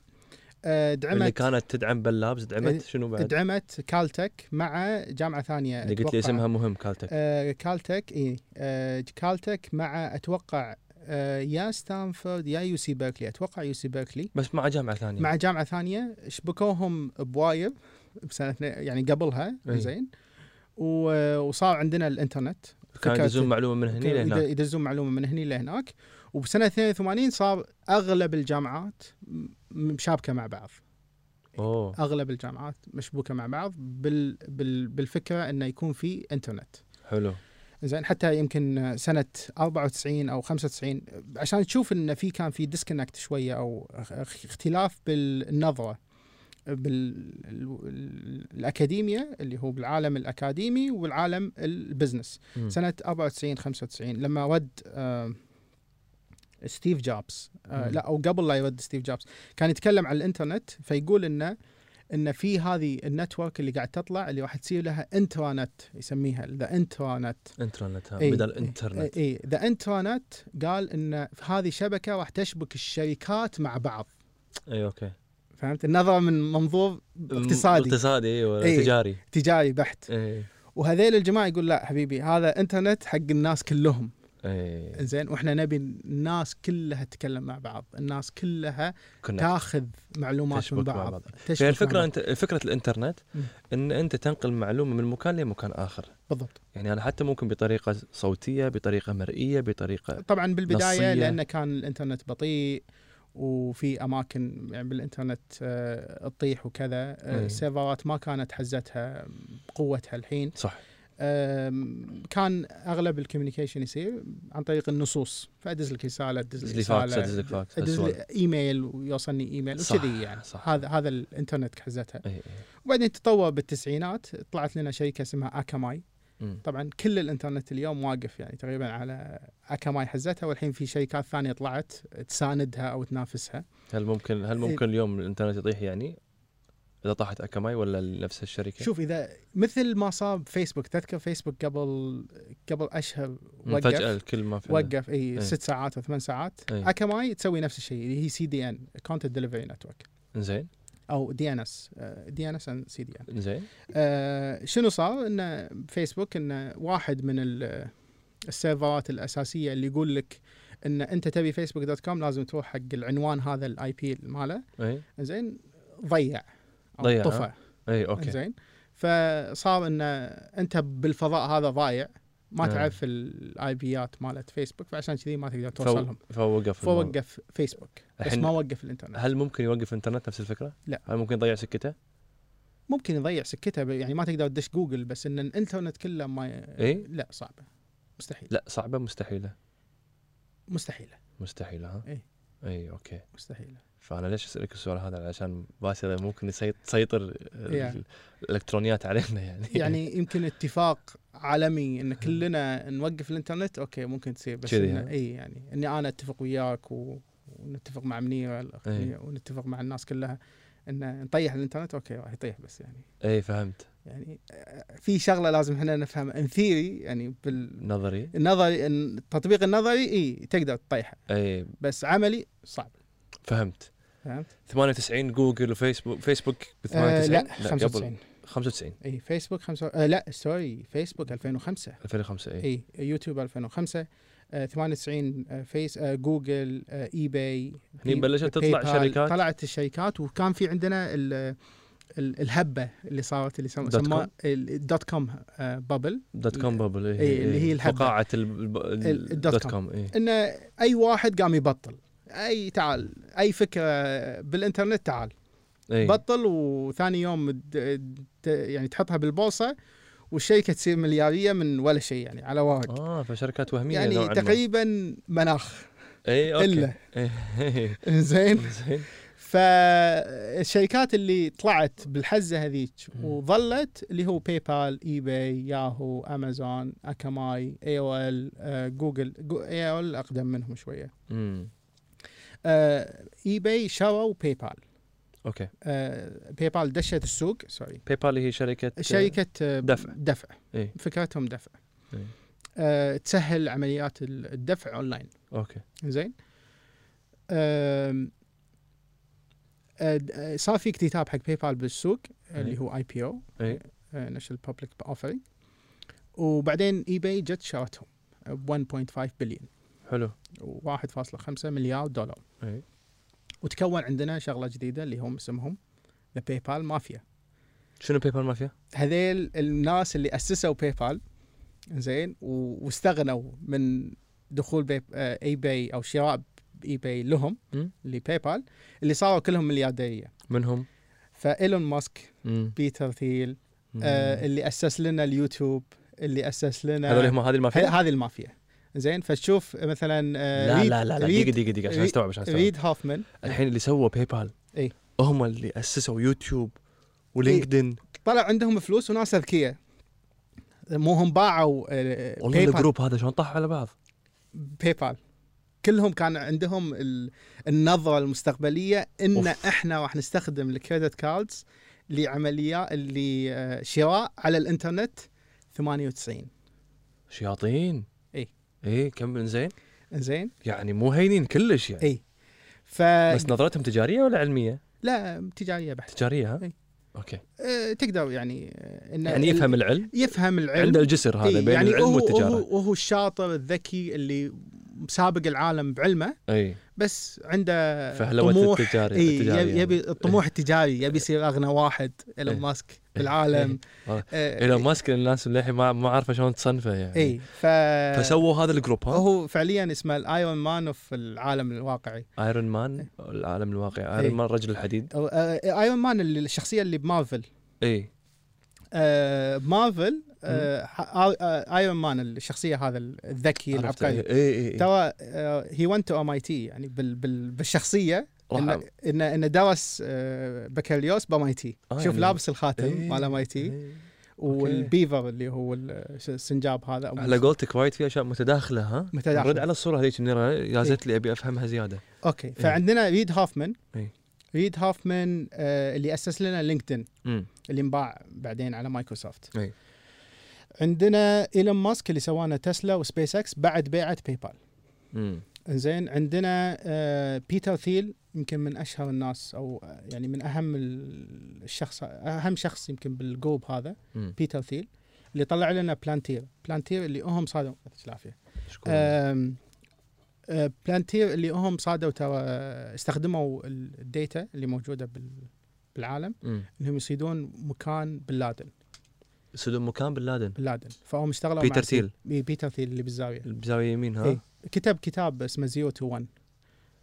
A: آه،
B: اللي
A: دعمت
B: كانت تدعم بلابز
A: إيه،
B: دعمت شنو بعد؟
A: دعمت كالتك مع جامعه ثانيه
B: اللي قلت
A: أتوقع.
B: لي اسمها مهم كالتك
A: آه، كالتك اي آه، كالتك مع اتوقع آه، يا ستانفورد يا يو سي بيركلي اتوقع يو سي بيركلي
B: بس مع جامعه ثانيه
A: مع جامعه ثانيه شبكوهم بوايب بسنه اثنين- يعني قبلها
B: إي.
A: زين و- وصار عندنا الانترنت
B: كان
A: فكرة-
B: يدزون معلومه من هني
A: يد-
B: لهناك
A: يدزون معلومه من هني لهناك وبسنه 82 صار اغلب الجامعات م- مشابكه مع بعض
B: اوه
A: اغلب الجامعات مشبوكه مع بعض بال بال بالفكره انه يكون في انترنت
B: حلو
A: زين حتى يمكن سنه 94 او 95 عشان تشوف ان في كان في ديسكونكت شويه او اخ- اختلاف بالنظره بالاكاديميا اللي هو بالعالم الاكاديمي والعالم البزنس
B: مم.
A: سنه 94 95 لما ود آه، ستيف جوبز آه،
B: مم.
A: لا او قبل لا يود ستيف جوبز كان يتكلم عن الانترنت فيقول انه ان في هذه النتورك اللي قاعد تطلع اللي راح تصير لها انترانت يسميها ذا انترانت
B: انترنت ها
A: إي.
B: بدل انترنت
A: اي ذا انترنت إيه، قال ان هذه شبكه راح تشبك الشركات مع بعض
B: اي اوكي
A: فهمت النظره من منظور اقتصادي إيه.
B: اقتصادي اي ولا
A: إي.
B: تجاري
A: تجاري بحت
B: اي
A: وهذيل الجماعه يقول لا حبيبي هذا انترنت حق الناس كلهم
B: إيه، اي
A: زين واحنا نبي الناس كلها تتكلم مع بعض الناس كلها
B: كنا
A: تاخذ معلومات من
B: نعم. تشبك
A: بعض,
B: مع بعض.
A: تشبك
B: فهي
A: مع
B: الفكره
A: بعض.
B: انت فكره الانترنت
A: مم.
B: ان انت تنقل معلومه من مكان لمكان اخر
A: بالضبط
B: يعني انا حتى ممكن بطريقه صوتيه بطريقه مرئيه بطريقه
A: طبعا بالبدايه
B: نصية.
A: لانه كان الانترنت بطيء وفي اماكن يعني بالانترنت آه، تطيح وكذا آه،
B: إيه.
A: السيرفرات ما كانت حزتها بقوتها الحين
B: صح
A: آم، كان اغلب الكوميونيكيشن يصير عن طريق النصوص فادز لك رساله ادز
B: ادز
A: لك
B: لي فاكس ادز
A: رساله
B: لك فاكس
A: ادز
B: هالسوالف.
A: لي ايميل ويوصلني ايميل
B: صح،
A: وكذي يعني
B: صح. إيه،
A: هذا هذا الانترنت حزتها
B: إي، إي.
A: وبعدين تطور بالتسعينات طلعت لنا شركه اسمها اكاماي
B: مم.
A: طبعا كل الانترنت اليوم واقف يعني تقريبا على اكاماي حزتها والحين في شركات ثانيه طلعت تساندها او تنافسها
B: هل ممكن هل
A: إي.
B: ممكن اليوم الانترنت يطيح يعني اذا طاحت اكاماي ولا نفس الشركه
A: شوف اذا مثل ما صار فيسبوك تذكر فيسبوك قبل قبل اشهر
B: مم، فجاه
A: وقف
B: الكل ما في
A: وقف اي
B: إيه.
A: ست ساعات او ثمان ساعات
B: إيه.
A: اكاماي تسوي نفس الشيء اللي هي سي دي ان كونتنت ديليفري نتورك
B: زين
A: او دي ان اس دي ان اس اند سي دي ان
B: زين
A: آه، شنو صار ان فيسبوك ان واحد من ال- السيرفرات الاساسيه اللي يقول لك ان انت تبي فيسبوك دوت كوم لازم تروح حق العنوان هذا الاي بي ماله
B: اي
A: زين ضيع او
B: ضيع، آه،
A: طفى
B: اي اوكي
A: زين فصار ان انت بالفضاء هذا ضايع ما
B: آه.
A: تعرف الاي بيات مالت فيسبوك فعشان كذي ما تقدر
B: فو-
A: توصلهم
B: فوقف الموضوع.
A: فوقف فيسبوك بس
B: الحين-
A: ما وقف الانترنت
B: هل ممكن يوقف الانترنت نفس الفكره؟
A: لا.
B: هل ممكن يضيع سكته؟
A: ممكن يضيع سكته ب- يعني ما تقدر تدش جوجل بس ان الانترنت كله ما ي...
B: إيه؟
A: لا صعبه مستحيل
B: لا صعبه مستحيله
A: مستحيله
B: مستحيله ها؟
A: إيه.
B: اي اوكي
A: مستحيله
B: فانا ليش اسالك السؤال هذا عشان باسل ممكن يسيط- تسيطر ال-
A: يعني.
B: الالكترونيات علينا يعني *laughs*
A: يعني يمكن اتفاق عالمي ان كلنا نوقف الانترنت اوكي ممكن تصير بس
B: كذي،
A: إنه-
B: ها؟
A: اي يعني اني انا اتفق وياك و... ونتفق مع منيره الأخ
B: إيه.
A: منيرة، ونتفق مع الناس كلها ان نطيح الانترنت اوكي راح يطيح بس يعني
B: اي إيه، فهمت
A: يعني آه، في شغله لازم احنا نفهمها ان ثيري يعني بال
B: نظري
A: النظري التطبيق النظري اي تقدر تطيحه
B: اي
A: بس عملي صعب
B: إيه، فهمت
A: فهمت؟
B: 98 جوجل وفيسبوك فيسبوك ب
A: آه
B: 98
A: لا 95
B: 95
A: اي فيسبوك 5 آه لا سوري فيسبوك 2005
B: 2005 اي
A: اي يوتيوب 2005 آه 98 آه فيس آه جوجل آه اي باي
B: هني بلشت
A: باي
B: تطلع
A: بال.
B: شركات.
A: طلعت الشركات وكان في عندنا ال ال- الهبه اللي صارت اللي سم-
B: دوت كوم؟
A: سموها الدوت كوم آه بابل
B: دوت كوم بابل اي
A: إي، إيه، اللي هي الحبة.
B: فقاعه الب- ال-
A: ال- الدوت
B: الدوت
A: كوم.
B: كوم إيه. اي
A: ان اي واحد قام يبطل اي تعال اي فكره بالانترنت تعال
B: إي.
A: بطل وثاني يوم د- د- يعني تحطها بالبوصه والشركه تصير ملياريه من ولا شيء يعني على ورق
B: اه فشركات وهميه نوعاً
A: يعني
B: ما.
A: تقريبا مناخ
B: اي اوكي *laughs*
A: إلا.
B: إي.
A: زين
B: إيه، زين
A: فالشركات اللي طلعت بالحزه هذيك
B: مم.
A: وظلت اللي هو باي بال اي باي ياهو امازون اكاماي اي او ال جوجل اي او ال اقدم منهم شويه
B: أمم.
A: آه، اي باي شروا باي بال
B: اوكي
A: باي بال آه، دشت السوق سوري
B: باي بال هي شركه
A: شركه آه،
B: دفع.
A: دفع
B: إيه.
A: فكرتهم دفع
B: إيه.
A: آه، تسهل عمليات ال- الدفع اونلاين
B: اوكي
A: زين آم، آه، د- آه، صار في اكتتاب حق باي بال بالسوق
B: إيه.
A: اللي هو اي بي او
B: إيه.
A: ناشونال بابليك اوفرنج وبعدين اي باي جت شارتهم ب 1.5 بليون
B: حلو
A: 1.5 مليار دولار
B: إيه.
A: وتكون عندنا شغله جديده اللي هم اسمهم ذا باي بال مافيا
B: شنو باي بال مافيا؟
A: هذيل الناس اللي اسسوا باي بال زين و- واستغنوا من دخول باي اي باي او شراء اي باي لهم
B: مم.
A: لباي بال اللي صاروا كلهم مليارديريه
B: منهم
A: فايلون ماسك
B: مم.
A: بيتر ثيل
B: مم.
A: آه اللي اسس لنا اليوتيوب اللي اسس لنا
B: هذول هم هذه
A: ه-
B: المافيا؟
A: هذه المافيا زين فتشوف مثلا آه
B: لا
A: ريد-
B: لا لا لا
A: ريد-
B: دقيقه دقيقه دقيقه عشان
A: ريد-
B: استوعب عشان استوعب
A: ريد هوفمان
B: الحين اللي سووا باي بال
A: إيه.
B: هم اللي اسسوا يوتيوب ولينكدين
A: طلع عندهم فلوس وناس اذكياء مو هم باعوا آه
B: والله
A: باي بال.
B: الجروب هذا شلون طاح على بعض
A: باي بال كلهم كان عندهم ال- النظره المستقبليه ان
B: أوف.
A: أوف. احنا راح نستخدم الكريدت كاردز لعمليات اللي آه، شراء على الانترنت 98
B: شياطين
A: إيه.
B: ايه كمل زين
A: زين
B: يعني مو هينين كلش يعني
A: إيه. ف
B: بس نظرتهم تجاريه ولا علميه؟
A: لا تجاريه بحت
B: تجاريه ها؟
A: إيه.
B: اوكي
A: آه، تقدر يعني آه، انه
B: يعني
A: ال-
B: يفهم العلم
A: يفهم العلم
B: عنده الجسر هذا
A: إيه،
B: بين يعني العلم
A: هو-
B: والتجاره
A: هو هو الشاطر الذكي اللي سابق العالم بعلمه
B: اي
A: بس عنده
B: فهلوه
A: طموح
B: التجاري
A: اي
B: التجاري يعني.
A: يبي الطموح التجاري يبي يصير اغنى واحد ايلون
B: إيه.
A: ماسك بالعالم
B: آه.
A: آه،
B: ايلون ماسك الناس للحين ما ما عارفه شلون تصنفه يعني
A: اي ف
B: فسووا هذا الجروب ها
A: هو فعليا اسمه الايرون مان اوف العالم الواقعي
B: ايرون مان العالم الواقعي
A: إيه.
B: ايرون مان رجل الحديد
A: أو- آه، ايرون مان اللي- الشخصيه اللي بمارفل
B: اي
A: إيه. آه، مارفل آه، آه، آه، ايرون مان الشخصيه هذا الذكي العبقري
B: اي اي
A: ترى هي ونت تو ام اي تي يعني بال بال بالشخصيه
B: راح
A: انه انه إنه درس آه، بكالوريوس بام اي تي
B: آه،
A: شوف
B: يعني-
A: لابس الخاتم
B: إيه،
A: مال ام اي تي
B: إيه.
A: والبيفر اللي هو ال- ش- السنجاب هذا أو
B: على قولتك وايد في اشياء متداخله ها
A: متداخلة. إيه.
B: رد على الصوره هذيك منيره يا زيت لي ابي افهمها زياده
A: اوكي فعندنا ريد هافمان
B: إيه.
A: ريد هافمان آه اللي اسس لنا لينكدين
B: امم
A: اللي انباع بعدين على مايكروسوفت
B: إيه.
A: عندنا ايلون ماسك اللي سوانا تسلا وسبيس اكس بعد بيعه باي بال
B: امم
A: زين عندنا آه بيتر ثيل يمكن من اشهر الناس او آه، يعني من اهم ال- الشخص اهم شخص يمكن بالجوب هذا
B: أمم.
A: بيتر ثيل اللي طلع لنا بلانتير بلانتير اللي هم صاروا يعطيك العافيه
B: شكراً.
A: أم، أه، بلانتير اللي هم صادوا ترى استخدموا ال- الداتا اللي موجوده بال- بالعالم
B: أمم.
A: انهم يصيدون مكان بن لادن
B: سدوم مكان بن لادن
A: بن لادن فهم اشتغلوا مع
B: بيتر
A: سي-
B: ثيل
A: إي، بيتر ثيل اللي بالزاويه
B: بزاويه يمين ها
A: إيه. كتب كتاب اسمه زيرو تو 1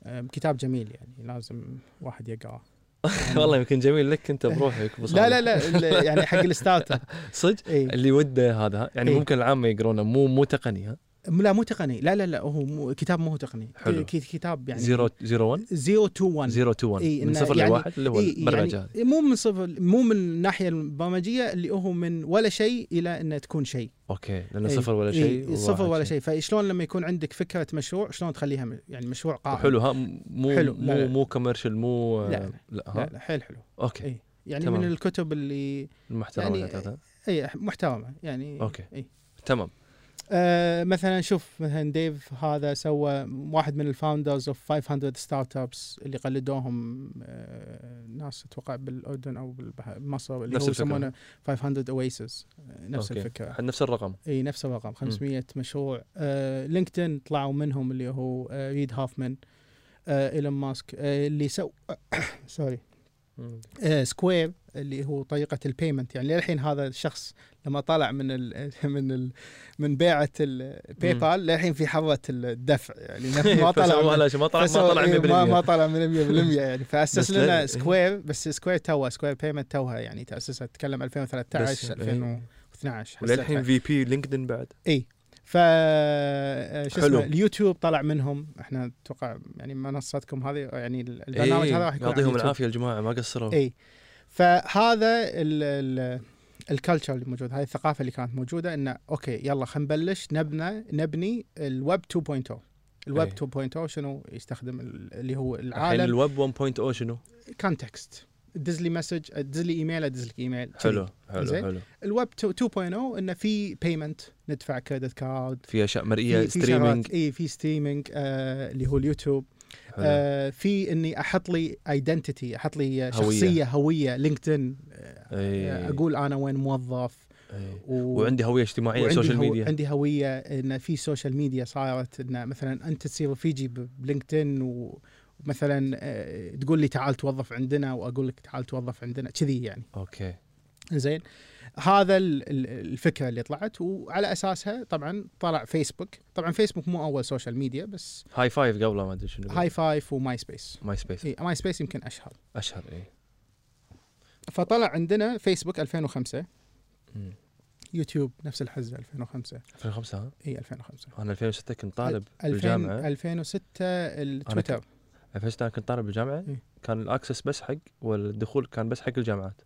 A: أم، كتاب جميل يعني لازم واحد يقراه
B: *laughs* والله يمكن جميل لك انت بروحك
A: لا لا لا ال- يعني
B: *laughs*
A: حق الستارت اب
B: صدق
A: اي
B: اللي وده هذا ها؟ يعني
A: إيه.
B: ممكن العامه يقرونه مو مو تقني ها
A: م- لا مو تقني لا لا لا هو مو كتاب مو تقني
B: حلو.
A: ك- كتاب يعني
B: زيرو زيرو 1
A: زيرو تو 1
B: زيرو تو 1
A: إيه،
B: من
A: إنه
B: صفر
A: يعني-
B: لواحد اللي هو
A: إيه،
B: البرمجه هذه
A: يعني مو من صفر مو من الناحيه البرمجيه اللي هو من ولا شيء الى انه تكون شيء
B: اوكي لانه
A: إيه،
B: صفر ولا
A: إيه،
B: شيء
A: صفر
B: وواحد
A: ولا شيء فشلون لما يكون عندك فكره مشروع شلون تخليها م- يعني مشروع قائم
B: حلو ها مو
A: حلو، لا،
B: مو
A: لا.
B: مو كوميرشال مو
A: لا، لا.
B: لا
A: لا
B: ها
A: لا حيل حلو
B: اوكي
A: إيه. يعني
B: تمام.
A: من الكتب اللي
B: المحترم
A: يعني-
B: هذا.
A: اي محترمه يعني
B: أوكي.
A: إيه.
B: تمام
A: آه مثلا شوف مثلا ديف هذا سوى واحد من الفاوندرز اوف 500 ستارت ابس اللي قلدوهم آه ناس اتوقع بالاردن او بالبح- بمصر اللي
B: نفس
A: هو
B: الفكرة.
A: يسمونه 500 اويسز نفس
B: أوكي.
A: الفكره
B: نفس الرقم
A: اي نفس الرقم 500 مشروع آه لينكدين طلعوا منهم اللي هو آه ريد هافمان آه ايلون ماسك آه اللي سو *coughs* سوري آه سكوير اللي هو طريقه البيمنت يعني للحين هذا الشخص لما طلع من ال *laughs* من ال من بيعه الباي
B: مم.
A: بال للحين في حظه الدفع
B: *laughs*
A: يعني ما- ما
B: فسوى
A: طلع من-
B: لا شيء، ما طلع ما
A: فسوى-
B: طلع
A: إيه، ما, ما
B: 100%
A: طلع من 100%
B: *laughs*
A: يعني فاسس
B: بس
A: لنا
B: لا- إيه.
A: سكوير بس سكوير توها سكوير بيمنت توها يعني تاسسها تتكلم 2013
B: بس- إيه.
A: 2012
B: وللحين في بي لينكدين بعد
A: اي ف آه، شو
B: حلو.
A: اسمه اليوتيوب طلع منهم احنا اتوقع يعني منصتكم هذه يعني ال- البرنامج
B: إيه،
A: هذا راح يكون على إيه،
B: يعطيهم
A: اليوتيوب.
B: العافيه يا جماعه ما قصروا
A: اي فهذا ال ال الكالتشر اللي موجود هاي الثقافه اللي كانت موجوده انه اوكي يلا خلينا نبلش نبنى نبني الويب 2.0 الويب
B: إيه.
A: 2.0 شنو oh يستخدم ال- اللي هو
B: الحين
A: العالم
B: الويب 1.0 شنو؟
A: كونتكست دز لي مسج دز لي ايميل ادز لك ايميل
B: حلو حلو
A: زين.
B: حلو
A: الويب 2.0 انه oh في بيمنت ندفع كريدت كارد
B: في اشياء مرئيه
A: في
B: ستريمينج
A: اي في ستريمينج آه اللي هو اليوتيوب آه في اني احط لي ايدنتيتي احط لي آه،
B: هوية.
A: شخصيه هويه لينكدين آه،
B: إي.
A: اقول انا وين موظف
B: إي.
A: و...
B: إيه، وعندي هويه اجتماعيه
A: وعندي
B: سوشيال
A: هو-
B: ميديا
A: عندي هويه ان في سوشيال ميديا صارت ان مثلا انت تصير رفيجي ب- بلينكدين و- ومثلا آه، تقول لي تعال توظف عندنا واقول لك تعال توظف عندنا كذي يعني
B: اوكي
A: زين هذا ال- ال- الفكره اللي طلعت وعلى اساسها طبعا طلع فيسبوك طبعا فيسبوك مو اول سوشيال ميديا بس
B: هاي فايف قبله ما ادري شنو
A: هاي فايف وماي سبيس
B: ماي سبيس
A: إي، ماي سبيس يمكن اشهر
B: اشهر اي
A: فطلع عندنا فيسبوك 2005
B: مم.
A: يوتيوب نفس الحزه 2005
B: 2005 ها
A: اي 2005
B: انا 2006 كنت
A: إيه.
B: طالب
A: 2000
B: بالجامعه
A: 2006 التويتر
B: 2006 انا كنت طالب بالجامعه
A: إيه.
B: كان الاكسس بس حق والدخول كان بس حق الجامعات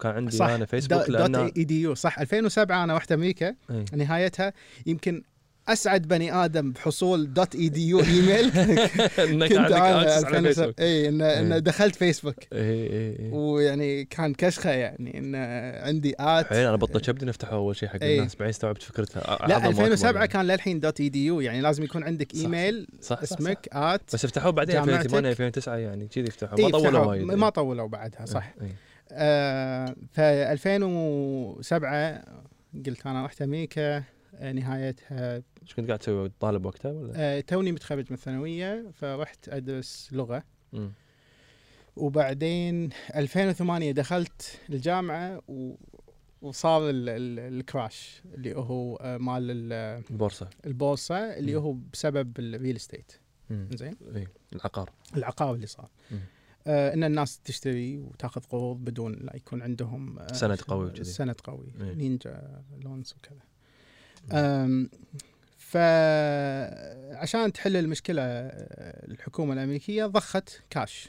B: كان عندي
A: صح إيه.
B: انا فيسبوك لان *laughs*
A: دوت اي دي يو صح 2007 انا رحت امريكا
B: إي.
A: نهايتها يمكن اسعد بني ادم بحصول دوت اي دي يو ايميل
B: *laughs*
A: كنت
B: انك عندك
A: انا
B: اكسس على
A: 2007 اي
B: إيه، فيسبوك
A: ان
B: إي.
A: ان دخلت فيسبوك
B: اي اي اي
A: ويعني كان كشخه يعني ان عندي ات
B: الحين انا بطل شبدي نفتحه اول شيء حق
A: إيه.
B: الناس بعدين استوعبت فكرتها
A: لا 2007 كان للحين دوت اي دي يو يعني لازم يكون عندك
B: صح.
A: ايميل
B: صح صح، صح.
A: اسمك ات
B: بس افتحوه بعدين 2008
A: جامعتك.
B: 2009 يعني كذي افتحوه
A: إي،
B: ما طولوا
A: افتحوا.
B: وايد
A: ما طولوا بعدها صح
B: إيه. إيه.
A: آه ف 2007 قلت انا رحت امريكا آه، نهايتها
B: ايش كنت قاعد تسوي طالب وقتها ولا؟
A: آه توني متخرج من الثانويه فرحت ادرس لغه
B: مم.
A: وبعدين 2008 دخلت الجامعه و وصار ال- ال- الكراش اللي هو آه، مال ال-
B: البورصه
A: البورصه اللي
B: مم.
A: هو بسبب الريل استيت
B: مم.
A: زين
B: إيه. العقار
A: العقار اللي صار
B: مم.
A: آه ان الناس تشتري وتاخذ قروض بدون لا يكون عندهم آه
B: سند قوي وكذي.
A: سند قوي
B: إيه.
A: نينجا لونز وكذا أم، فعشان تحل المشكله آه، الحكومه الامريكيه ضخت كاش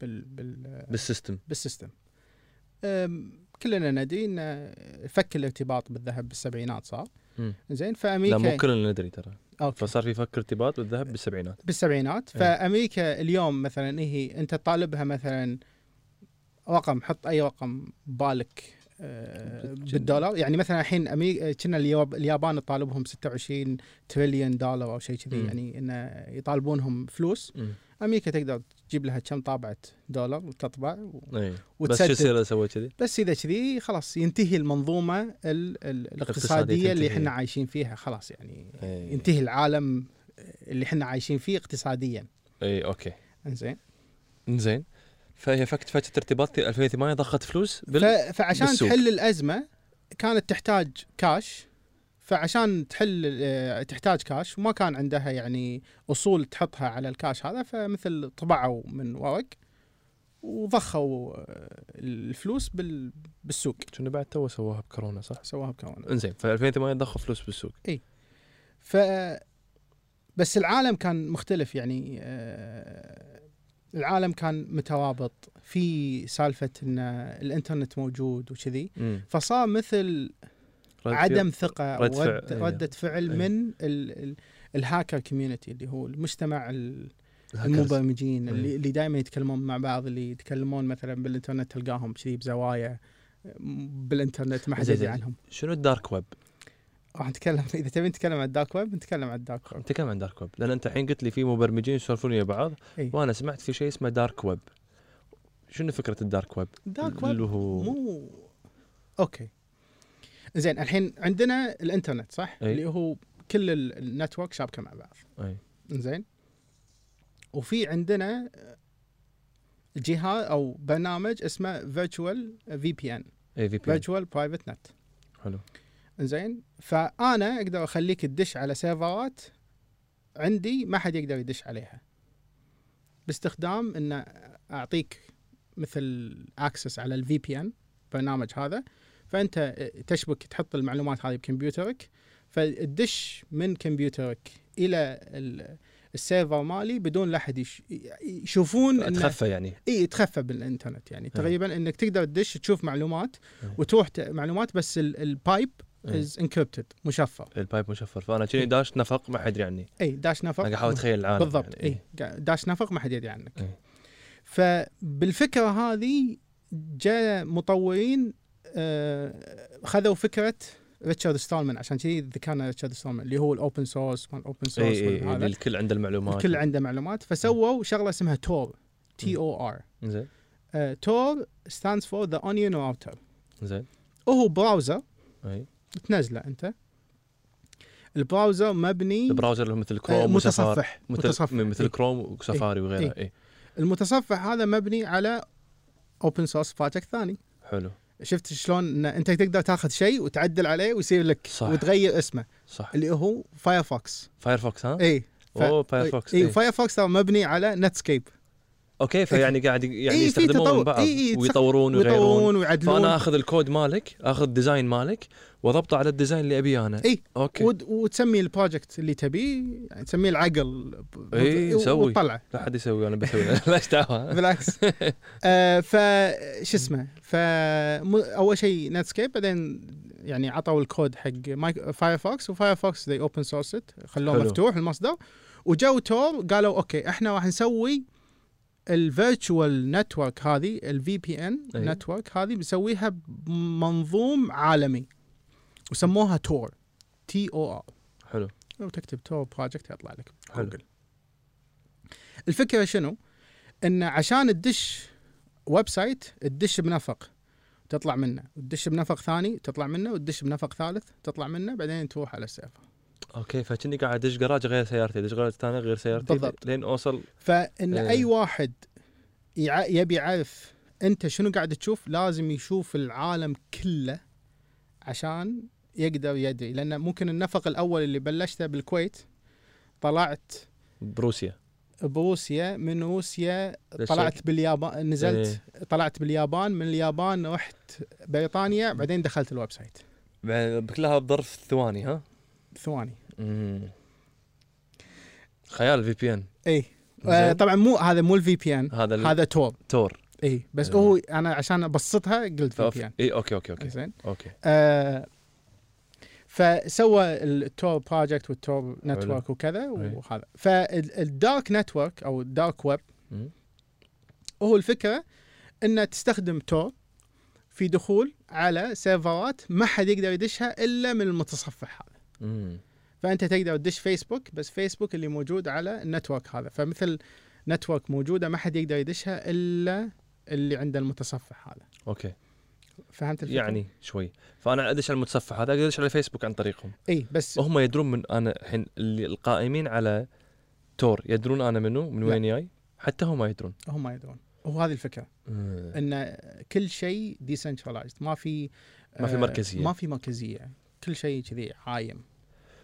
A: بال بال
B: بالسيستم
A: بالسيستم أم، كلنا ندري ان آه، فك الارتباط بالذهب بالسبعينات صار
B: مم.
A: زين
B: لا
A: فامريكا
B: مو كلنا ندري ترى
A: أوكي.
B: فصار في فك ارتباط بالذهب بالسبعينات
A: بالسبعينات
B: إيه.
A: فامريكا اليوم إيه، مثلا هي انت طالبها مثلا رقم حط اي رقم بالك آه،
B: جد- جد.
A: بالدولار يعني مثلا الحين امريكا كنا الياب- اليابان طالبهم 26 تريليون دولار او شيء كذي
B: مم.
A: يعني انه يطالبونهم فلوس
B: مم.
A: امريكا تقدر تجيب لها كم طابعه دولار وتطبع و-
B: إيه. بس شو
A: وتسدد
B: يصير اذا سويت كذي؟
A: بس اذا كذي خلاص ينتهي المنظومه ال- ال- الاقتصاديه اللي
B: تنتهي.
A: احنا عايشين فيها خلاص يعني
B: إيه.
A: ينتهي العالم اللي احنا عايشين فيه اقتصاديا
B: اي اوكي
A: انزين
B: زين إيه، فهي فكت فكت ارتباط 2008 ضخت فلوس
A: ف...
B: بال
A: فعشان
B: بالسوق.
A: تحل الازمه كانت تحتاج كاش فعشان تحل آه، تحتاج كاش وما كان عندها يعني اصول تحطها على الكاش هذا فمثل طبعوا من ورق وضخوا آه، الفلوس بال... بالسوق
B: كنا بعد تو سووها بكورونا صح؟
A: سواها بكورونا
B: انزين ف 2008 ضخوا فلوس بالسوق
A: ف بس العالم كان مختلف يعني آه، العالم كان مترابط في سالفه ان الانترنت موجود وكذي فصار مثل عدم ثقه
B: رد فعل.
A: ورد
B: أي.
A: رده فعل
B: أي.
A: من ال ال الهاكر كوميونتي اللي هو المجتمع ال-
B: المبرمج
A: المبرمجين
B: أي.
A: اللي, اللي دائما يتكلمون مع بعض اللي يتكلمون مثلا بالانترنت تلقاهم كذي بزوايا م- بالانترنت ما حد
B: زين،
A: يدري
B: زين.
A: عنهم
B: شنو الدارك ويب؟
A: راح نتكلم *laughs* اذا تبي نتكلم عن الدارك ويب نتكلم عن الدارك ويب
B: نتكلم عن دارك ويب لان انت الحين قلت لي في مبرمجين يسولفون ويا بعض
A: إي.
B: وانا سمعت في شيء اسمه دارك ويب شنو فكره الدارك ويب؟
A: الدارك
B: اللي
A: ويب
B: هو
A: مو اوكي زين الحين عندنا الانترنت صح؟
B: أي.
A: اللي هو كل ال- النتورك شابكه مع بعض
B: أي.
A: زين وفي عندنا جهاز او برنامج اسمه فيرتشوال في بي ان
B: اي في بي
A: فيرتشوال برايفت نت
B: حلو
A: زين فانا اقدر اخليك تدش على سيرفرات عندي ما حد يقدر يدش عليها باستخدام ان اعطيك مثل اكسس على الفي بي ان برنامج هذا فانت تشبك تحط المعلومات هذه بكمبيوترك فتدش من كمبيوترك الى ال- السيرفر مالي بدون لا احد يش- يشوفون إنه-
B: اتخفى يعني
A: اي تخفى بالانترنت إيه، يعني تقريبا انك تقدر تدش تشوف معلومات
B: أي.
A: وتروح ت- معلومات بس البايب
B: أي.
A: از انكربتد مشفر
B: البايب مشفر فانا كذي داش نفق ما حد يدري عني
A: اي داش نفق
B: انا قاعد احاول اتخيل العالم
A: بالضبط إيه،
B: يعني.
A: اي داش نفق ما حد يدري عنك
B: أي.
A: ف فبالفكره هذه جاء مطورين آه، خذوا فكره ريتشارد ستالمان عشان كذي ذكرنا ريتشارد ستالمان اللي هو الاوبن سورس مال اوبن
B: اي
A: سورس
B: اي إيه، اللي الكل عنده المعلومات
A: الكل عنده معلومات فسووا شغله اسمها تور تي او ار
B: زين
A: آه، تور ستاندز فور ذا اونيون راوتر
B: زين
A: هو براوزر
B: اي
A: تنزله انت البراوزر مبني
B: البراوزر اللي هو مثل
A: آه،
B: كروم وسفاري
A: متصفح
B: مثل
A: متصفح
B: مثل
A: إي.
B: كروم وسفاري وغيره اي
A: المتصفح هذا مبني على اوبن سورس بروجكت ثاني
B: حلو
A: شفت شلون ان انت تقدر تاخذ شيء وتعدل عليه ويصير لك
B: صح.
A: صح. وتغير اسمه
B: صح
A: اللي هو فايرفوكس
B: فايرفوكس ها؟
A: اي ف-
B: اوه فايرفوكس
A: اي
B: إي.
A: فايرفوكس ترى مبني على نتسكيب
B: اوكي فيعني قاعد يعني
A: في
B: يستخدمون من
A: تطور.
B: بعض
A: إي إي، تص-
B: ويطورون ويغيرون
A: ويطورون ويعدلون
B: فانا اخذ الكود مالك اخذ الديزاين مالك واضبطه على الديزاين اللي ابيه انا
A: إي.
B: اوكي
A: ود- إيه، وتسمي البروجكت اللي تبيه يعني تسميه العقل
B: إي،
A: و-
B: سوي.
A: وتطلعه
B: لا حد يسوي انا بسوي *laughs* لا دعوه *laughs*
A: بالعكس آه ف شو اسمه ف م- اول شيء نتسكيب بعدين يعني عطوا الكود حق مايك- فايرفوكس وفايرفوكس ذي اوبن سورس خلوه
B: حلو.
A: مفتوح المصدر وجو تور قالوا اوكي احنا راح نسوي الفيرتشوال نتورك هذه الفي بي ان
B: أي.
A: نتورك هذه بنسويها بمنظوم عالمي وسموها تور تي او ار
B: حلو
A: لو تكتب تو بروجكت يطلع لك
B: حلو.
A: جوجل الفكره شنو؟ ان عشان تدش ويب سايت تدش بنفق تطلع منه وتدش بنفق ثاني تطلع منه وتدش بنفق ثالث تطلع منه بعدين تروح على السيرفر
B: اوكي فكني قاعد ادش جراج غير سيارتي ادش جراج ثاني غير سيارتي
A: بالضبط.
B: لين اوصل
A: فان
B: إيه.
A: اي واحد يع- يبي يعرف انت شنو قاعد تشوف لازم يشوف العالم كله عشان يقدر يدري لان ممكن النفق الاول اللي بلشته بالكويت طلعت
B: بروسيا
A: بروسيا من روسيا
B: للشرق.
A: طلعت باليابان نزلت
B: إيه.
A: طلعت باليابان من اليابان رحت بريطانيا بعدين دخلت الويب سايت
B: بعد- كلها بظرف ثواني ها
A: ثواني
B: مم. خيال في بي ان
A: اي آه طبعا مو هذا مو الفي بي ان
B: هذا ال-
A: هذا تور
B: تور
A: اي بس
B: آه.
A: هو انا عشان ابسطها قلت في
B: فأف-
A: بي ان
B: اي اوكي اوكي اوكي
A: زين
B: اوكي
A: آه فسوى التور بروجكت والتور نتورك وكذا
B: إي.
A: وهذا فالدارك نتورك او الدارك ويب
B: مم.
A: هو الفكره ان تستخدم تور في دخول على سيرفرات ما حد يقدر يدشها الا من المتصفح هذا
B: مم.
A: فانت تقدر تدش فيسبوك بس فيسبوك اللي موجود على النتورك هذا فمثل نتورك موجوده ما حد يقدر يدشها الا اللي عنده المتصفح هذا
B: اوكي
A: فهمت الفكره
B: يعني شوي فانا ادش على المتصفح هذا اقدر ادش على فيسبوك عن طريقهم
A: اي إيه، بس
B: هم يدرون من انا الحين اللي القائمين على تور يدرون انا منو من
A: لا.
B: وين جاي حتى هم ما يدرون
A: هم ما يدرون وهذه الفكره ان كل شيء ديسنترلايزد ما في
B: ما في
A: آه،
B: مركزية.
A: ما في مركزيه كل شيء كذي عايم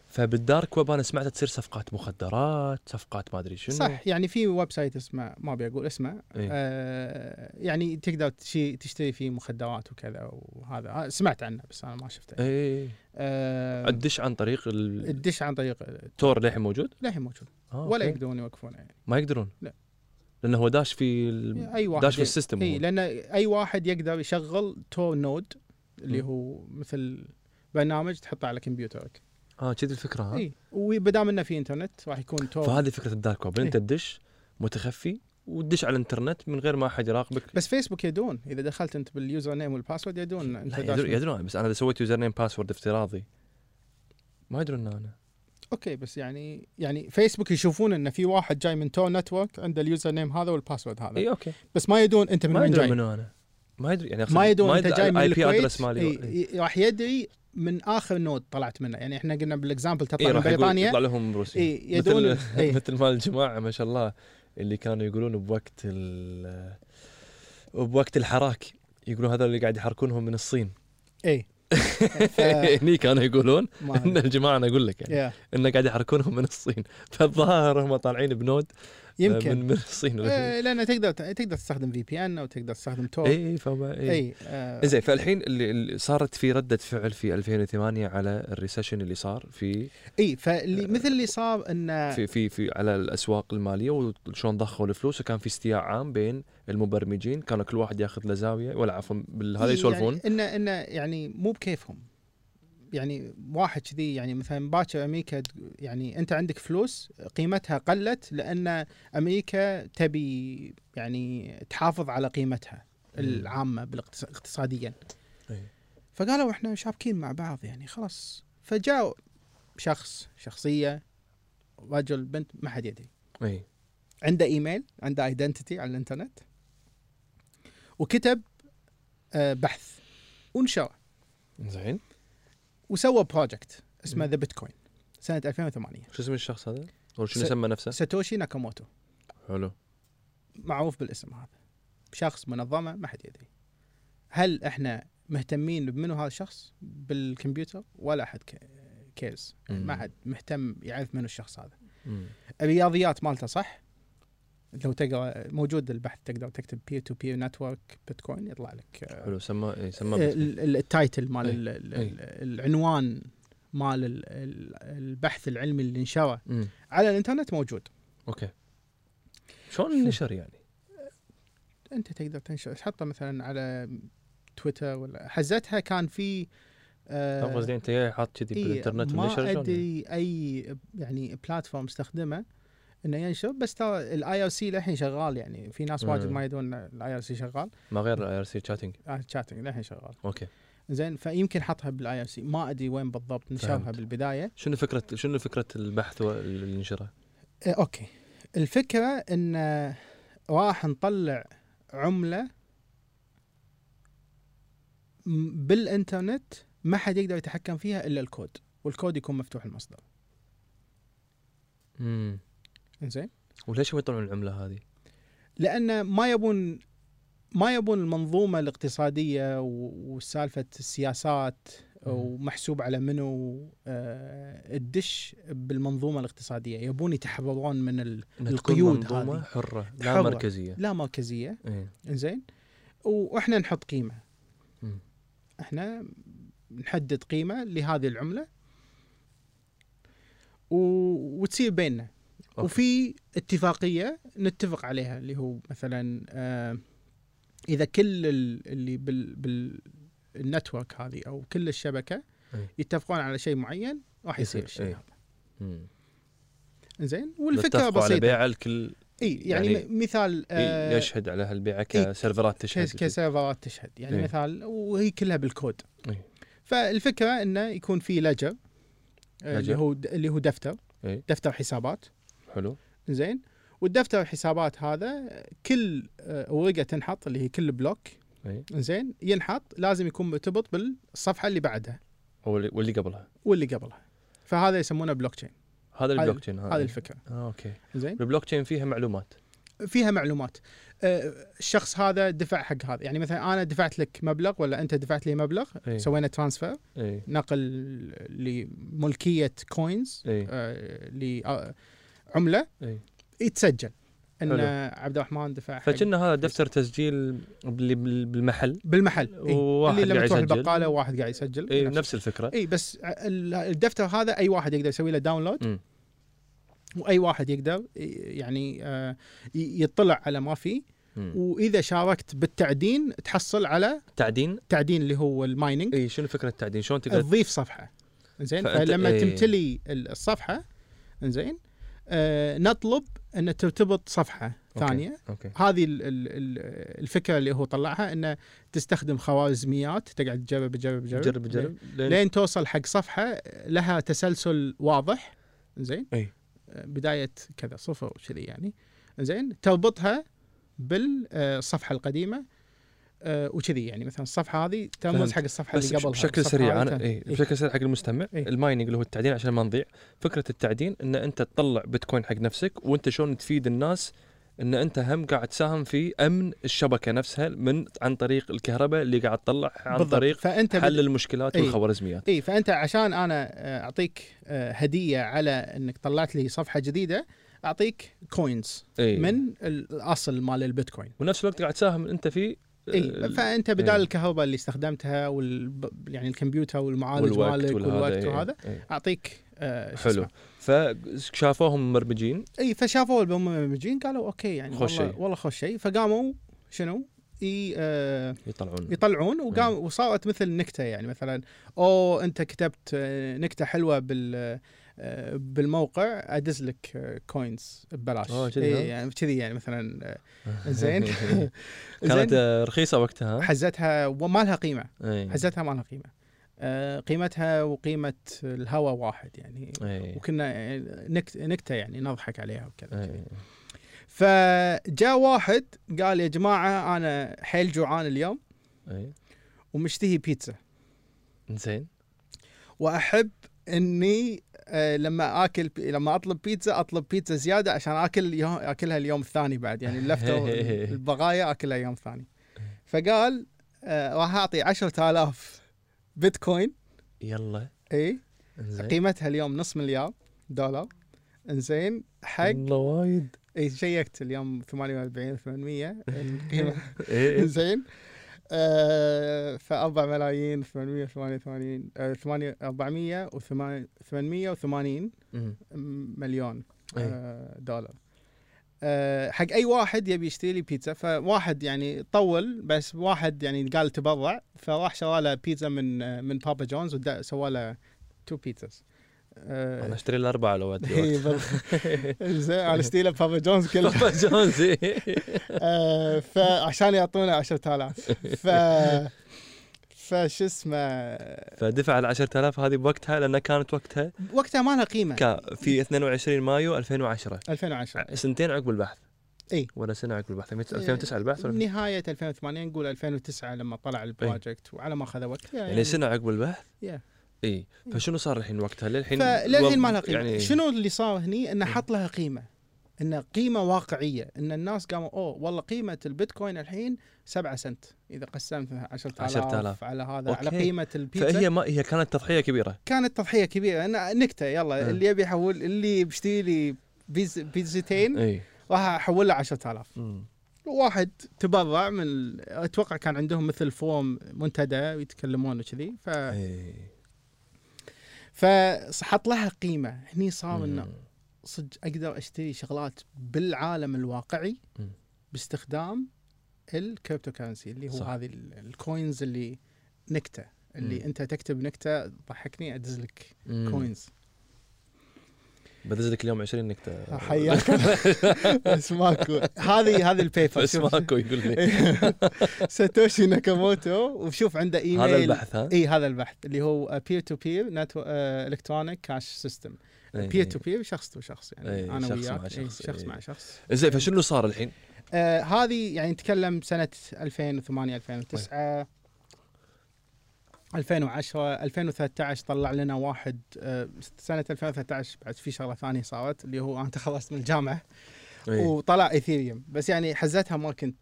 B: فبالدارك ويب انا سمعت تصير صفقات مخدرات صفقات ما ادري شنو
A: صح يعني في ويب سايت اسمه ما ابي اقول اسمه
B: إيه.
A: آه يعني تقدر تشي تشتري فيه مخدرات وكذا وهذا آه، سمعت عنه بس انا ما
B: إيه.
A: شفته
B: اي
A: آه
B: ادش عن طريق التور
A: الدش عن طريق
B: للحين موجود
A: للحين موجود
B: آه،
A: ولا
B: أوكي.
A: يقدرون يوقفونه يعني
B: ما يقدرون
A: لا.
B: لانه هو داش في ال...
A: اي واحد
B: داش في
A: ي-
B: السيستم
A: اي
B: هو.
A: لان اي إيه، واحد يقدر يشغل تو نود اللي
B: م.
A: هو مثل برنامج تحطه على كمبيوترك
B: اه كذي الفكره ها
A: اي وبدام انه في انترنت راح يكون تو
B: فهذه فكره الدارك ويب إن
A: إيه.
B: انت تدش متخفي وتدش على الانترنت من غير ما احد يراقبك
A: بس فيسبوك يدون اذا دخلت انت باليوزر نيم والباسورد يدون انت
B: لا،
A: داش
B: يدرون
A: من-
B: يدرون بس انا اذا سويت يوزر نيم باسورد افتراضي ما يدرون إن انا
A: اوكي بس يعني يعني فيسبوك يشوفون ان في واحد جاي من تو نتورك عنده اليوزر نيم هذا والباسورد هذا
B: اي اوكي
A: بس ما يدون انت من
B: أيوه. إيه، ما
A: وين
B: يدرون
A: جاي
B: منو انا ما يدري يعني
A: ما يدون انت جاي من إيه،
B: الاي بي ادرس
A: الكويت
B: مالي إيه،
A: إي-
B: اي
A: إي- راح يدري من اخر نود طلعت منه يعني احنا قلنا بالاكزامبل تطلع
B: إيه
A: من
B: راح يقول-
A: بريطانيا إيه،
B: يطلع لهم روسيا
A: اي يدون
B: *laughs* مثل,
A: إي.
B: مثل مال الجماعه ما شاء الله اللي كانوا يقولون بوقت ال بوقت الحراك يقولون هذول اللي قاعد يحركونهم من الصين
A: اي إيه.
B: *laughs* هني كانوا يقولون
A: ما
B: ان *laughs*
A: أدري.
B: الجماعه انا اقول لك يعني
A: يا،
B: انه قاعد يحركونهم من الصين فالظاهر هم طالعين بنود آه، من,
A: يمكن
B: من الصين
A: إيه، لان تقدر تقدر تستخدم في بي ان او تقدر تستخدم تور اي
B: اي فما اي
A: اي آه،
B: زين فالحين اللي اللي صارت في رده فعل في 2008 على الريسيشن اللي صار في
A: اي
B: آه.
A: فاللي مثل اللي صار انه
B: في في, في على الاسواق الماليه وشلون ضخوا الفلوس وكان في استياء عام بين المبرمجين كانوا
A: إيه،
B: كل واحد ياخذ له زاويه ولا عفوا بال- هذا
A: إي،
B: يسولفون
A: يعني انه انه يعني مو بكيفهم يعني واحد كذي يعني مثلا باكر امريكا ت- يعني انت عندك فلوس قيمتها قلت لان امريكا تبي يعني تحافظ على قيمتها العامه بالاقتص- اقتصاديا
B: أي.
A: فقالوا احنا شابكين مع بعض يعني خلاص فجاء شخص شخصيه رجل بنت ما حد يدري
B: اي
A: عنده ايميل عنده ايدنتيتي على الانترنت وكتب آه، بحث ونشره
B: زين
A: وسوى بروجكت اسمه
B: مم.
A: ذا بيتكوين سنه 2008
B: شو اسم الشخص هذا؟ او شنو
A: س-
B: سمى نفسه؟
A: ساتوشي ناكاموتو
B: حلو
A: معروف بالاسم هذا شخص منظمه ما حد يدري هل احنا مهتمين بمنو هذا الشخص بالكمبيوتر ولا احد ك- كيرز
B: مم.
A: ما حد مهتم يعرف منو الشخص هذا
B: مم.
A: الرياضيات مالته صح لو تقرا موجود البحث تقدر تكتب بير تو بير نتورك بيتكوين يطلع لك آه،
B: حلو سماه اي سماه باسمه.
A: ال- ال- التايتل مال
B: أي.
A: ال- ال-
B: أي.
A: ال- العنوان مال ال- ال- البحث العلمي اللي انشره
B: مم.
A: على الانترنت موجود
B: اوكي شلون النشر يعني؟
A: انت تقدر تنشر تحطه مثلا على تويتر ولا حزتها كان في آه،
B: فاهم قصدي انت جاي حاط كذي
A: إي،
B: بالانترنت والنشر
A: إيه، ما
B: شلون يعني؟
A: ادري اي يعني بلاتفورم استخدمه انه ينشر بس ترى الاي او سي للحين شغال يعني في ناس واجد
B: مم.
A: ما يدرون الاي او سي شغال
B: ما غير الاي ار سي شاتنج
A: شاتنج للحين شغال
B: اوكي
A: زين فيمكن حطها بالاي او سي ما ادري وين بالضبط نشرها
B: فهمت.
A: بالبدايه
B: شنو فكره شنو فكره البحث واللي نشره؟
A: آه، اوكي الفكره ان آه، راح نطلع عمله م- بالانترنت ما حد يقدر يتحكم فيها الا الكود والكود يكون مفتوح المصدر
B: امم
A: زين
B: وليش ما يطلعون العمله هذه؟
A: لان ما يبون ما يبون المنظومه الاقتصاديه و- وسالفه السياسات
B: مم.
A: ومحسوب على منو آه، الدش بالمنظومه الاقتصاديه يبون يتحررون من ال-
B: إنها تكون
A: القيود
B: منظومه
A: هذه.
B: حره
A: حرة.
B: لا إيه. مركزيه
A: اللامركزيه
B: اي
A: زين واحنا نحط قيمه
B: مم.
A: احنا نحدد قيمه لهذه العمله و... وتصير بيننا
B: أوكي.
A: وفي اتفاقيه نتفق عليها اللي هو مثلا آه اذا كل ال- اللي بال... بال... النتورك هذه او كل الشبكه
B: أي.
A: يتفقون على شيء معين راح يصير
B: يصير،
A: الشيء
B: أي.
A: هذا
B: مم.
A: زين والفكره
B: نتفقوا على
A: بسيطه
B: بيعه الكل
A: اي يعني,
B: يعني
A: م- مثال
B: آه
A: آه
B: يشهد على هالبيعه
A: إي،
B: كسيرفرات تشهد
A: كيس كسيرفرات تشهد يعني
B: إيه.
A: مثال وهي كلها بالكود
B: إيه.
A: فالفكره انه يكون في لجر آه، اللي
B: لجر.
A: هو اللي هو دفتر
B: إيه.
A: دفتر حسابات
B: حلو
A: زين والدفتر الحسابات هذا كل آه، ورقه تنحط اللي هي كل بلوك
B: اي
A: زين ينحط لازم يكون مرتبط بالصفحه اللي بعدها
B: واللي واللي قبلها
A: واللي قبلها فهذا يسمونه بلوك تشين
B: هذا
A: هذا-
B: البلوك تشين
A: هذه الفكره
B: اه اوكي
A: زين
B: البلوك تشين فيها معلومات
A: فيها معلومات آه، الشخص هذا دفع حق هذا يعني مثلا انا دفعت لك مبلغ ولا انت دفعت لي مبلغ
B: إيه.
A: سوينا ترانسفير
B: اي
A: نقل لملكيه كوينز
B: اي
A: آه، لعمله
B: اي
A: يتسجل ان
B: إيه. حلو.
A: عبد الرحمن دفع حق
B: فكنا هذا دفتر تسجيل باللي بال- بالمحل
A: بالمحل إيه.
B: وواحد
A: اللي لما
B: قاعد
A: تروح
B: يسجل.
A: البقاله وواحد قاعد يسجل
B: اي إيه، نفس الفكره
A: اي بس ع- ال- الدفتر هذا اي واحد يقدر يسوي له داونلود
B: مم.
A: واي واحد يقدر ي- يعني آه، ي- يطلع على ما فيه
B: مم.
A: واذا شاركت بالتعدين تحصل على
B: تعدين
A: تعدين اللي هو المايننج
B: اي إيه، شنو فكره التعدين شلون تقدر
A: تضيف صفحه زين
B: فأنت-
A: فلما
B: إيه.
A: تمتلي ال- الصفحه زين آه نطلب ان ترتبط صفحه
B: أوكي.
A: ثانيه
B: اوكي
A: هذه ال- ال- ال- الفكره اللي هو طلعها انه تستخدم خوارزميات تقعد تجرب تجرب تجرب
B: جرب جرب لين-
A: لين توصل حق صفحه لها تسلسل واضح زين
B: أي.
A: آه، بدايه كذا صفر وكذي يعني زين تربطها بالصفحه القديمه آه، وكذي يعني مثلا الصفحه هذه ترمز
B: فهمت.
A: حق الصفحه
B: بس
A: اللي قبلها
B: بشكل
A: الصفحة
B: سريع
A: هذه
B: انا
A: تن-
B: اي بشكل سريع حق المستمع
A: إيه.
B: المايننج اللي هو التعدين عشان ما نضيع فكره التعدين ان انت تطلع بيتكوين حق نفسك وانت شلون تفيد الناس ان انت هم قاعد تساهم في امن الشبكه نفسها من عن طريق الكهرباء اللي قاعد تطلع عن
A: بالضبط.
B: طريق
A: فانت بد-
B: حل المشكلات
A: إيه.
B: والخوارزميات
A: اي فانت عشان انا آه، اعطيك آه، هديه على انك طلعت لي صفحه جديده اعطيك كوينز
B: اي
A: من ال- الاصل مال البيتكوين
B: إيه. ونفس الوقت قاعد تساهم انت في
A: اي فانت بدال
B: إيه.
A: الكهرباء اللي استخدمتها وال يعني الكمبيوتر والمعالج
B: والوقت إيه،
A: مالك
B: والوقت
A: والوقت وهذا إيه. اعطيك آه شو
B: حلو
A: اسمه.
B: فشافوهم مبرمجين
A: اي فشافوا المبرمجين قالوا اوكي يعني
B: خوش
A: والله
B: شيء.
A: والله خوش شيء فقاموا شنو ي- آه،
B: يطلعون
A: يطلعون وقام
B: إيه.
A: وصارت مثل نكته يعني مثلا او انت كتبت آه، نكته حلوه بال آه، بالموقع ادز لك آه، كوينز ببلاش
B: أوه، كذي ها؟
A: إيه، يعني كذي يعني مثلا
B: *laughs*
A: آه، زين
B: كانت
A: زين
B: آه، رخيصه وقتها ها؟ إيه.
A: حزتها وما لها قيمه
B: إي.
A: حزتها ما لها قيمه آه، قيمتها وقيمه الهوى واحد يعني
B: إي.
A: وكنا يعني نكت- نكته يعني نضحك عليها وكذا
B: إي.
A: فجاء واحد قال يا جماعه انا حيل جوعان اليوم
B: إي.
A: ومشتهي بيتزا
B: زين
A: واحب اني آه، لما اكل لما اطلب بيتزا اطلب بيتزا زياده عشان اكل يوم اكلها اليوم الثاني بعد يعني اللفته والبقايا اكلها يوم ثاني فقال آه، راح اعطي 10000 بيتكوين
B: يلا
A: اي
B: زين
A: قيمتها اليوم نص مليار دولار انزين حق
B: والله وايد
A: اي شيكت اليوم 48 800 القيمه
B: إي. *laughs*
A: انزين آه ف 4 ملايين 888 آه 8 480
B: مم.
A: مليون
B: إي.
A: آه دولار آه حق اي واحد يبي يشتري لي بيتزا فواحد يعني طول بس واحد يعني قال تبرع فراح شرى له بيتزا من آه، من بابا جونز وسوى له تو بيتزas آه، *laughs*
B: انا اشتري الاربعه لو
A: اي
B: ادري
A: بالضبط
B: إيه. *laughs*
A: زين على ستيله بابا جونز كله
B: بابا جونز إي.
A: آه، فعشان يعطونا 10000 ف فش اسمه
B: *laughs* فدفع ال 10000 هذه بوقتها لانها كانت وقتها
A: وقتها ما لها قيمه
B: كا في 22 مايو 2010
A: 2010
B: سنتين عقب البحث
A: إي.
B: ولا سنه عقب البحث 2009 البحث ولا
A: نهايه 2008 نقول 2009 لما طلع البروجكت وعلى ما خذ وقت
B: إيه. يعني سنه عقب البحث
A: يا.
B: اي فشنو صار الحين وقتها للحين
A: فللحين ما
B: الوضع
A: لها قيمه
B: يعني إيه.
A: شنو اللي صار هني انه حط لها قيمه انه قيمه واقعيه ان الناس قاموا اوه والله قيمه البيتكوين الحين 7 سنت اذا قسمتها
B: 10,000
A: 10000 على هذا على
B: أوكي.
A: قيمه البيتزا
B: فهي ما هي كانت تضحيه كبيره
A: كانت تضحيه كبيره انا نكته يلا
B: أه.
A: اللي يبي يحول اللي بيشتري لي بيز- بيتزتين
B: اي
A: راح احول له 10000
B: مم.
A: واحد تبرع من ال- اتوقع كان عندهم مثل فوم منتدى يتكلمون وكذي ف
B: اي
A: فحط لها قيمه هني صار انه
B: مم.
A: صدق اقدر اشتري شغلات بالعالم الواقعي
B: مم.
A: باستخدام الكريبتو كرنسي اللي هو
B: صح.
A: هذه ال- الكوينز اللي نكته اللي
B: مم.
A: انت تكتب نكته ضحكني ادز لك
B: مم.
A: كوينز
B: *laughs* بدز لك اليوم 20 نكته
A: حياك *laughs* بس ماكو هذه هذه البيبر
B: بس
A: شوف
B: ماكو يقول لي
A: *laughs* ساتوشي ناكاموتو وشوف عنده ايميل
B: هذا البحث ها
A: اي إيه، هذا البحث اللي هو بير تو بير آه، الكترونيك كاش سيستم
B: إي.
A: بير تو بير شخص تو شخص يعني
B: إي،
A: انا
B: إيه، شخص
A: وياك
B: مع
A: إي،
B: شخص، إيه.
A: شخص
B: إي.
A: مع شخص
B: زين فشنو صار الحين؟
A: آه هذه يعني نتكلم سنه 2008
B: إيه.
A: 2009 2010 2013 طلع لنا واحد آه سنه 2013 بعد في شغله ثانيه صارت اللي هو انت خلصت من الجامعه
B: إي.
A: وطلع ايثيريوم بس يعني حزتها ما كنت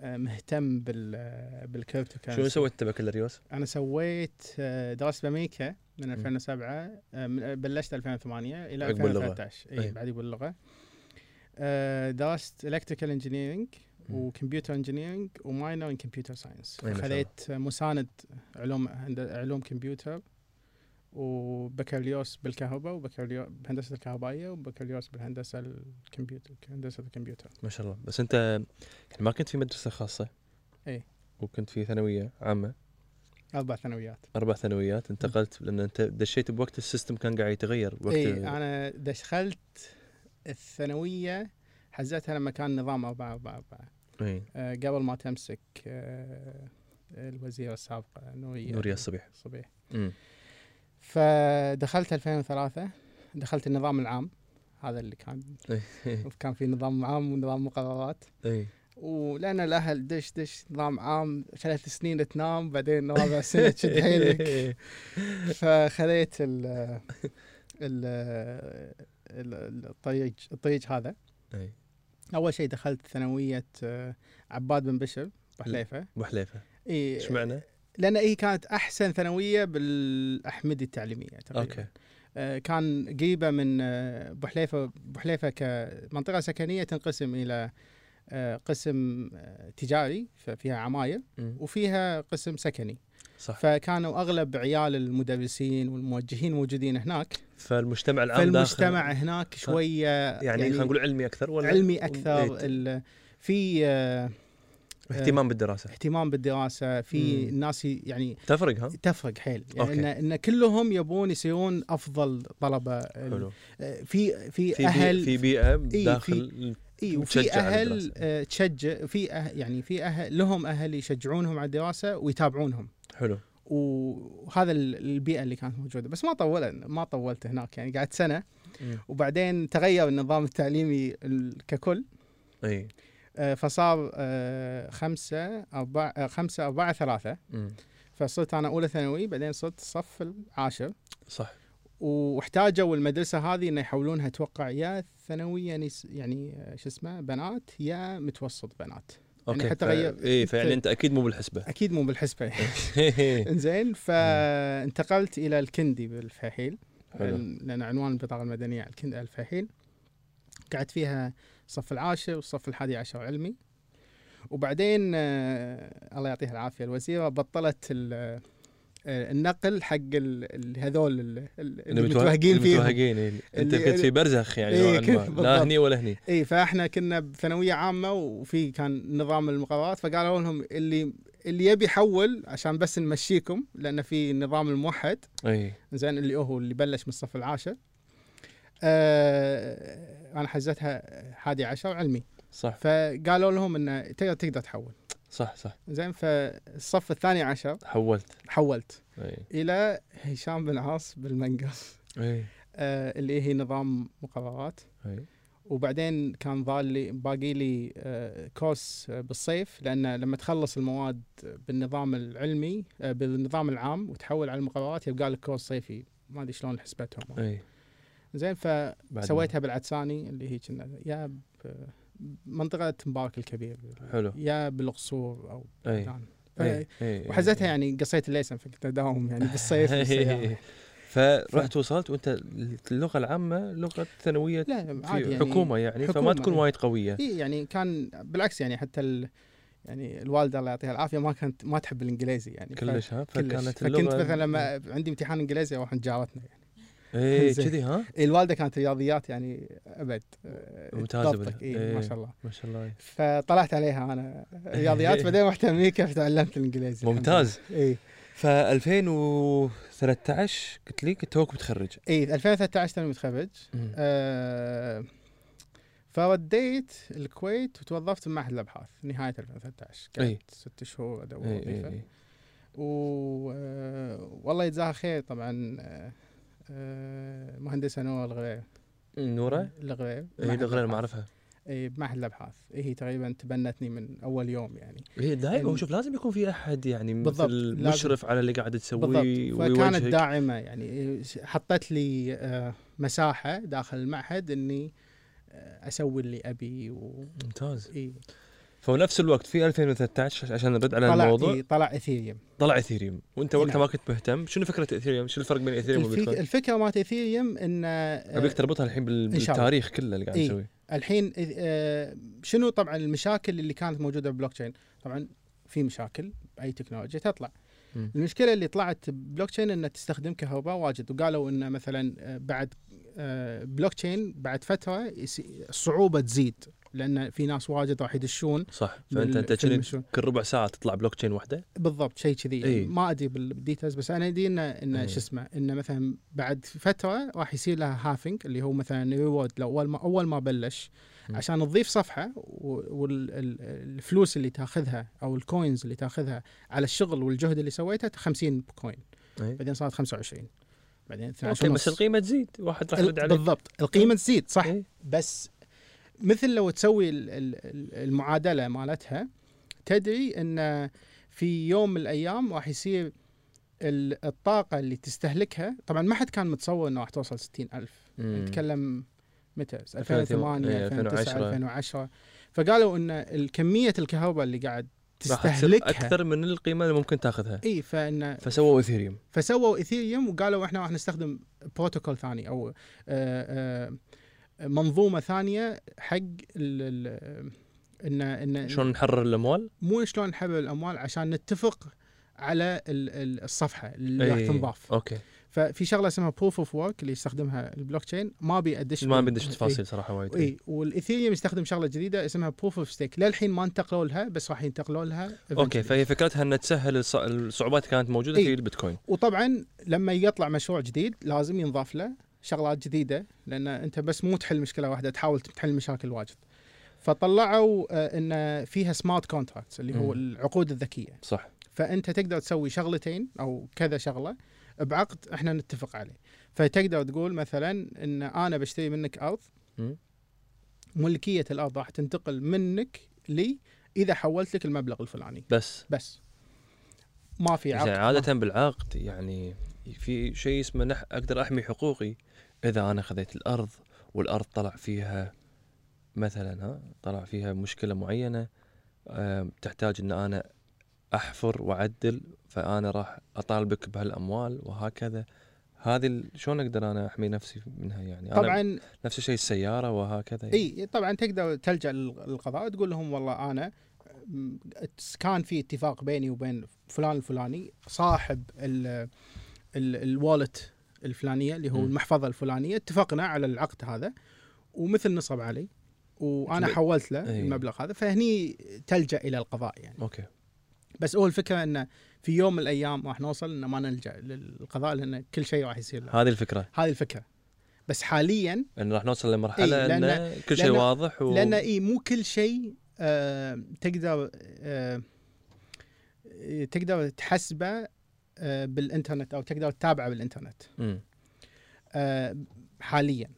A: آه، مهتم بال آه، بالكريبتو
B: شنو
A: كرنسي.
B: سويت انت بكالوريوس؟
A: انا سويت آه، دراسه بامريكا من
B: م.
A: 2007 آه، من- بلشت 2008 الى
B: عقب اللغة.
A: 2013 اي
B: أي.
A: بعد باللغه آه، درست الكتريكال انجينيرنج
B: م.
A: وكمبيوتر انجينيرنج وماينر ان كمبيوتر ساينس
B: أي ما شاء
A: خذيت آه، مساند علوم هند- علوم كمبيوتر وبكالوريوس بالكهرباء وبكالوريوس بهندسه الكهربائيه وبكالوريوس بالهندسه الكمبيوتر هندسه الكمبيوتر
B: ما شاء الله بس انت يعني ما كنت في مدرسه خاصه
A: إي.
B: وكنت في ثانويه عامه
A: اربع ثانويات
B: اربع ثانويات انتقلت لان انت دشيت بوقت السيستم كان قاعد يتغير
A: إيه،
B: وقت
A: اي انا دخلت الثانويه حزتها لما كان نظام 4 4 4
B: اي
A: أه قبل ما تمسك أه الوزيره السابقه نوريه
B: نوريا
A: *laughs*
B: الصبيح
A: الصبيح
B: *laughs* امم
A: فدخلت 2003 دخلت النظام العام هذا اللي كان كان في نظام عام ونظام مقررات
B: اي
A: ولان الاهل دش دش نظام عام ثلاث سنين تنام بعدين
B: *laughs*
A: رابع سنه تشد حيلك فخذيت ال ال ال- الطريق الطريق هذا
B: اي
A: اول شيء دخلت ثانويه آه، عباد بن بشر بحليفه
B: بحليفه
A: اي
B: ايش معنى؟
A: لان هي كانت احسن ثانويه بالاحمدي التعليميه تقريبا
B: اوكي
A: آه، كان قريبه من آه، بحليفه بحليفه كمنطقه سكنيه تنقسم الى آه، قسم آه، تجاري ففيها عماير
B: مم.
A: وفيها قسم سكني
B: صح
A: فكانوا اغلب عيال المدرسين والموجهين موجودين هناك
B: فالمجتمع العام
A: فالمجتمع
B: نعم، داخل طيب.
A: هناك شويه
B: يعني, خلينا نقول علمي اكثر ولا
A: علمي اكثر
B: إيه.
A: ال- في آه،
B: اهتمام بالدراسه
A: اهتمام بالدراسه في
C: مم.
A: ناس ي- يعني
B: تفرق ها
A: تفرق حيل يعني
B: أوكي.
A: ان, إن كلهم يبون يصيرون افضل طلبه ال-
B: حلو
A: آه، في
B: في
A: في
B: بيئة
A: اهل
B: في بيئه
A: في-
B: داخل
A: اي وفي
B: تشجع على
A: اهل
B: الدراسة.
A: آه، تشجع في أهل يعني في اهل لهم اهل يشجعونهم على الدراسه ويتابعونهم
B: حلو
A: وهذا ال- البيئه اللي كانت موجوده بس ما طولت ما طولت هناك يعني قعدت سنه وبعدين تغير النظام التعليمي ال- ككل
B: اي
A: آه، فصار آه، خمسة أربعة آه، خمسة أربعة ثلاثة
B: مم.
A: فصرت أنا أولى ثانوي بعدين صرت الصف العاشر
B: صح
A: يعني واحتاجوا المدرسة هذه إن يحولونها أتوقع يا ثانوية نس- يعني آه، شو اسمه بنات يا متوسط بنات يعني
B: اوكي
A: حتى
B: ف-
A: غير-
B: اي فيعني انت اكيد مو
A: *laughs*
B: إيه، بالحسبه
A: أكيد مو بالحسبة *laughs* انزين فانتقلت إلى الكندي بالفحيل
B: حلو.
A: لأن عنوان البطاقة المدنية على الكندي الفحيل قعدت فيها الصف العاشر والصف الحادي عشر علمي وبعدين آه، الله يعطيها العافية الوزيرة بطلت ال- آه، النقل حق ال- ال- هذول ال- ال- اللي
B: المتوه-
A: متوهقين فيهم
B: المتوهقين إي. انت
A: اللي-
B: إيه. كنت في برزخ يعني
A: إي،
B: نوعاً
A: كنت
B: ما.
A: بالضبط.
B: لا هني ولا هني
A: اي فاحنا كنا بثانويه عامه وفي كان نظام المقررات فقالوا لهم اللي اللي يبي يحول عشان بس نمشيكم لان في النظام الموحد
B: اي
A: زين اللي هو اللي بلش من الصف العاشر آه انا حزتها حادي عشر علمي
B: صح
A: فقالوا لهم انه تقدر تقدر تحول
B: صح صح
A: زين فالصف الثاني عشر
B: حولت إيه،
A: حولت
B: اي
A: الى هشام بن عاص بالمنقص
B: اي
A: آه اللي هي نظام مقررات
B: اي
A: وبعدين كان ظال لي باقي لي آه، كورس آه، بالصيف لان لما تخلص المواد بالنظام العلمي آه، بالنظام العام وتحول على المقررات يبقى لك كورس صيفي ما ادري شلون حسبتهم
B: اي
A: زين
B: بعد ما-
A: فسويتها بالعدساني اللي هي كنا يا ب- منطقه مبارك الكبير
B: حلو إيه،
A: يا بالقصور او
B: اي
A: مكان. ف-
B: اي اي
A: وحزتها يعني قصيت الليسن فكنت اداوم يعني
B: *laughs*
A: بالصيف
B: إيه،
A: بالسيارة.
B: فرحت وصلت وانت اللغه العامه لغه ثانويه
A: لا
B: في
A: عادي يعني
B: حكومه يعني فما
A: حكومة،
B: تكون
A: إي.
B: وايد قويه
A: إيه يعني كان بالعكس يعني حتى ال يعني الوالده الله يعطيها العافيه ما كانت ما تحب الانجليزي يعني ف-
B: كلش ها
A: كلش.
B: فكانت اللغه
A: فكنت مثلا لما عندي امتحان انجليزي اروح عند جارتنا يعني *laughs*
B: اي
A: زين.
B: كذي ها
A: إيه، الوالده كانت رياضيات يعني ابد آه،
B: ممتازة
A: تضبطك.
B: بال-
A: إيه ما
B: إيه.
A: شاء الله
B: ما شاء الله
A: فطلعت عليها انا رياضيات بعدين رحت امريكا فتعلمت الانجليزي
B: ممتاز
A: اي
B: ف 2013 قلت لي كنت توك إيه، متخرج
A: اي 2013 توني متخرج آه، فوديت الكويت وتوظفت بمعهد الابحاث نهايه 2013
B: إي.
A: كانت ست شهور ادور
B: اي اي
A: وظيفه
B: اي
A: و آه، والله يجزاها خير طبعا آه، آه، مهندسه نوره الغريب
B: نوره
A: الغريب إيه،
B: اي غير إيه، ما اعرفها
A: اي بمعهد الابحاث إي، هي تقريبا تبنتني من اول يوم يعني
B: هي دايما
A: إن-
B: إيه، هو شوف لازم يكون في احد يعني
A: بالضبط،
B: مثل
A: لازم.
B: مشرف على اللي قاعد تسويه
A: بالضبط فكانت
B: ويوجهك
A: داعمه يعني إي، ش- حطت لي آه، مساحه داخل المعهد اني آه، اسوي اللي ابي و
B: ممتاز
A: إي.
B: فنفس الوقت في 2013 عشان نرد على
A: طلع
B: الموضوع
A: إي، طلع اثيريوم
B: طلع اثيريوم وانت
A: إي
B: وقتها
A: نعم.
B: ما كنت مهتم شنو فكره اثيريوم شنو الفرق بين اثيريوم
A: الفك-
B: وبيتكوين
A: الفكره مالت اثيريوم ان آه،
B: ابيك تربطها الحين بال-
A: إن شاء الله. إيه.
B: بالتاريخ كله اللي قاعد
A: إي.
B: نسويه
A: الحين إذ- آه، شنو طبعا المشاكل اللي كانت موجوده بالبلوك تشين؟ طبعا في مشاكل باي تكنولوجيا تطلع.
B: مم.
A: المشكله اللي طلعت بلوك تشين انها تستخدم كهرباء واجد وقالوا انه مثلا آه، بعد آه، بلوك تشين بعد فتره يس- الصعوبه تزيد لان في ناس واجد راح يدشون
B: صح
A: بال-
B: فانت انت
A: في
B: كنت
A: المشروع.
B: كل ربع ساعه تطلع بلوك تشين واحده
A: بالضبط شيء كذي يعني
B: إي.
A: ما ادري بال- بالديتيلز بس انا ادري انه انه
B: إي.
A: شو اسمه انه مثلا بعد فتره راح يصير لها هافنج اللي هو مثلا ريورد لو اول ما اول ما بلش
B: مم.
A: عشان تضيف صفحه والفلوس اللي تاخذها او الكوينز اللي تاخذها على الشغل والجهد اللي سويته 50 كوين
B: إي.
A: بعدين صارت 25 بعدين 12
B: اوكي بس
A: ونص.
B: القيمه تزيد واحد راح
A: ال-
B: يرد عليك إيه.
A: بالضبط القيمه تزيد صح
B: إي.
A: بس مثل لو تسوي ال- ال- ال- المعادله مالتها تدري ان في يوم من الايام راح يصير ال- الطاقه اللي تستهلكها طبعا ما حد كان متصور انه راح توصل 60000
B: مم.
A: نتكلم متى بس
B: 2008
A: 2008 2009
B: 2010.
A: 2010 فقالوا ان ال- كميه الكهرباء اللي قاعد
B: راح تصير
A: تستهلكها
B: اكثر من القيمه اللي ممكن تاخذها
A: اي فان
B: فسووا اثيريوم
A: فسووا ايثيريوم وقالوا احنا راح نستخدم بروتوكول ثاني او آه، آه، منظومه ثانيه حق ال- ال- ان ان
B: شلون نحرر الاموال
A: مو شلون نحول الاموال عشان نتفق على ال- ال- الصفحه اللي راح
B: إي.
A: تنضاف
B: اوكي
A: ففي شغله اسمها بروف اوف ورك اللي يستخدمها البلوك تشين ما ابي ادش
B: ما
A: بال-
B: بديش
A: إي.
B: تفاصيل صراحه وايد
A: اي والاثيريوم يستخدم شغله جديده اسمها بروف اوف ستيك للحين ما انتقلوا لها بس راح ينتقلوا لها
B: اوكي
A: eventually.
B: فهي فكرتها انها تسهل الص- الصعوبات اللي كانت موجوده
A: إي.
B: في البيتكوين
A: وطبعا لما يطلع مشروع جديد لازم ينضاف له شغلات جديده لان انت بس مو تحل مشكله واحده تحاول تحل مشاكل واجد فطلعوا آه، ان فيها سمارت كونتراكتس اللي هو
B: مم.
A: العقود الذكيه
B: صح
A: فانت تقدر تسوي شغلتين او كذا شغله بعقد احنا نتفق عليه فتقدر تقول مثلا ان انا بشتري منك ارض
B: مم.
A: ملكيه الارض راح تنتقل منك لي اذا حولت لك المبلغ الفلاني
B: بس
A: بس ما في عقد
B: زين عادة بالعقد يعني في شيء اسمه نح اقدر احمي حقوقي اذا انا خذيت الارض والارض طلع فيها مثلا ها طلع فيها مشكله معينه آم، تحتاج ان انا احفر واعدل فانا راح اطالبك بهالاموال وهكذا هذه ال- شلون اقدر انا احمي نفسي منها يعني انا
A: طبعا
B: نفس الشيء السياره وهكذا يعني.
A: اي طبعا تقدر تلجا للقضاء تقول لهم والله انا م- كان في اتفاق بيني وبين فلان الفلاني صاحب ال ال الوالت الفلانيه اللي هو
B: مم.
A: المحفظه الفلانيه اتفقنا على العقد هذا ومثل نصب علي وانا
B: تبي-
A: حولت له
B: إي.
A: المبلغ هذا فهني تلجا الى القضاء يعني
B: اوكي
A: بس هو الفكره انه في يوم من الايام راح نوصل انه ما نلجا للقضاء لان كل شيء راح يصير له.
B: هذه الفكره
A: هذه الفكره بس حاليا
B: ان راح نوصل لمرحله
A: إي، لأن-
B: ان كل شيء
A: لأن-
B: واضح و...
A: لان اي مو كل شيء آه تقدر آه تقدر تحسبه آه بالانترنت او تقدر تتابعه بالانترنت
B: مم.
A: آه حاليا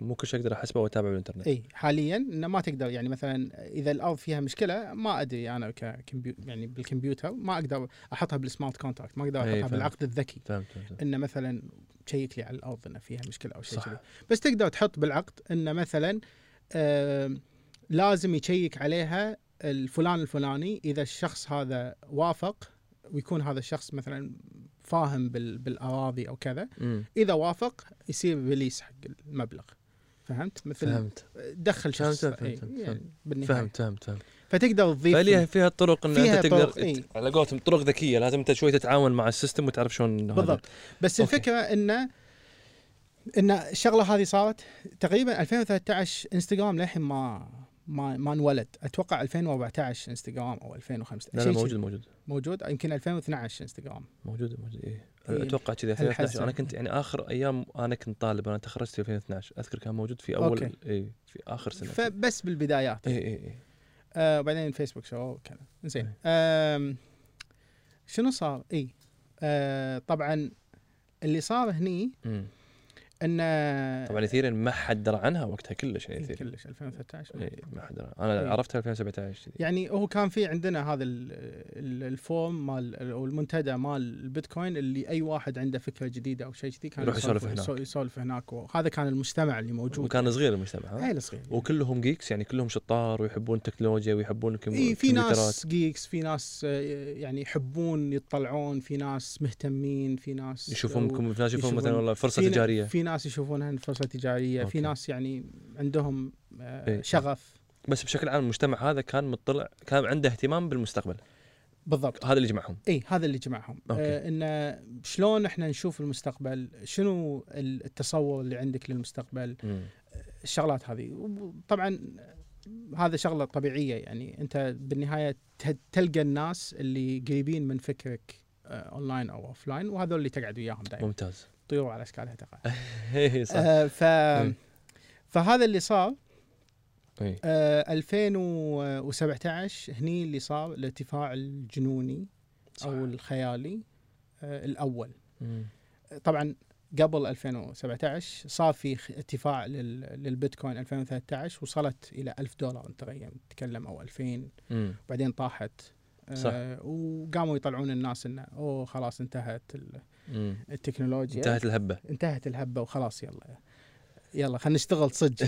B: مو كل شيء اقدر احسبه واتابعه بالانترنت
A: اي حاليا انه إيه، ما تقدر يعني مثلا اذا الارض فيها مشكله ما ادري انا ككمبيو يعني بالكمبيوتر ما اقدر احطها بالسمارت كونتراكت ما اقدر
B: إي،
A: احطها
B: إيه، فهمت.
A: بالعقد الذكي
B: فهمت فهمت
A: انه مثلا تشيك لي على الارض انه فيها مشكله او شيء
B: صح
A: كذي بس تقدر تحط بالعقد انه مثلا آه لازم يشيك عليها الفلان الفلاني اذا الشخص هذا وافق ويكون هذا الشخص مثلا فاهم بال بالاراضي او كذا
B: مم.
A: اذا وافق يصير ريليس حق المبلغ فهمت مثل
B: فهمت
A: دخل شخص
B: فهمت-
A: إي،
B: فهمت-
A: يعني بالنهاية.
B: فهمت فهمت فهمت
A: فتقدر تضيف
B: فليها فيها طرق ان
A: فيها
B: انت
A: طرق،
B: تقدر
A: إي.
B: على قولتهم طرق ذكيه لازم انت شوي تتعاون مع السيستم وتعرف شلون هذا.
A: بالضبط بس
B: أوكي.
A: الفكره انه ان الشغله هذه صارت تقريبا 2013 انستغرام للحين ما ما ما انولد اتوقع 2014 انستغرام او 2005
B: لا لا
A: شيء
B: موجود
A: كذي.
B: موجود
A: موجود يمكن 2012 انستغرام
B: موجود موجود اي
A: إي.
B: اتوقع كذا
A: هالحزة.
B: 2012 انا كنت يعني اخر ايام انا كنت طالب انا تخرجت في 2012 اذكر كان موجود في اول
A: أوكي.
B: اي في اخر سنه اي
A: فبس بالبدايات
B: اي اي
A: آه وبعدين فيسبوك شو وكذا زين
B: إيه.
A: آم، شنو صار؟ اي آه طبعا اللي صار هني
B: مم.
A: ان
B: طبعا اثيرين ما حد درى عنها وقتها كلش يعني
A: إي،
B: اثيرين
A: إيه، كلش 2013 ما
B: إي، ما حد درى انا
A: إي.
B: عرفتها 2017 كذي
A: يعني هو كان في عندنا هذا ال- ال- الفورم مال او المنتدى مال البيتكوين اللي اي واحد عنده فكره جديده او شيء كذي كان
B: يروح يسولف
A: يسولف-
B: هناك.
A: يسولف هناك وهذا كان المجتمع اللي موجود
B: وكان صغير المجتمع ها؟
A: عيل صغير
B: وكلهم جيكس يعني كلهم شطار ويحبون التكنولوجيا ويحبون الكم-
A: اي في
B: الكمبيوترات
A: ناس جيكس في ناس آه، يعني يحبون يطلعون في ناس مهتمين في ناس
B: يشوفون
A: و-
B: كم- في ناس يشوفون
A: يشوفون-
B: مثلا والله فرصه
A: في ن-
B: تجاريه
A: في ناس يشوفونها فرصه تجاريه
B: أوكي.
A: في ناس يعني عندهم آه،
B: إي.
A: شغف
B: بس بشكل عام المجتمع هذا كان مطلع كان عنده اهتمام بالمستقبل
A: بالضبط
B: هذا اللي جمعهم
A: اي إيه، هذا اللي جمعهم
B: أوكي.
A: آه انه شلون احنا نشوف المستقبل شنو ال- التصور اللي عندك للمستقبل الشغلات هذه طبعا هذا شغله طبيعيه يعني انت بالنهايه ت- تلقى الناس اللي قريبين من فكرك آه اونلاين او اوفلاين وهذول اللي تقعد وياهم دائما
B: ممتاز
A: طيور على اشكالها تقع
B: إيه، صح
A: آه ف
B: إيه.
A: فهذا اللي صار
B: إيه.
A: آه 2017 هني اللي صار الارتفاع الجنوني
B: صح.
A: او الخيالي آه الاول
B: مم.
A: طبعا قبل 2017 صار في خ- ارتفاع لل- للبيتكوين 2013 وصلت الى 1000 دولار يعني تقريبا نتكلم او 2000
B: مم.
A: وبعدين طاحت
B: صح.
A: آه وقاموا يطلعون الناس انه اوه خلاص انتهت ال-
B: مم.
A: التكنولوجيا
B: انتهت الهبه
A: انتهت الهبه وخلاص يلا يلا خلينا نشتغل صدق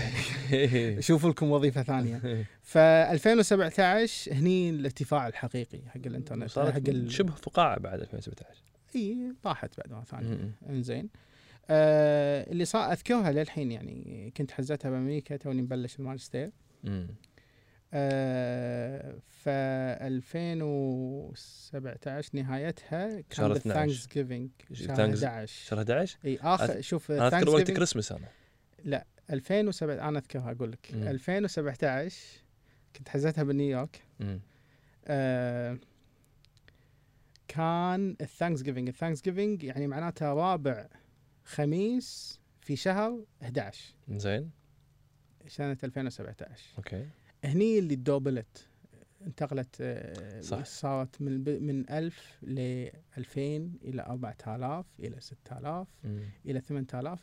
A: *laughs*
B: *laughs* إيه.
A: شوفوا لكم وظيفه ثانيه
B: *laughs*
A: ف 2017 هني الارتفاع الحقيقي حق الانترنت
B: صارت
A: حق ال...
B: شبه فقاعه بعد 2017
A: اي طاحت بعد ما ثانيه
B: مم.
A: انزين آه اللي صار اذكرها للحين يعني كنت حزتها بامريكا توني مبلش الماجستير
B: مم.
A: ف 2017 نهايتها
B: شهر
A: كان
B: 12.
A: ثانكس جيفنج شهر
B: Thanks-
A: 11
B: شهر 11
A: اي اخر شوف
B: انا اذكر وقت
A: Thanksgiving-
B: كريسمس انا
A: 2007 انا اذكرها اقول لك
B: مم.
A: 2017 كنت حزتها بنيويورك
B: مم.
A: آه، كان الثانكس جيفنج الثانكس جيفنج يعني معناتها رابع خميس في شهر 11
B: زين
A: سنة 2017
B: اوكي
A: هني اللي دوبلت انتقلت آه،
B: صح.
A: صارت من من 1000 ل 2000 الى 4000 الى 6000
B: مم.
A: الى 8000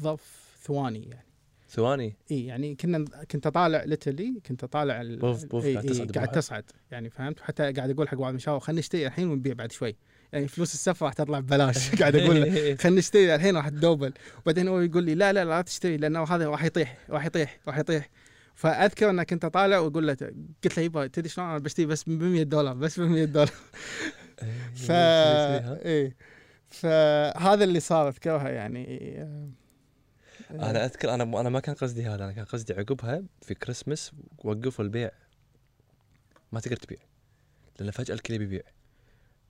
A: ظرف ثواني يعني
B: ثواني
A: اي يعني كنا كنت اطالع ليتلي كنت اطالع ال-
B: بوف- بوف،
A: إي
B: قاعد
A: إي،
B: تصعد
A: قاعد
B: بواحد.
A: تصعد يعني فهمت حتى قاعد اقول حق واحد مشاور خلينا نشتري الحين ونبيع بعد شوي يعني فلوس السفر راح تطلع ببلاش *laughs* قاعد اقول له خلينا نشتري الحين راح تدوبل وبعدين هو يقول لي لا لا لا تشتري لانه هذا راح يطيح راح يطيح راح يطيح فاذكر انك كنت اطالع واقول له قلت له يبا تدري شلون انا بشتري بس ب 100 دولار بس ب 100 دولار ف اي فهذا اللي صار اذكرها يعني إيه.
B: انا اذكر انا انا ما كان قصدي هذا انا كان قصدي عقبها في كريسمس وقفوا البيع ما تقدر تبيع لان فجاه الكل يبيع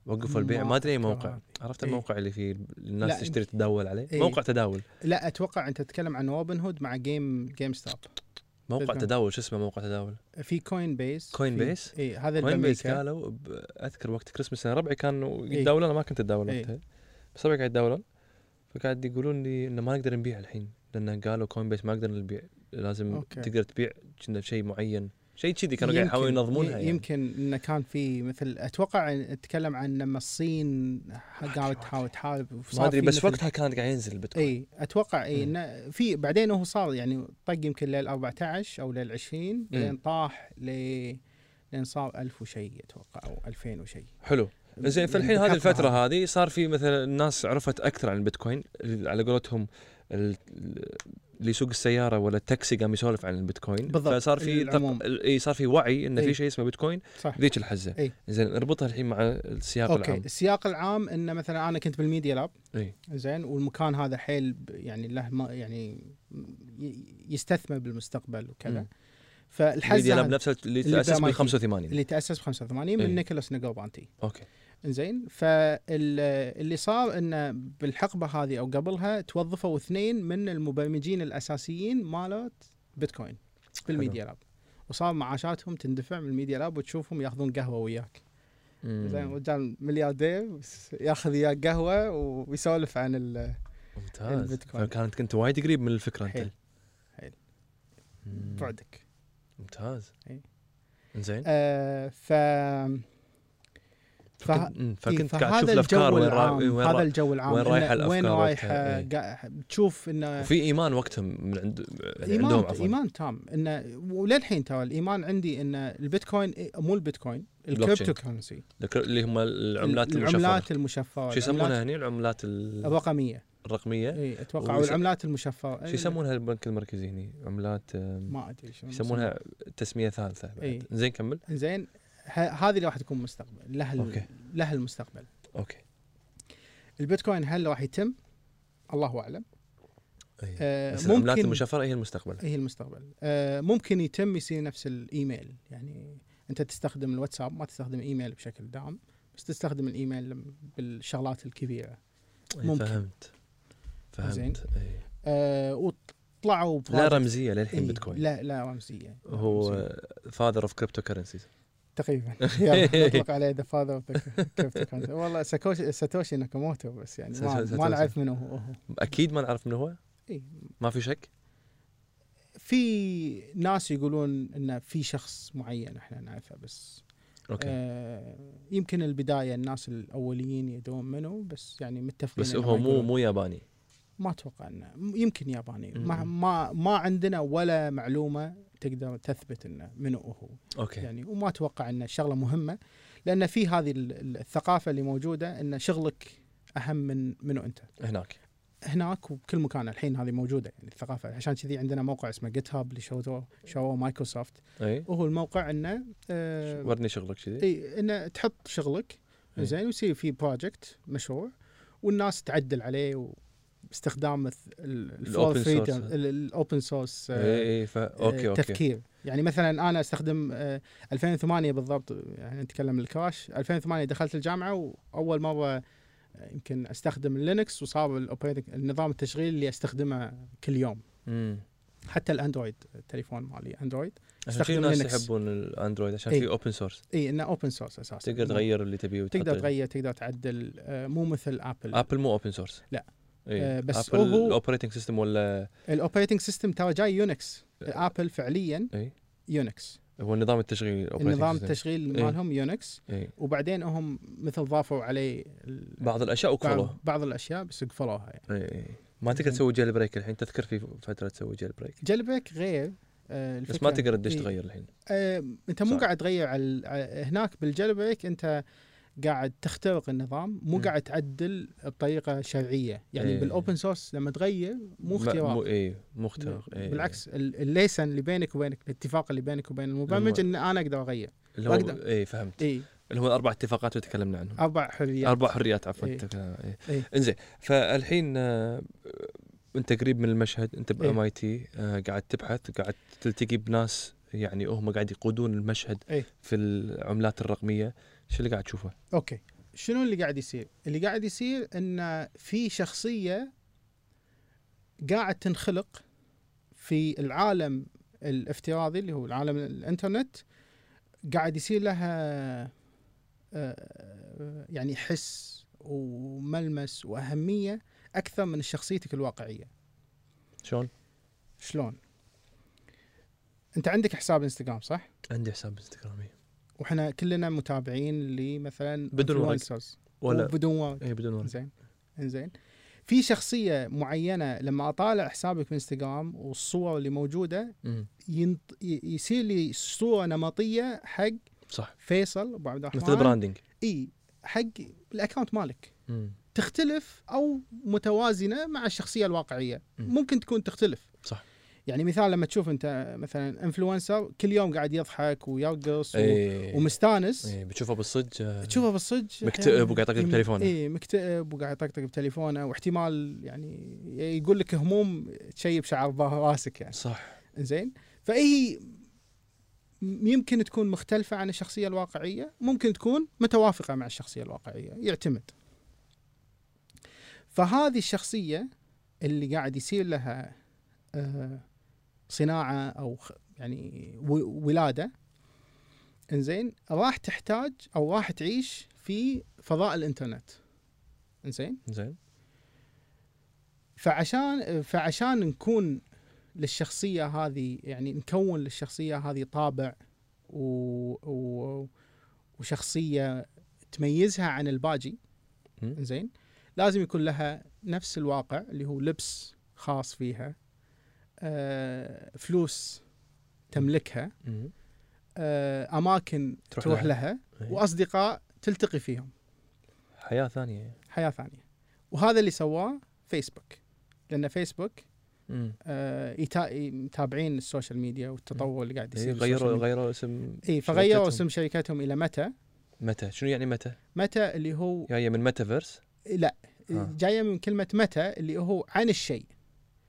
B: وقفوا البيع
A: ما
B: ما ادري أي
A: أذكر
B: موقع
A: هذه.
B: عرفت
A: إيه.
B: الموقع اللي فيه الناس
A: لا،
B: تشتري تداول عليه
A: إيه.
B: موقع تداول
A: لا اتوقع انت تتكلم عن روبن هود مع جيم جيم ستوب
B: موقع
A: بالفعل.
B: تداول شو اسمه موقع تداول
A: في كوين بيس
B: كوين بيس؟
A: اي هذا
B: كوين بيس
A: الامريكا
B: قالوا ب- اذكر وقت كريسمس انا ربعي كانوا
A: إيه.
B: يتداولون انا ما كنت اتداول
A: إيه.
B: وقتها بس ربعي قاعد يتداولون فقاعد يقولون لي انه ما نقدر نبيع الحين لان قالوا كوين بيس ما نقدر نبيع لازم
A: أوكي.
B: تقدر تبيع كنا شيء معين شيء كذي كانوا قاعد
A: يمكن-
B: يحاولون ينظمونها
A: ي-
B: يعني.
A: يمكن انه كان في مثل اتوقع إن- اتكلم عن لما الصين قامت تحاول تحارب
B: ما
A: وصار
B: ادري
A: في
B: بس
A: مثل- إيه.
B: وقتها كان قاعد ينزل البيتكوين
A: اي اتوقع اي
B: مم.
A: انه في بعدين هو صار يعني طق يمكن لل 14 او لل 20 لين طاح ل لين صار 1000 وشيء اتوقع او 2000 وشيء
B: حلو زين فالحين هذه
A: بكثرة
B: الفتره هذه صار في مثلا الناس عرفت اكثر عن البيتكوين ال- على قولتهم ال- ال- اللي يسوق السياره ولا التاكسي قام يسولف عن البيتكوين
A: بالضبط،
B: فصار في
A: العموم. إيه.
B: تق... اي صار في وعي ان
A: إي.
B: في شيء اسمه بيتكوين
A: صح
B: ذيك الحزه
A: إي.
B: زين اربطها الحين مع السياق
A: اوكي
B: العام
A: السياق العام انه مثلا انا كنت بالميديا لاب
B: اي
A: زين والمكان هذا حيل ب- يعني له ما يعني ي- يستثمر بالمستقبل وكذا
B: مم.
A: فالحزه
B: ميديا لاب
A: هذا
B: نفسه اللي
A: اللي
B: تاسس
A: بأمايتي.
B: بال 85
A: اللي تاسس ب 85
B: إيه.
A: من نيكولاس نيجوبانتي
B: اوكي
A: زين فاللي صار انه بالحقبه هذه او قبلها توظفوا اثنين من المبرمجين الاساسيين مالت بيتكوين بالميديا لاب وصار معاشاتهم تندفع من الميديا لاب وتشوفهم ياخذون قهوه وياك
B: مم.
A: زين رجال ملياردير بس ياخذ وياك قهوه ويسولف عن ال
B: ممتاز
A: البيتكوين.
B: فكانت كنت وايد قريب من الفكره انت
A: حيل. حيل.
B: مم.
A: بعدك
B: ممتاز
A: إي.
B: زين
A: آه، ف فه...
B: فكنت, مم،
A: إيه،
B: فكنت قاعد
A: فهذا
B: تشوف الافكار
A: الجو
B: وين رايح
A: العام، هذا الجو العام
B: وين رايح وين
A: إنه- وين
B: رايحة الأفكار وقتها،
A: رايحه
B: إيه.
A: قا- تشوف انه
B: في ايمان وقتهم من عند يعني عندهم
A: ايمان
B: عفوا
A: ايمان تام انه وللحين ترى الايمان عندي ان البيتكوين مو البيتكوين الكريبتو كرنسي
B: الكر- اللي هم العملات المشفرة
A: العملات المشفره
B: شو يسمونها
A: العملات إيه،
B: هني العملات ال-
A: الرقميه
B: الرقمية
A: اي اتوقع
B: ويس-
A: والعملات المشفره
B: شو يسمونها البنك المركزي هني عملات آم،
A: ما ادري شو
B: يسمونها تسمية ثالثة بعد.
A: إي.
B: زين كمل
A: زين ه- هذه اللي راح تكون مستقبل لها
B: أوكي.
A: ال- لها المستقبل
B: اوكي
A: البيتكوين هل راح يتم؟ الله اعلم
B: إي.
A: آه،
B: بس العملات
A: ممكن-
B: المشفرة هي المستقبل
A: هي المستقبل آه، ممكن يتم يصير نفس الايميل يعني انت تستخدم الواتساب ما تستخدم ايميل بشكل دعم بس تستخدم الايميل لم- بالشغلات الكبيره
B: إي،
A: ممكن.
B: إيه، فهمت
A: زين.
B: فهمت إي.
A: آه، وطلعوا
B: لا
A: بروجكت-
B: رمزية
A: إيه،
B: للحين بيتكوين
A: لا لا رمزيه لا رمزية.
B: هو فاذر اوف كريبتو كرنسيز
A: تقريبا يلا، نطلق عليه ذا فاذر والله ساكوشي ساتوشي ناكاموتو بس يعني ما,
B: ساتوشي-
A: ما نعرف منو هو هو.
B: اكيد ما نعرف من هو
A: إي.
B: ما في شك
A: في ناس يقولون انه في شخص معين احنا نعرفه بس
B: اوكي
A: آه يمكن البدايه الناس الاوليين يدرون منه بس يعني متفقين
B: بس
A: إنه ما
B: هو مو
A: يقولون.
B: مو ياباني
A: ما اتوقع انه م- يمكن ياباني ما
B: مم.
A: ما ما عندنا ولا معلومه تقدر تثبت انه منو هو
B: اوكي
A: يعني وما اتوقع انه شغله مهمه لان في هذه ال- الثقافه اللي موجوده ان شغلك اهم من منو انت
B: هناك
A: هناك وبكل مكان الحين هذه موجوده يعني الثقافه عشان كذي عندنا موقع اسمه جيت هاب اللي شروه شروه مايكروسوفت
B: اي
A: وهو الموقع انه آه،
B: إيه. ورني شغلك كذي
A: اي انه تحط شغلك
B: إي.
A: زين ويصير في بروجكت مشروع والناس تعدل عليه و... باستخدام الفول
B: الأوبن سورس.
A: فريدم الاوبن سورس
B: اي اي إيه، ف... اوكي اوكي
A: آه، تفكير يعني مثلا انا استخدم آه، 2008 بالضبط يعني نتكلم الكراش 2008 دخلت الجامعه واول مره آه، يمكن استخدم لينكس وصار الاوبريتنج النظام التشغيل اللي استخدمه كل يوم
B: امم
A: حتى الاندرويد التليفون مالي اندرويد
B: عشان كذي
A: استخدم
B: الناس
A: Linux. إيه.
B: يحبون الاندرويد عشان
A: إي.
B: في اوبن سورس
A: اي انه اوبن سورس اساسا
B: تقدر تغير اللي تبيه وتحط
A: تقدر
B: ال-
A: تغير تقدر تعدل آه، مو مثل ابل
B: ابل مو اوبن سورس
A: لا.
B: إيه.
A: آه، بس
B: ابل
A: هو-
B: الاوبريتنج سيستم ولا
A: الاوبريتنج سيستم ترى جاي يونكس
B: آه.
A: ابل فعليا
B: اي
A: يونكس
B: إيه. هو نظام التشغيل operating
A: النظام
B: system.
A: التشغيل
B: إيه.
A: مالهم يونكس
B: إي.
A: وبعدين هم مثل ضافوا عليه ال-
B: بعض الاشياء وكفلوه
A: بعض, بعض الاشياء بس قفلوها يعني
B: إي إي. إيه، ما تقدر
A: زين.
B: تسوي جيل بريك الحين تذكر في فتره تسوي جيل بريك
A: جلبك غير آه
B: بس ما
A: الفكرة-
B: تقدر تدش
A: إي.
B: تغير الحين
A: آه انت مو
B: صح.
A: قاعد تغير على ال- ع- هناك بالجلبك انت قاعد تخترق النظام مو
B: مم.
A: قاعد تعدل بطريقه شرعيه يعني
B: إيه.
A: بالاوبن سورس لما تغير مو
B: ما-
A: اختيار
B: مو اي مو اختراق إيه. إي.
A: بالعكس ال- الليسن اللي بينك وبينك الاتفاق اللي بينك وبين المبرمج ان انا اقدر اغير
B: إيه. اللي هو
A: وأقدر-
B: اي فهمت
A: اي
B: اللي هو الاربع اتفاقات اللي تكلمنا عنهم
A: اربع إيه، حريات
B: اربع حريات عفوا
A: إيه.
B: تكلمنا- إيه.
A: إيه.
B: انزين فالحين آه، انت قريب من المشهد انت
A: إيه.
B: بام اي تي آه، قاعد تبحث قاعد تلتقي بناس يعني هم قاعد يقودون المشهد
A: إيه.
B: في العملات الرقميه شو اللي قاعد تشوفه؟
A: اوكي شنو اللي قاعد يصير؟ اللي قاعد يصير ان في شخصيه قاعد تنخلق في العالم الافتراضي اللي هو العالم الانترنت قاعد يصير لها آه، يعني حس وملمس واهميه اكثر من شخصيتك الواقعيه،
B: شلون؟
A: شلون؟ انت عندك حساب انستغرام صح؟
B: عندي حساب انستغرامي
A: واحنا كلنا متابعين لمثلا
B: بدون ورق.
A: influencers.
B: ولا
A: بدون ورق
B: اي إيه، بدون ورق
A: زين انزين في شخصيه معينه لما اطالع حسابك في انستغرام والصور اللي موجوده
B: مم.
A: ينط... ي- يصير لي صوره نمطيه حق
B: صح
A: فيصل ابو عبد الرحمن
B: مثل براندنج
A: اي حق الاكونت مالك
B: مم.
A: تختلف او متوازنه مع الشخصيه الواقعيه
B: مم.
A: ممكن تكون تختلف
B: صح.
A: يعني مثال لما تشوف انت مثلا انفلونسر كل يوم قاعد يضحك ويرقص و...
B: اي
A: ومستانس
B: إي، بتشوفه بالصدق آه،
A: تشوفه بالصدق
B: مكتئب وقاعد يطقطق بتليفونه.
A: اي إيه، مكتئب وقاعد يطقطق بتليفونه واحتمال يعني يقول لك هموم تشيب شعر ظهر راسك يعني
B: صح
A: زين فهي م- يمكن تكون مختلفة عن الشخصية الواقعية ممكن تكون متوافقة مع الشخصية الواقعية يعتمد فهذه الشخصية اللي قاعد يصير لها آه، صناعة أو خ- يعني و- ولادة انزين راح تحتاج أو راح تعيش في فضاء الإنترنت انزين
B: زين
A: فعشان فعشان نكون للشخصيه هذه يعني نكون للشخصيه هذه طابع و... و... وشخصيه تميزها عن الباجي
B: مم.
A: زين لازم يكون لها نفس الواقع اللي هو لبس خاص فيها آه، فلوس تملكها
B: مم.
A: آه، اماكن
B: تروح
A: تروح, تروح لها, إيه. لها
B: إي.
A: واصدقاء تلتقي فيهم
B: حياه ثانيه
A: حياه ثانيه وهذا اللي سواه فيسبوك لان فيسبوك
B: مم.
A: آه، يتا- يتابعين السوشيال ميديا والتطور اللي قاعد
B: إيه
A: يصير
B: غيروا غيروا اسم
A: اي فغيروا
B: شركتهم.
A: اسم شركتهم الى متى
B: متى شنو يعني متى؟
A: متى اللي هو
B: جايه من ميتافيرس
A: لا
B: آه.
A: جايه من كلمه متى اللي هو عن الشيء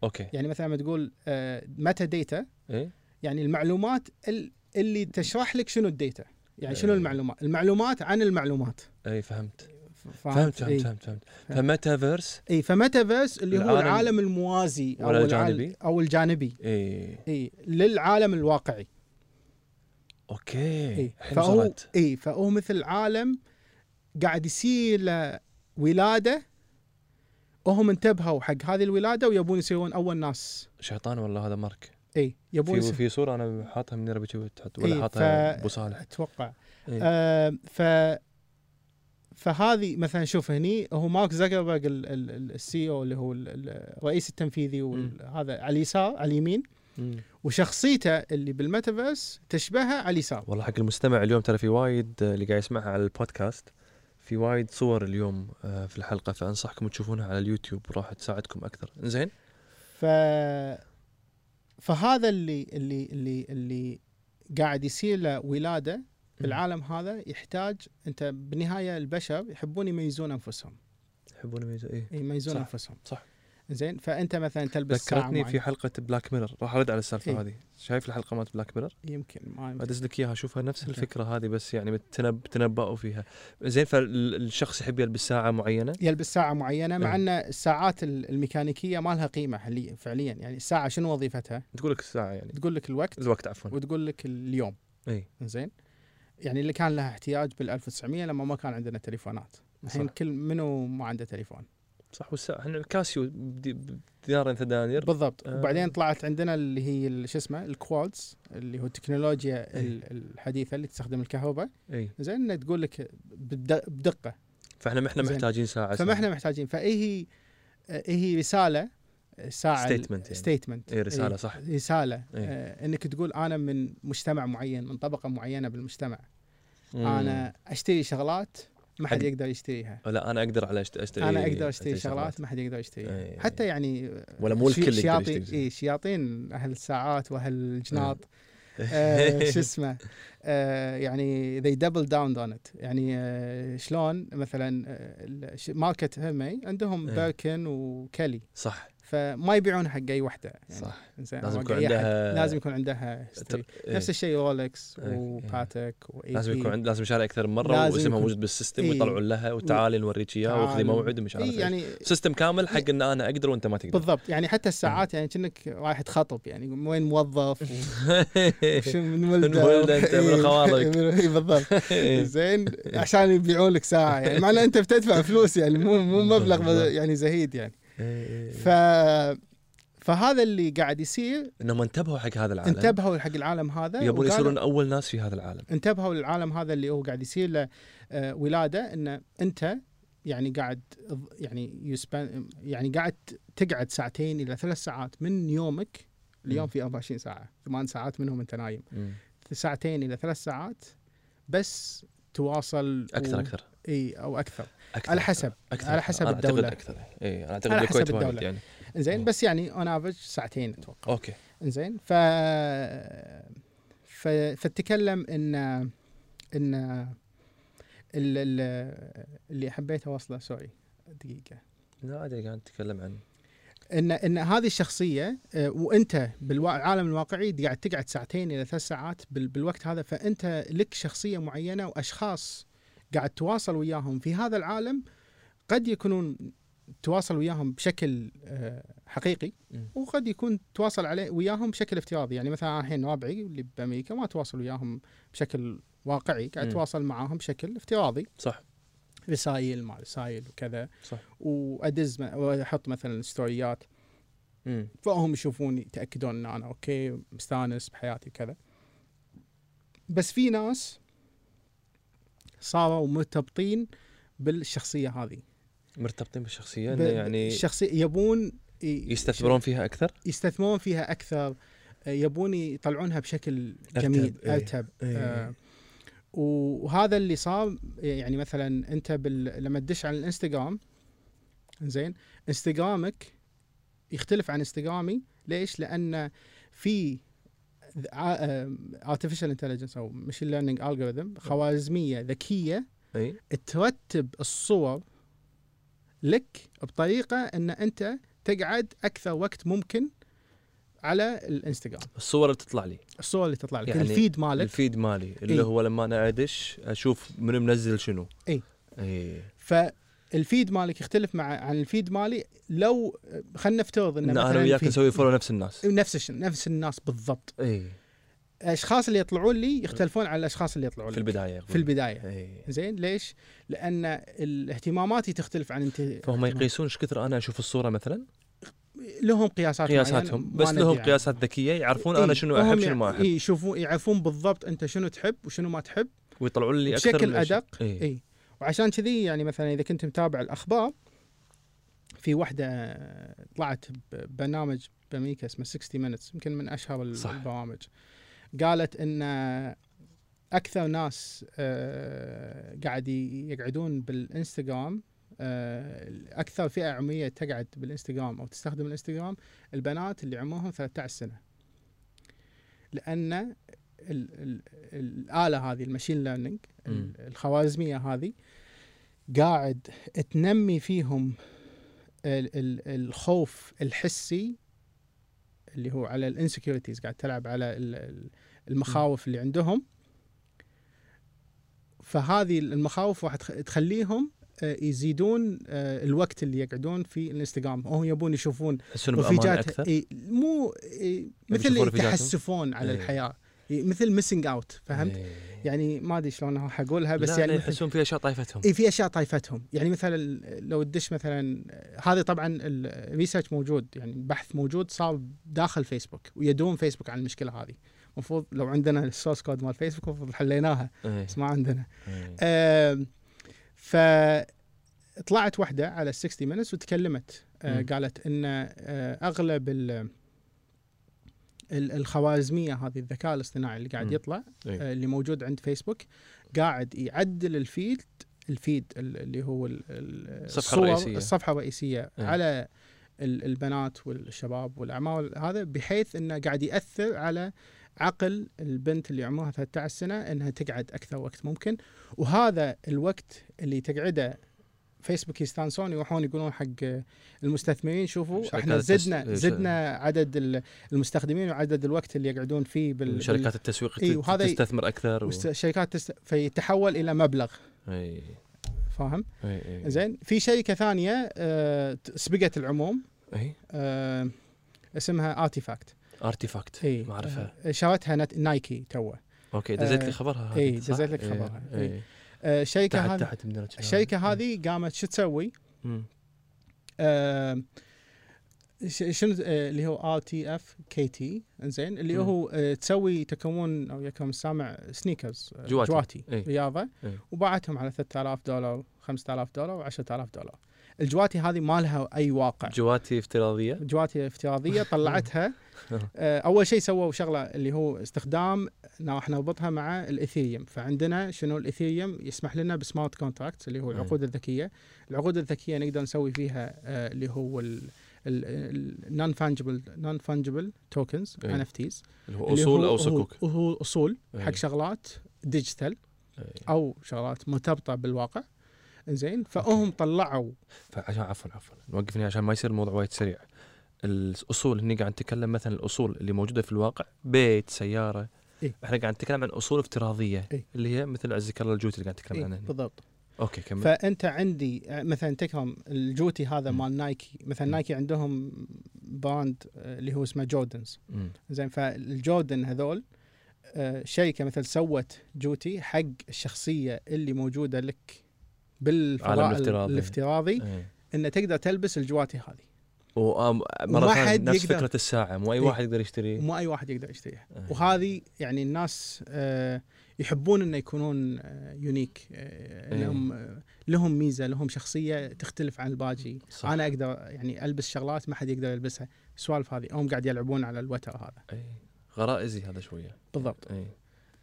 B: اوكي
A: يعني مثلا لما تقول آه، متى ديتا
B: ايه
A: يعني المعلومات ال- اللي تشرح لك شنو الديتا يعني شنو
B: إيه.
A: المعلومات المعلومات عن المعلومات
B: اي إيه، فهمت
A: ف- إيه.
B: فهمت فهمت
A: إي.
B: فهمت فهمت فميتافيرس
A: اي فمتافيرس اللي هو
B: العالم-
A: العالم الموازي او
B: ولا
A: العال-
B: الجانبي؟
A: او الجانبي
B: اي
A: اي للعالم الواقعي
B: اوكي
A: إيه.
B: الحين
A: فهو
B: وصلت
A: اي فهو مثل عالم قاعد يصير له ولاده وهم انتبهوا حق هذه الولاده ويبون يصيرون اول ناس
B: شيطان والله هذا مارك
A: اي يبون
B: في
A: يصير
B: في صوره انا حاطها من ربي شوف تحط
A: إيه،
B: ولا حاطها
A: ف-
B: ابو صالح
A: اتوقع
B: إيه.
A: آه ف فهذه مثلا شوف هني هو مارك زكربرج السي او اللي هو ال- ال- الرئيس التنفيذي
B: مم.
A: وهذا على اليسار على اليمين
B: مم.
A: وشخصيته اللي بالميتافيرس تشبهها على اليسار
B: والله حق المستمع اليوم ترى في وايد آه، اللي قاعد يسمعها على البودكاست في وايد صور اليوم آه، في الحلقه فانصحكم تشوفونها على اليوتيوب راح تساعدكم اكثر زين
A: ف فهذا اللي اللي اللي اللي قاعد يصير له ولاده بالعالم هذا يحتاج انت بالنهايه البشر يحبون إيه. يميزون انفسهم
B: يحبون يميزوا ايه
A: يميزون
B: صح.
A: انفسهم
B: صح.
A: زين فانت مثلا تلبس ساعه
B: ذكرتني في
A: معينة.
B: حلقه بلاك ميرور راح ارد على السالفه
A: إيه.
B: هذه شايف الحلقه مالت بلاك ميرور
A: يمكن ما يمكن.
B: ادز لك اياها اشوفها نفس
A: أوكي.
B: الفكره هذه بس يعني متنب تنبأوا فيها زين فالشخص يحب يلبس ساعه معينه
A: يلبس ساعه معينه مع
B: إيه.
A: ان الساعات ال- الميكانيكيه ما لها قيمه حلي- فعليا يعني الساعه شنو وظيفتها؟
B: تقول لك الساعه يعني
A: تقول لك الوقت
B: الوقت عفوا
A: وتقول لك اليوم
B: اي
A: زين يعني اللي كان لها احتياج بال 1900 لما ما كان عندنا تليفونات الحين
B: صح,
A: كل منو ما عنده تليفون
B: صح والساعه احنا الكاسيو بدي- بدينارين ثلاث دنانير
A: بالضبط
B: آه.
A: وبعدين طلعت عندنا اللي هي ال- شو اسمه الكوادز اللي هو
B: إيه.
A: التكنولوجيا ال- الحديثه اللي تستخدم الكهرباء
B: اي
A: زين إنها تقول لك بدق- بدقه
B: فاحنا احنا
A: زين.
B: محتاجين ساعه
A: فما احنا محتاجين فايه هي ايه هي آه، رساله ساعه
B: Statement يعني.
A: ستيتمنت
B: اي رساله صح
A: رساله
B: إيه.
A: آه، انك تقول انا من مجتمع معين من طبقه معينه بالمجتمع
B: مم.
A: انا اشتري شغلات ما حد
B: حد-
A: يقدر يشتريها
B: لا انا اقدر على أشت- اشتري
A: انا اقدر اشتري شغلات ما حد يقدر يشتريها
B: إيه.
A: حتى يعني
B: ولا مو
A: شي-
B: الكل يقدر
A: شياطين
B: يشتري.
A: اي شياطين اهل الساعات واهل الجناط آه،
B: *laughs*
A: شو اسمه آه، يعني they double down on it يعني آه، شلون مثلا آه، ال- ش- ماركت همي عندهم
B: إيه.
A: بيركن وكلي
B: صح
A: فما يبيعون حق اي وحده يعني
B: صح
A: زين،
B: لازم
A: أو
B: يكون
A: حق أي أحد.
B: عندها- آه،
A: لازم يكون عندها history.
B: تر-
A: نفس
B: إيه.
A: الشيء رولكس
B: إيه.
A: وباتك واي
B: لازم يكون عند لازم يشارك اكثر من مره
A: لازم
B: واسمها
A: يكون-
B: موجود بالسيستم
A: إيه.
B: ويطلعون لها وتعالي نوريك اياه واخذي
A: تعالوا.
B: موعد ومش عارف
A: إيه،
B: يعني
A: يعني
B: سيستم كامل حق ان انا اقدر وانت ما *laughs* تقدر
A: بالضبط يعني حتى الساعات
B: إيه.
A: يعني كأنك رايح تخطب يعني وين موظف و-
B: *laughs*
A: شو من ولده
B: من ولده أنت، من
A: إيه،
B: خوالك.
A: من- إيه، بالضبط
B: *laughs*
A: زين عشان يبيعون لك ساعه يعني معناه انت بتدفع فلوس يعني مو مو مبلغ
B: بالضبط. إيه.
A: يعني زهيد يعني ف
B: ف...
A: فهذا اللي قاعد يصير
B: انهم انتبهوا حق هذا العالم انتبهوا
A: انتبهوا حق العالم هذا
B: يبون
A: وقالوا-
B: يصيرون اول ناس في هذا العالم
A: انتبهوا للعالم هذا اللي هو قاعد يصير له آه، ولاده ان انت يعني قاعد يعني يسبن يعني قاعد تقعد ساعتين الى ثلاث ساعات من يومك اليوم
B: مم.
A: في 24 ساعه ثمان ساعات منهم انت نايم
B: مم.
A: ساعتين الى ثلاث ساعات بس تواصل
B: اكثر
A: و-
B: اكثر
A: اي او اكثر
B: اكثر
A: على حسب
B: اكثر
A: على حسب
B: أنا أعتقد
A: الدولة.
B: اكثر اي انا اعتقد
A: على حسب
B: الكويت وايد
A: الدولة.
B: يعني
A: زين
B: مم.
A: بس يعني اون افريج ساعتين اتوقع
B: اوكي
A: زين ف... ف فتكلم ان ان ال- ال- اللي حبيت اوصله سوري دقيقه
B: لا عادي قاعد نتكلم عن
A: ان ان هذه الشخصيه آه، وانت بالعالم الواقعي قاعد تقعد ساعتين الى ثلاث ساعات بال- بالوقت هذا فانت لك شخصيه معينه واشخاص قاعد تواصل وياهم في هذا العالم قد يكونون تواصل وياهم بشكل آه، حقيقي
B: م.
A: وقد يكون تواصل عليه وياهم بشكل افتراضي يعني مثلا أنا الحين ربعي اللي بامريكا ما تواصل وياهم بشكل واقعي قاعد
B: م.
A: اتواصل معاهم بشكل افتراضي
B: صح
A: رسائل مع رسائل وكذا
B: صح
A: وادز م- واحط مثلا ستوريات
B: مم.
A: فهم يشوفوني يتاكدون ان انا اوكي مستانس بحياتي وكذا بس في ناس صاروا مرتبطين بالشخصيه هذه
B: مرتبطين بالشخصيه
A: ب-
B: انه يعني
A: الشخصيه يبون ي-
B: يستثمرون فيها اكثر
A: يستثمرون فيها اكثر يبون يطلعونها بشكل جميل
B: إيه.
A: ارتب
B: إيه.
A: آه وهذا اللي صار يعني مثلا انت بال... لما تدش على الانستغرام زين انستغرامك يختلف عن انستغرامي ليش؟ لان في آه، ارتفيشال انتليجنس او ماشين ليرنينج الجوريثم خوارزميه ذكيه
B: اي
A: ترتب الصور لك بطريقه ان انت تقعد اكثر وقت ممكن على الانستغرام
B: الصور اللي تطلع لي
A: الصور اللي تطلع لك يعني
B: يعني
A: الفيد مالك
B: الفيد مالي اللي
A: إي.
B: هو لما انا ادش اشوف من منزل شنو إيه.
A: إي.
B: اي
A: فالفيد مالك يختلف مع عن الفيد مالي لو خلينا نفترض ان
B: ان
A: مثلا
B: انا وياك
A: في- إيه.
B: نسوي فولو نفس الناس إيه.
A: نفس الشيء نفس الناس بالضبط
B: اي
A: الاشخاص اللي يطلعون لي يختلفون عن الاشخاص اللي يطلعون
B: في
A: لي
B: البدايه
A: في إيه. البدايه
B: اي
A: زين ليش؟ لان ال- اهتماماتي تختلف عن انت
B: فهم يقيسون ايش كثر انا اشوف الصوره مثلا
A: لهم قياسات معينة،
B: قياساتهم
A: يعني ما ندري
B: بس
A: يعني. إيه.
B: لهم
A: عنها.
B: قياسات ذكيه يعرفون انا
A: إي،
B: شنو
A: وهم
B: احب
A: يع-
B: شنو ما احب
A: إي، إيه، يشوفون يعرفون بالضبط انت شنو تحب وشنو ما تحب
B: ويطلعون لي اكثر
A: بشكل إيه.
B: من الأشياء. إيه.
A: ادق
B: إي.
A: اي وعشان كذي يعني مثلا اذا كنت متابع الاخبار في واحده طلعت ببرنامج بامريكا اسمه 60 مينتس يمكن من اشهر ال-
B: صح.
A: البرامج قالت ان اكثر ناس آه، قاعد ي- يقعدون بالانستغرام آه، اكثر فئه عمريه تقعد بالانستغرام او تستخدم الانستغرام البنات اللي عمرهم 13 سنه لان ال ال الاله هذه المشين ليرنينج
B: مم.
A: الخوارزميه هذه قاعد تنمي فيهم ال- ال- الخوف الحسي اللي هو على الانسكيورتيز قاعد تلعب على ال- ال- المخاوف اللي عندهم فهذه المخاوف راح تخ- تخليهم آه، يزيدون آه، الوقت اللي يقعدون في الانستغرام هم يبون يشوفون
C: يحسون بامان
A: رفيجات
C: اكثر
A: إي، مو إي، مثل
B: يشوفون رفيجاتهم؟
A: يتحسفون على
C: إي.
A: الحياه إي، مثل ميسنج اوت فهمت
C: إيه.
A: يعني ما ادري شلون راح اقولها بس
C: لا،
A: يعني
C: لا،
A: مثل- إيه.
C: يحسون في اشياء طايفتهم
A: اي في اشياء طايفتهم يعني مثلا لو تدش مثلا هذه طبعا الريسيرش موجود يعني البحث موجود صار داخل فيسبوك ويدوم فيسبوك على المشكله هذه المفروض لو عندنا السورس كود مال فيسبوك المفروض حليناها
C: إيه.
A: بس ما عندنا
C: إيه.
A: آم، آه، فطلعت واحدة على 60 minutes وتكلمت آه،
C: مم.
A: قالت ان آه، اغلب ال ال- الخوارزمية هذه الذكاء الاصطناعي اللي
B: مم.
A: قاعد يطلع
B: إي.
A: آه، اللي موجود عند فيسبوك قاعد يعدل الفيد الفيد ال- اللي هو ال- ال-
C: الصفحة
A: الصور-
C: الرئيسية.
A: الصفحة الرئيسية
C: إي.
A: على ال- البنات والشباب والاعمال هذا بحيث انه قاعد ياثر على عقل البنت اللي عمرها 13 سنه انها تقعد اكثر وقت ممكن وهذا الوقت اللي تقعده فيسبوك يستانسون يروحون يقولون حق المستثمرين شوفوا
C: شركات
A: احنا
C: التس-
A: زدنا
C: إيه، ش-
A: زدنا عدد ال- المستخدمين وعدد الوقت اللي يقعدون فيه بال
C: شركات التسويق
A: إيه،
C: تت-
A: وهذا ي-
C: تستثمر اكثر و...
A: الشركات تست... فيتحول الى مبلغ
C: إيه.
A: فاهم
C: إيه. إيه.
A: زين في شركه ثانيه آه، ت- سبقت العموم
C: إيه.
A: آه، اسمها ارتيفاكت
C: ارتيفاكت
A: اي
C: ما اعرفها
A: آه، شارتها نت- نايكي توه
C: اوكي دزيت لي
A: آه،
C: خبرها
A: إيه،
C: هذه، صح؟
A: دزيت لك
C: إيه،
A: خبرها.
C: إيه.
A: إيه. آه، الشركه
C: تحت
A: هذه
C: تحت مدينة شنو
A: الشركه
C: هذه؟
A: هذه قامت شو تسوي؟
C: مم.
A: آه، ش- شنو آه، اللي هو ار تي اف كي تي انزين اللي
C: مم.
A: هو آه، تسوي تكون او ياكم السامع سنيكرز آه،
C: جواتي.
A: جواتي
C: إي.
A: رياضه
C: إي.
A: وباعتهم على 3000 دولار 5000 دولار و10000 دولار الجواتي هذه ما لها اي واقع
C: جواتي افتراضيه *laughs*
A: جواتي افتراضيه طلعتها
C: آه.
A: آه، اول شيء سووا شغله اللي هو استخدام راح نربطها مع الايثيريوم فعندنا شنو الايثيريوم يسمح لنا بسمارت كونتراكتس اللي هو
C: أي.
A: العقود الذكيه العقود الذكيه نقدر نسوي فيها آه، اللي هو النون فانجبل نون فانجبل توكنز
C: أي.
A: ان اف تيز
C: اللي هو اصول او صكوك
A: هو اصول
C: أي.
A: حق شغلات ديجيتال
C: إيه.
A: او شغلات مرتبطه بالواقع زين فهم طلعوا
B: فعشان عفوا عفوا نوقف هنا عشان ما يصير الموضوع وايد سريع الاصول هني قاعد نتكلم مثلا الاصول اللي موجوده في الواقع بيت سياره
A: إيه.
B: احنا قاعد نتكلم عن اصول افتراضيه
A: إيه.
B: اللي هي مثل عزك الله الجوت اللي قاعد نتكلم
A: إيه،
B: عنها هنا.
A: بالضبط
B: اوكي كمل
A: فانت عندي مثلا تكرم الجوتي هذا
B: مم.
A: مال نايكي مثلا
B: مم.
A: نايكي عندهم باند آه، اللي هو اسمه جوردنز
B: مم.
A: زين فالجوردن هذول آه، شركه مثل سوت جوتي حق الشخصيه اللي موجوده لك بالفضاء
B: الافتراضي.
A: الافتراضي, الافتراضي
B: إيه.
A: ان تقدر تلبس الجواتي هذه
B: وآم- مره
A: وما
B: ثانيه
A: حد
B: نفس
A: يقدر-
B: فكره الساعه مو اي
A: إيه.
B: واحد يقدر يشتري
A: مو اي واحد يقدر يشتريها
B: آه.
A: وهذه يعني الناس آه، يحبون انه يكونون آه، يونيك آه،
B: إيه.
A: لهم آه، لهم ميزه لهم شخصيه تختلف عن الباجي
B: صح.
A: انا اقدر يعني البس شغلات ما حد يقدر يلبسها السوالف هذه هم قاعد يلعبون على الوتر هذا
B: إيه. غرائزي هذا شويه
A: بالضبط
B: إيه.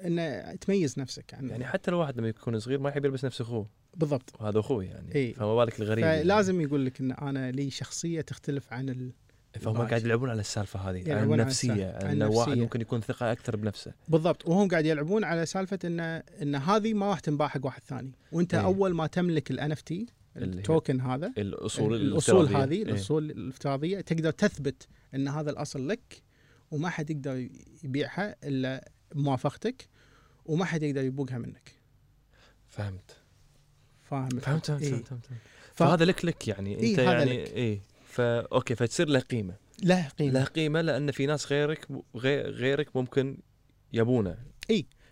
A: انه تميز نفسك عن
B: يعني حتى الواحد لما يكون صغير ما يحب يلبس نفس اخوه
A: بالضبط
B: وهذا اخوه يعني
A: إيه.
B: فما بالك الغريب يعني.
A: فلازم يقول لك ان انا لي شخصيه تختلف عن ال...
B: فهم
A: الواحد.
B: قاعد يلعبون على السالفه هذه على
A: يلعبون على
B: النفسيه
A: السالفة،
B: على
A: على
B: ان الواحد
A: النفسية.
B: ممكن يكون ثقه اكثر بنفسه
A: بالضبط وهم قاعد يلعبون على سالفه ان ان هذه ما راح تنباع حق واحد ثاني وانت
B: إيه.
A: إيه. اول ما تملك الان اف تي
B: اللي هي
A: التوكن هذا
B: الاصول
A: الاصول
B: الافتراضية.
A: هذه
B: إيه.
A: الاصول الافتراضيه تقدر تثبت ان هذا الاصل لك وما حد يقدر يبيعها الا بموافقتك وما حد يقدر يبوقها منك
B: فهمت
A: فاهم
B: فهمت فهمت,
A: إيه.
B: فهمت, فهمت.
A: ف-
B: فهذا لك لك يعني انت
A: إيه، هذا
B: يعني
A: لك. إيه.
B: اي فا اوكي فتصير له قيمه
A: له قيمه
B: له قيمه لان في ناس غيرك غير غيرك ممكن يبونه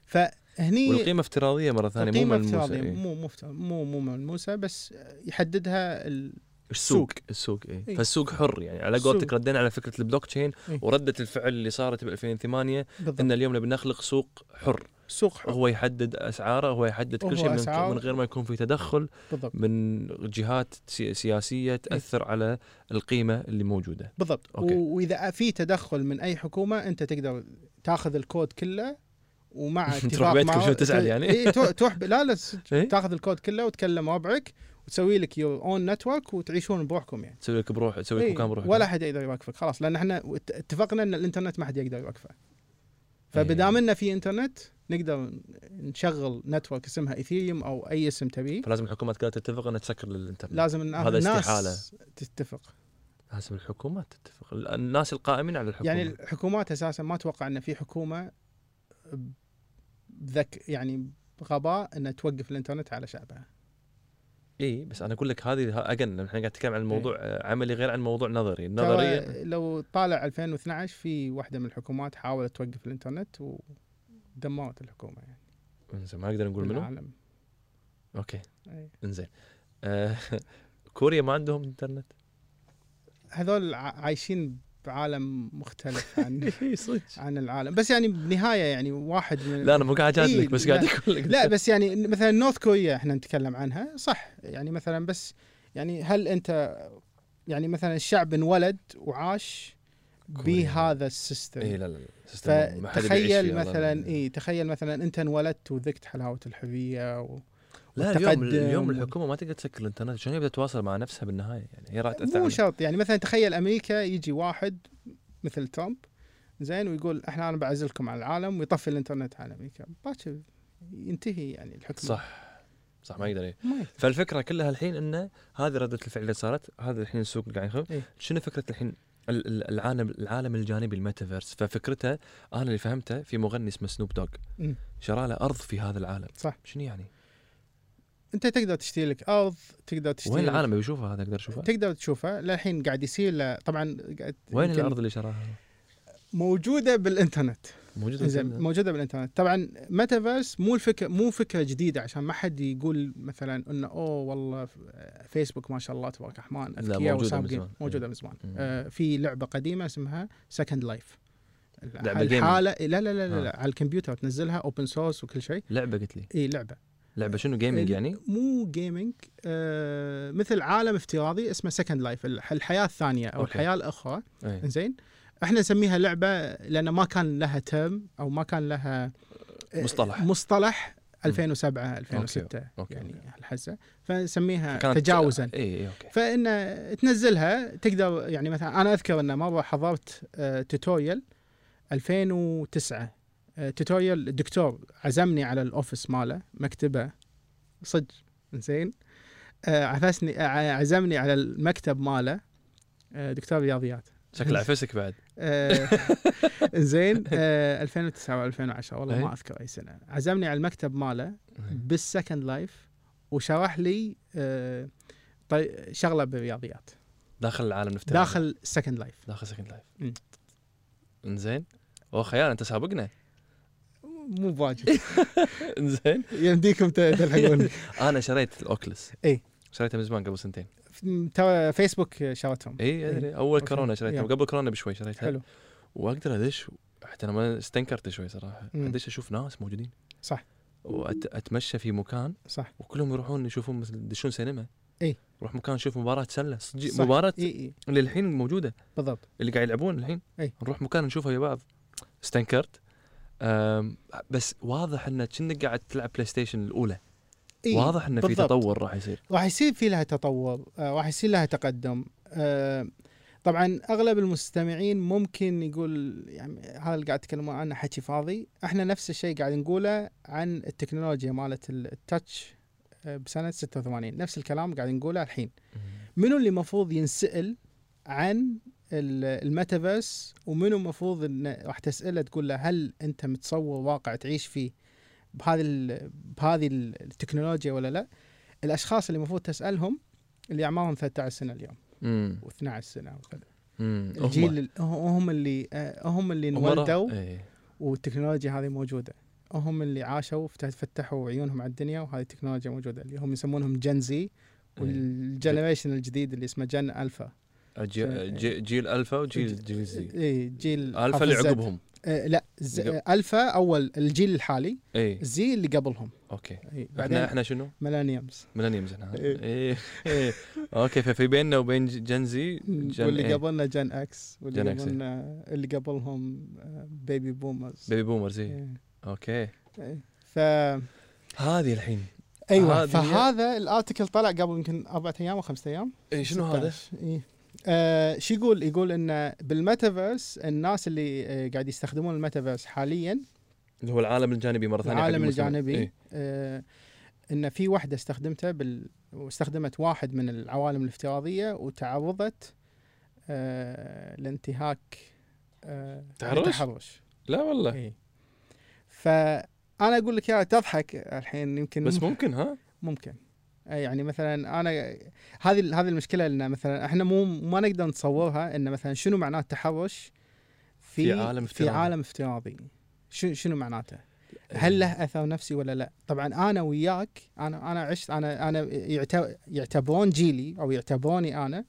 A: فهني
B: والقيمه افتراضيه مره ثانيه مو
A: إيه. القيمة
B: ملموسه
A: افتراضية،
B: إيه.
A: مو مو مفت- مو مو ملموسه بس يحددها ال...
B: السوق السوق اي
A: إيه.
B: فالسوق حر يعني على
A: السوق.
B: قولتك ردينا على فكره البلوك تشين
A: إيه.
B: ورده الفعل اللي صارت ب 2008 ان
A: بالضبط
B: اليوم نبي نخلق سوق حر
A: سوق حر
B: هو يحدد اسعاره هو يحدد
A: هو
B: كل شيء من,
A: أسعار.
B: من غير ما يكون في تدخل
A: بالضبط
B: من جهات سي-
A: إيه.
B: سياسيه تاثر على القيمه اللي موجوده
A: بالضبط
B: أوكي.
A: و- واذا في تدخل من اي حكومه انت تقدر تاخذ الكود كله
B: *laughs*
A: ومع
B: تروح
A: اتفاق
B: بيتك
A: معه-
B: وشو تزعل يعني؟
A: إيه، تروح- تروح ب- لا لا
B: *laughs*
A: س-
B: إيه؟
A: تاخذ الكود كله وتكلم ربعك وتسوي لك يور اون نتورك وتعيشون بروحكم يعني
B: تسوي لك بروح تسوي لك
A: إيه،
B: مكان بروحك
A: ولا حد يقدر يوقفك خلاص لان احنا ات- اتفقنا ان الانترنت ما حد يقدر يوقفه فبدام انه في انترنت نقدر نشغل نتورك اسمها ايثيريوم او اي اسم تبيه
B: فلازم الحكومات كلها تتفق انها تسكر للانترنت
A: لازم إن
B: هذا
A: الناس
B: استحالة.
A: تتفق
B: لازم الحكومات تتفق الناس القائمين على الحكومه
A: يعني الحكومات اساسا ما اتوقع ان في حكومه بذك يعني بغباء انها توقف الانترنت على شعبها
B: اي إيه، بس انا اقول لك هذه اجن احنا قاعد نتكلم عن الموضوع
A: إيه.
B: آه، عملي غير عن موضوع نظري نظريا
A: ترى لو طالع 2012 في واحده من الحكومات حاولت توقف الانترنت ودمرت الحكومه يعني
B: انزين ما نقدر نقول منو
A: بالعالم.
B: اوكي
A: إي.
B: انزين *laughs* آه، كوريا ما
A: *laughs*
B: عندهم انترنت
A: هذول ع- عايشين بعالم مختلف
B: *laughs*
A: عن
B: اي صدق
A: عن العالم بس يعني بالنهايه يعني واحد من
B: لا انا مو قاعد
A: إي،
B: اجادلك بس قاعد
A: *laughs*
B: اقول لك
A: إيه، لا بس يعني مثلا نورث كوريا احنا نتكلم عنها صح يعني مثلا بس يعني هل انت يعني مثلا الشعب انولد وعاش
B: كوريا.
A: بهذا السيستم
B: اي إيه، لا لا لا. سيستم ما حد بيعيش
A: فتخيل
B: فيه أبداً.
A: مثلا اي إيه، تخيل مثلا انت انولدت وذقت حلاوه الحريه و...
B: لا اليوم
A: والتقدم
B: اليوم
A: وال-
B: الحكومه ما تقدر تسكر الانترنت عشان يبدا تتواصل مع نفسها بالنهايه يعني هي راح تاثر
A: مو
B: على-
A: شرط يعني مثلا تخيل امريكا يجي واحد مثل ترامب زين ويقول احنا انا بعزلكم على العالم ويطفي الانترنت على امريكا باكر ينتهي يعني الحكم
B: صح صح ما يقدر
A: ما يت-
B: فالفكره كلها الحين انه هذه رده الفعل اللي صارت هذا الحين السوق اللي قاعد يخف
A: إيه.
B: شنو فكره الحين ال- ال- العالم العالم الجانبي الميتافيرس ففكرته انا اللي فهمته في مغني اسمه سنوب دوغ
A: مم.
B: شرى له ارض في هذا العالم
A: صح.
B: شنو يعني؟
A: انت تقدر تشتري لك ارض تقدر تشتري
B: وين
A: لك-
B: العالم بيشوفه هذا اقدر اشوفه؟
A: تقدر تشوفه للحين قاعد يصير له طبعا قاعد-
B: وين
A: يمكن
B: الارض اللي شراها؟
A: موجوده بالانترنت
B: موجوده
A: زين
B: بالكاميرا؟
A: موجوده بالانترنت طبعا ميتافيرس مو الفكره مو فكره جديده عشان ما حد يقول مثلا انه اوه والله ف- فيسبوك ما شاء الله تبارك الرحمن اذكياء
B: موجودة من
A: وسابقين
B: زمان.
A: موجوده
B: إيه.
A: من زمان
B: مم.
A: آه في لعبه قديمه اسمها سكند لايف
B: لعبة
A: الحاله لا لا لا, لا,
B: آه.
A: لا على الكمبيوتر تنزلها اوبن سورس وكل شيء
B: لعبه قلت لي
A: اي لعبه
B: لعبه شنو جيمنج
A: ال-
B: يعني؟
A: مو جيمنج آه مثل عالم افتراضي اسمه سكند لايف الحياه الثانيه او
B: أوكي.
A: الحياه الاخرى
B: إيه.
A: زين احنا نسميها لعبه لان ما كان لها ترم او ما كان لها
B: مصطلح.
A: مصطلح 2007 2006
B: أوكي.
A: يعني الحزه فنسميها
B: كانت- آه، إيه،
A: تجاوزا
B: اي اي اوكي
A: فان تنزلها تقدر يعني مثلا انا اذكر ان مره حضرت آه، توتوريال 2009 آه، توتوريال الدكتور عزمني على الاوفيس ماله مكتبه صدق زين آه، عفسني آه، عزمني على المكتب ماله آه، دكتور رياضيات
B: شكله عفسك بعد
A: *laughs* آه، زين آه، 2009 و2010 والله ما اذكر اي سنه عزمني على المكتب ماله بالسكند لايف وشرح لي آه، طي- شغله بالرياضيات
B: داخل العالم نفتح
A: داخل سكند لايف
B: داخل سكند لايف
A: مم.
B: انزين اوه خيال انت سابقنا *laughs*
A: مو بواجد
B: انزين
A: *laughs* يمديكم ت- *laughs* تلحقون
B: انا شريت الاوكلس
A: إي.
B: شريتها من زمان قبل سنتين
A: ترى فيسبوك شرتهم
B: اي ادري اول
A: إيه. أوكي.
B: كورونا شريتها
A: يلا.
B: قبل كورونا بشوي شريتها
A: حلو
B: واقدر ادش حتى انا ما استنكرت شوي صراحه
A: مم.
B: ادش اشوف ناس موجودين
A: صح.
B: واتمشى في مكان
A: صح
B: وكلهم يروحون يشوفون مثل يدشون سينما
A: إي.
B: روح مكان شوف مباراه سله صدق
A: صح.
B: مباراه
A: اي اي
B: اللي الحين موجوده
A: بالضبط
B: اللي قاعد يلعبون الحين
A: إي.
B: نروح مكان نشوفها ويا بعض استنكرت أم، بس واضح ان كأنك قاعد تلعب بلاي ستيشن الاولى
A: إي.
B: واضح انه في
A: بالضبط.
B: تطور راح يصير
A: راح يصير في لها تطور آه، راح يصير لها تقدم آه، طبعا اغلب المستمعين ممكن يقول يعني هذا اللي قاعد يتكلمون عنه حكي فاضي احنا نفس الشيء قاعد نقوله عن التكنولوجيا مالت ال- التاتش آه، بسنه 86 نفس الكلام قاعد نقوله الحين منو اللي المفروض ينسال عن ال- الميتافيرس ومنو المفروض ان راح تساله تقول له هل انت متصور واقع تعيش فيه بهذه ال- بهذه ال- التكنولوجيا ولا لا؟ الاشخاص اللي المفروض تسالهم اللي اعمارهم 13 سنه اليوم
B: امم
A: و12 سنه وكذا
B: امم
A: الجيل ال- هم هم اللي آه، هم إيه. اللي
B: هم راح- إيه.
A: انولدوا
B: إي.
A: والتكنولوجيا هذه موجوده هم اللي عاشوا وفت- فتحوا عيونهم على الدنيا وهذه التكنولوجيا موجوده اللي هم يسمونهم جنزي والجنريشن الجديد اللي اسمه جن الفا
B: جي- جي- جيل الفا وجيل جيل زي
A: اي إيه، جيل
B: الفا
A: حرف
B: اللي
A: الزد.
B: عقبهم
A: آه لا ز...
B: اللي-
A: آه، الفا اول الجيل الحالي
B: اي
A: زي اللي قبلهم
B: اوكي
A: إي،
B: احنا
A: بعدين
B: احنا شنو؟
A: ميلانيومز
B: ميلانيومز احنا
A: إيه.
B: اي إيه. *laughs* اوكي ففي بيننا وبين جن زي جن
A: واللي
B: إيه.
A: قبلنا جن اكس
B: جن
A: واللي
B: إكس، إي.
A: قبلنا
B: إيه.
A: اللي قبلهم آه، بيبي بومرز
B: بيبي بومرز إيه.
A: إيه.
B: اوكي
A: إيه. ف
B: هذه الحين
A: ايوه
B: هذه هي-
A: فهذا الارتكل طلع قبل يمكن اربع ايام او خمسة ايام
B: اي شنو هذا؟
A: 16. إيه. آه شو يقول؟ يقول ان بالميتافيرس الناس اللي آه قاعد يستخدمون الميتافيرس حاليا
B: اللي هو العالم الجانبي مره ثانيه حق
A: العالم
B: المستمع.
A: الجانبي
B: إيه.
A: آه ان في وحده استخدمتها بال... واستخدمت واحد من العوالم الافتراضيه وتعرضت آه لانتهاك آه
B: تحرش؟ طيب.
A: لتحرش
B: لا والله
A: إيه. فانا اقول لك يا تضحك الحين يمكن
B: بس ممكن ها
A: ممكن أي يعني مثلا انا هذه هذه المشكله ان مثلا احنا مو ما نقدر نصورها ان مثلا شنو معناه التحرش في
B: في عالم
A: في
B: افتراضي.
A: عالم افتراضي شنو شنو معناته؟ هل
B: إيه.
A: له اثر نفسي ولا لا؟ طبعا انا وياك انا انا عشت انا انا يعت- يعتبرون جيلي او يعتبروني انا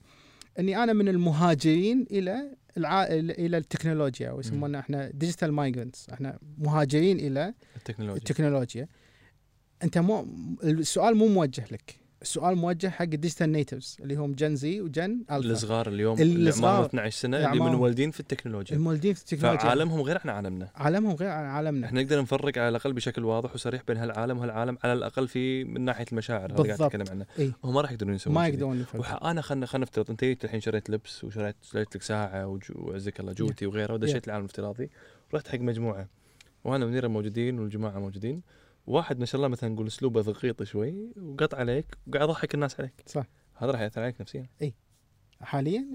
A: اني انا من المهاجرين الى الع... الى التكنولوجيا ويسمونا احنا ديجيتال مايجرنتس احنا مهاجرين الى
B: التكنولوجيا
A: التكنولوجيا انت مو السؤال مو موجه لك السؤال موجه حق الديجيتال نيتفز اللي هم جن زي وجن الفا
B: الصغار اليوم
A: اللي
B: اللي
A: صغار.
B: عمرهم 12 سنه اللي
A: أعمارهم.
B: منولدين في التكنولوجيا
A: المولدين في التكنولوجيا
B: فعالمهم غير عن عالمنا
A: عالمهم غير عن عالمنا
B: احنا نقدر نفرق على الاقل بشكل واضح وصريح بين هالعالم وهالعالم على الاقل في من ناحيه المشاعر هذا قاعد
A: بالضبط.
B: اتكلم عنه
A: إيه.
B: هم ما راح يقدرون يسوون
A: ما
B: كذي.
A: يقدرون
B: وح...
A: يفرقون
B: انا خلنا خلنا نفترض انت جيت الحين شريت لبس وشريت شريت لك ساعه وج- وعزك الله جوتي وغيره ودشيت العالم الافتراضي رحت حق مجموعه وانا ونيره موجودين والجماعه موجودين واحد ما شاء الله مثلا نقول اسلوبه ضغيط شوي وقط عليك وقاعد يضحك الناس عليك
A: صح.
B: هذا راح ياثر عليك نفسيا
A: حاليا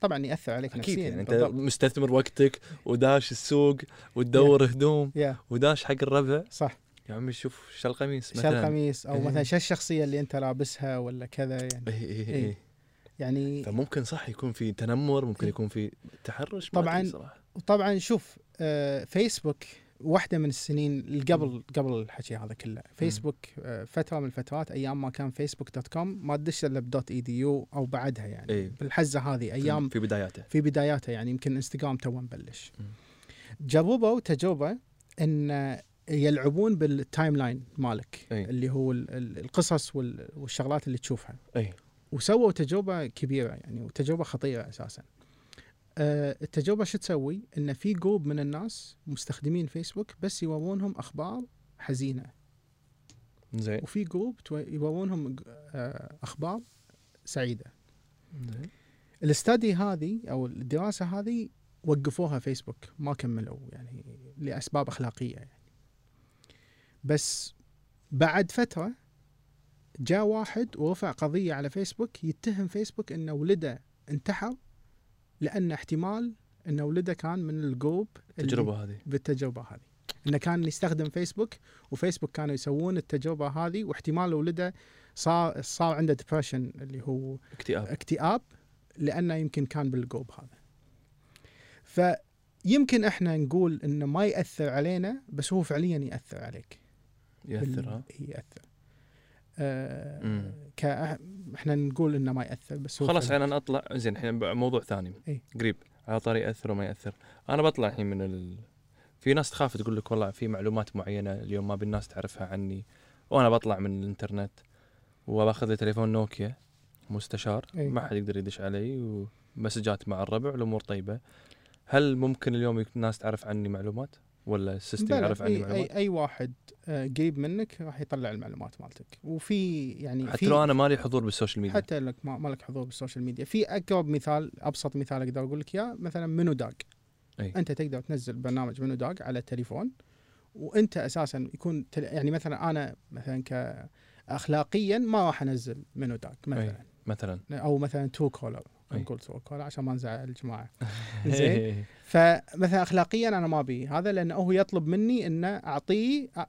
A: طبعا ياثر عليك
B: اكيد
A: نفسيا
B: يعني انت
A: بالضبط.
B: مستثمر وقتك وداش السوق وتدور هدوم
A: يا
B: وداش حق الربع
A: صح
B: يا عمي شوف شال قميص
A: شال
B: مثلا
A: قميص او
B: إيه.
A: مثلا شال الشخصيه اللي انت لابسها ولا كذا يعني
B: إيه إيه إيه.
A: إيه. يعني
B: فممكن صح يكون في تنمر ممكن
A: إيه.
B: يكون في تحرش ما
A: طبعاً.
B: أدري صراحة.
A: وطبعا شوف آه، فيسبوك واحدة من السنين اللي قبل قبل الحكي هذا كله فيسبوك آه، فترة من الفترات أيام ما كان فيسبوك دوت كوم ما تدش إلا بدوت اي دي يو أو بعدها يعني
B: إيه.
A: بالحزة هذه أيام
B: في بداياته
A: في بداياته يعني يمكن انستغرام تو مبلش
B: مم.
A: جربوا تجربة أن يلعبون بالتايم لاين مالك
B: أي.
A: اللي هو ال- ال- القصص وال- والشغلات اللي تشوفها
B: اي
A: وسووا تجربه كبيره يعني وتجربه خطيره اساسا. آه، التجربه شو تسوي؟ ان في جروب من الناس مستخدمين فيسبوك بس يورونهم اخبار حزينه
B: زين
A: وفي جروب تو- يورونهم آه، اخبار سعيده. الاستادي هذه او الدراسه هذه وقفوها فيسبوك ما كملوا يعني لاسباب اخلاقيه يعني. بس بعد فتره جاء واحد ورفع قضيه على فيسبوك يتهم فيسبوك ان ولده انتحر لان احتمال ان ولده كان من الجروب اللي-
B: التجربه هذه
A: بالتجربه هذه انه كان يستخدم فيسبوك وفيسبوك كانوا يسوون التجربه هذه واحتمال ولده صار صار عنده ديبرشن اللي هو
B: اكتئاب
A: اكتئاب لانه يمكن كان بالجوب هذا فيمكن احنا نقول انه ما ياثر علينا بس هو فعليا ياثر عليك إيه،
B: ياثر
A: بال-
B: ها
A: إي ياثر آه
B: مم.
A: كا- احنا آه، نقول انه ما ياثر بس هو
B: خلاص
A: فعلياً-
B: يعني انا اطلع زين الحين ب- موضوع ثاني
A: إيه.
B: قريب على طاري ياثر وما ياثر انا بطلع الحين من ال... في ناس تخاف تقول لك والله في معلومات معينه اليوم ما بالناس تعرفها عني وانا بطلع من الانترنت وباخذ لي تليفون نوكيا مستشار
A: إيه.
B: ما حد يقدر يدش علي ومسجات مع الربع والامور طيبه هل ممكن اليوم يك- الناس تعرف عني معلومات ولا السيستم
A: بلى،
B: يعرف عني
A: اي
B: معلومات
A: اي, أي واحد آه، قريب منك راح يطلع المعلومات مالتك وفي يعني
B: حتى
A: في-
B: لو انا مالي حضور بالسوشيال ميديا
A: حتى لك ما ما لك حضور بالسوشيال ميديا في اقرب مثال ابسط مثال اقدر اقول لك اياه مثلا منو داق
B: أي.
A: انت تقدر تنزل برنامج منو داق على التليفون وانت اساسا يكون تل... يعني مثلا انا مثلا ك اخلاقيا ما راح انزل منو داق مثلا
B: مثلا
A: او مثلا تو كولر
B: أي.
A: نقول تو كولر عشان ما نزعل
B: *laughs*
A: الجماعه زين فمثلا اخلاقيا انا ما ابي هذا لانه هو يطلب مني ان اعطيه أ- أ-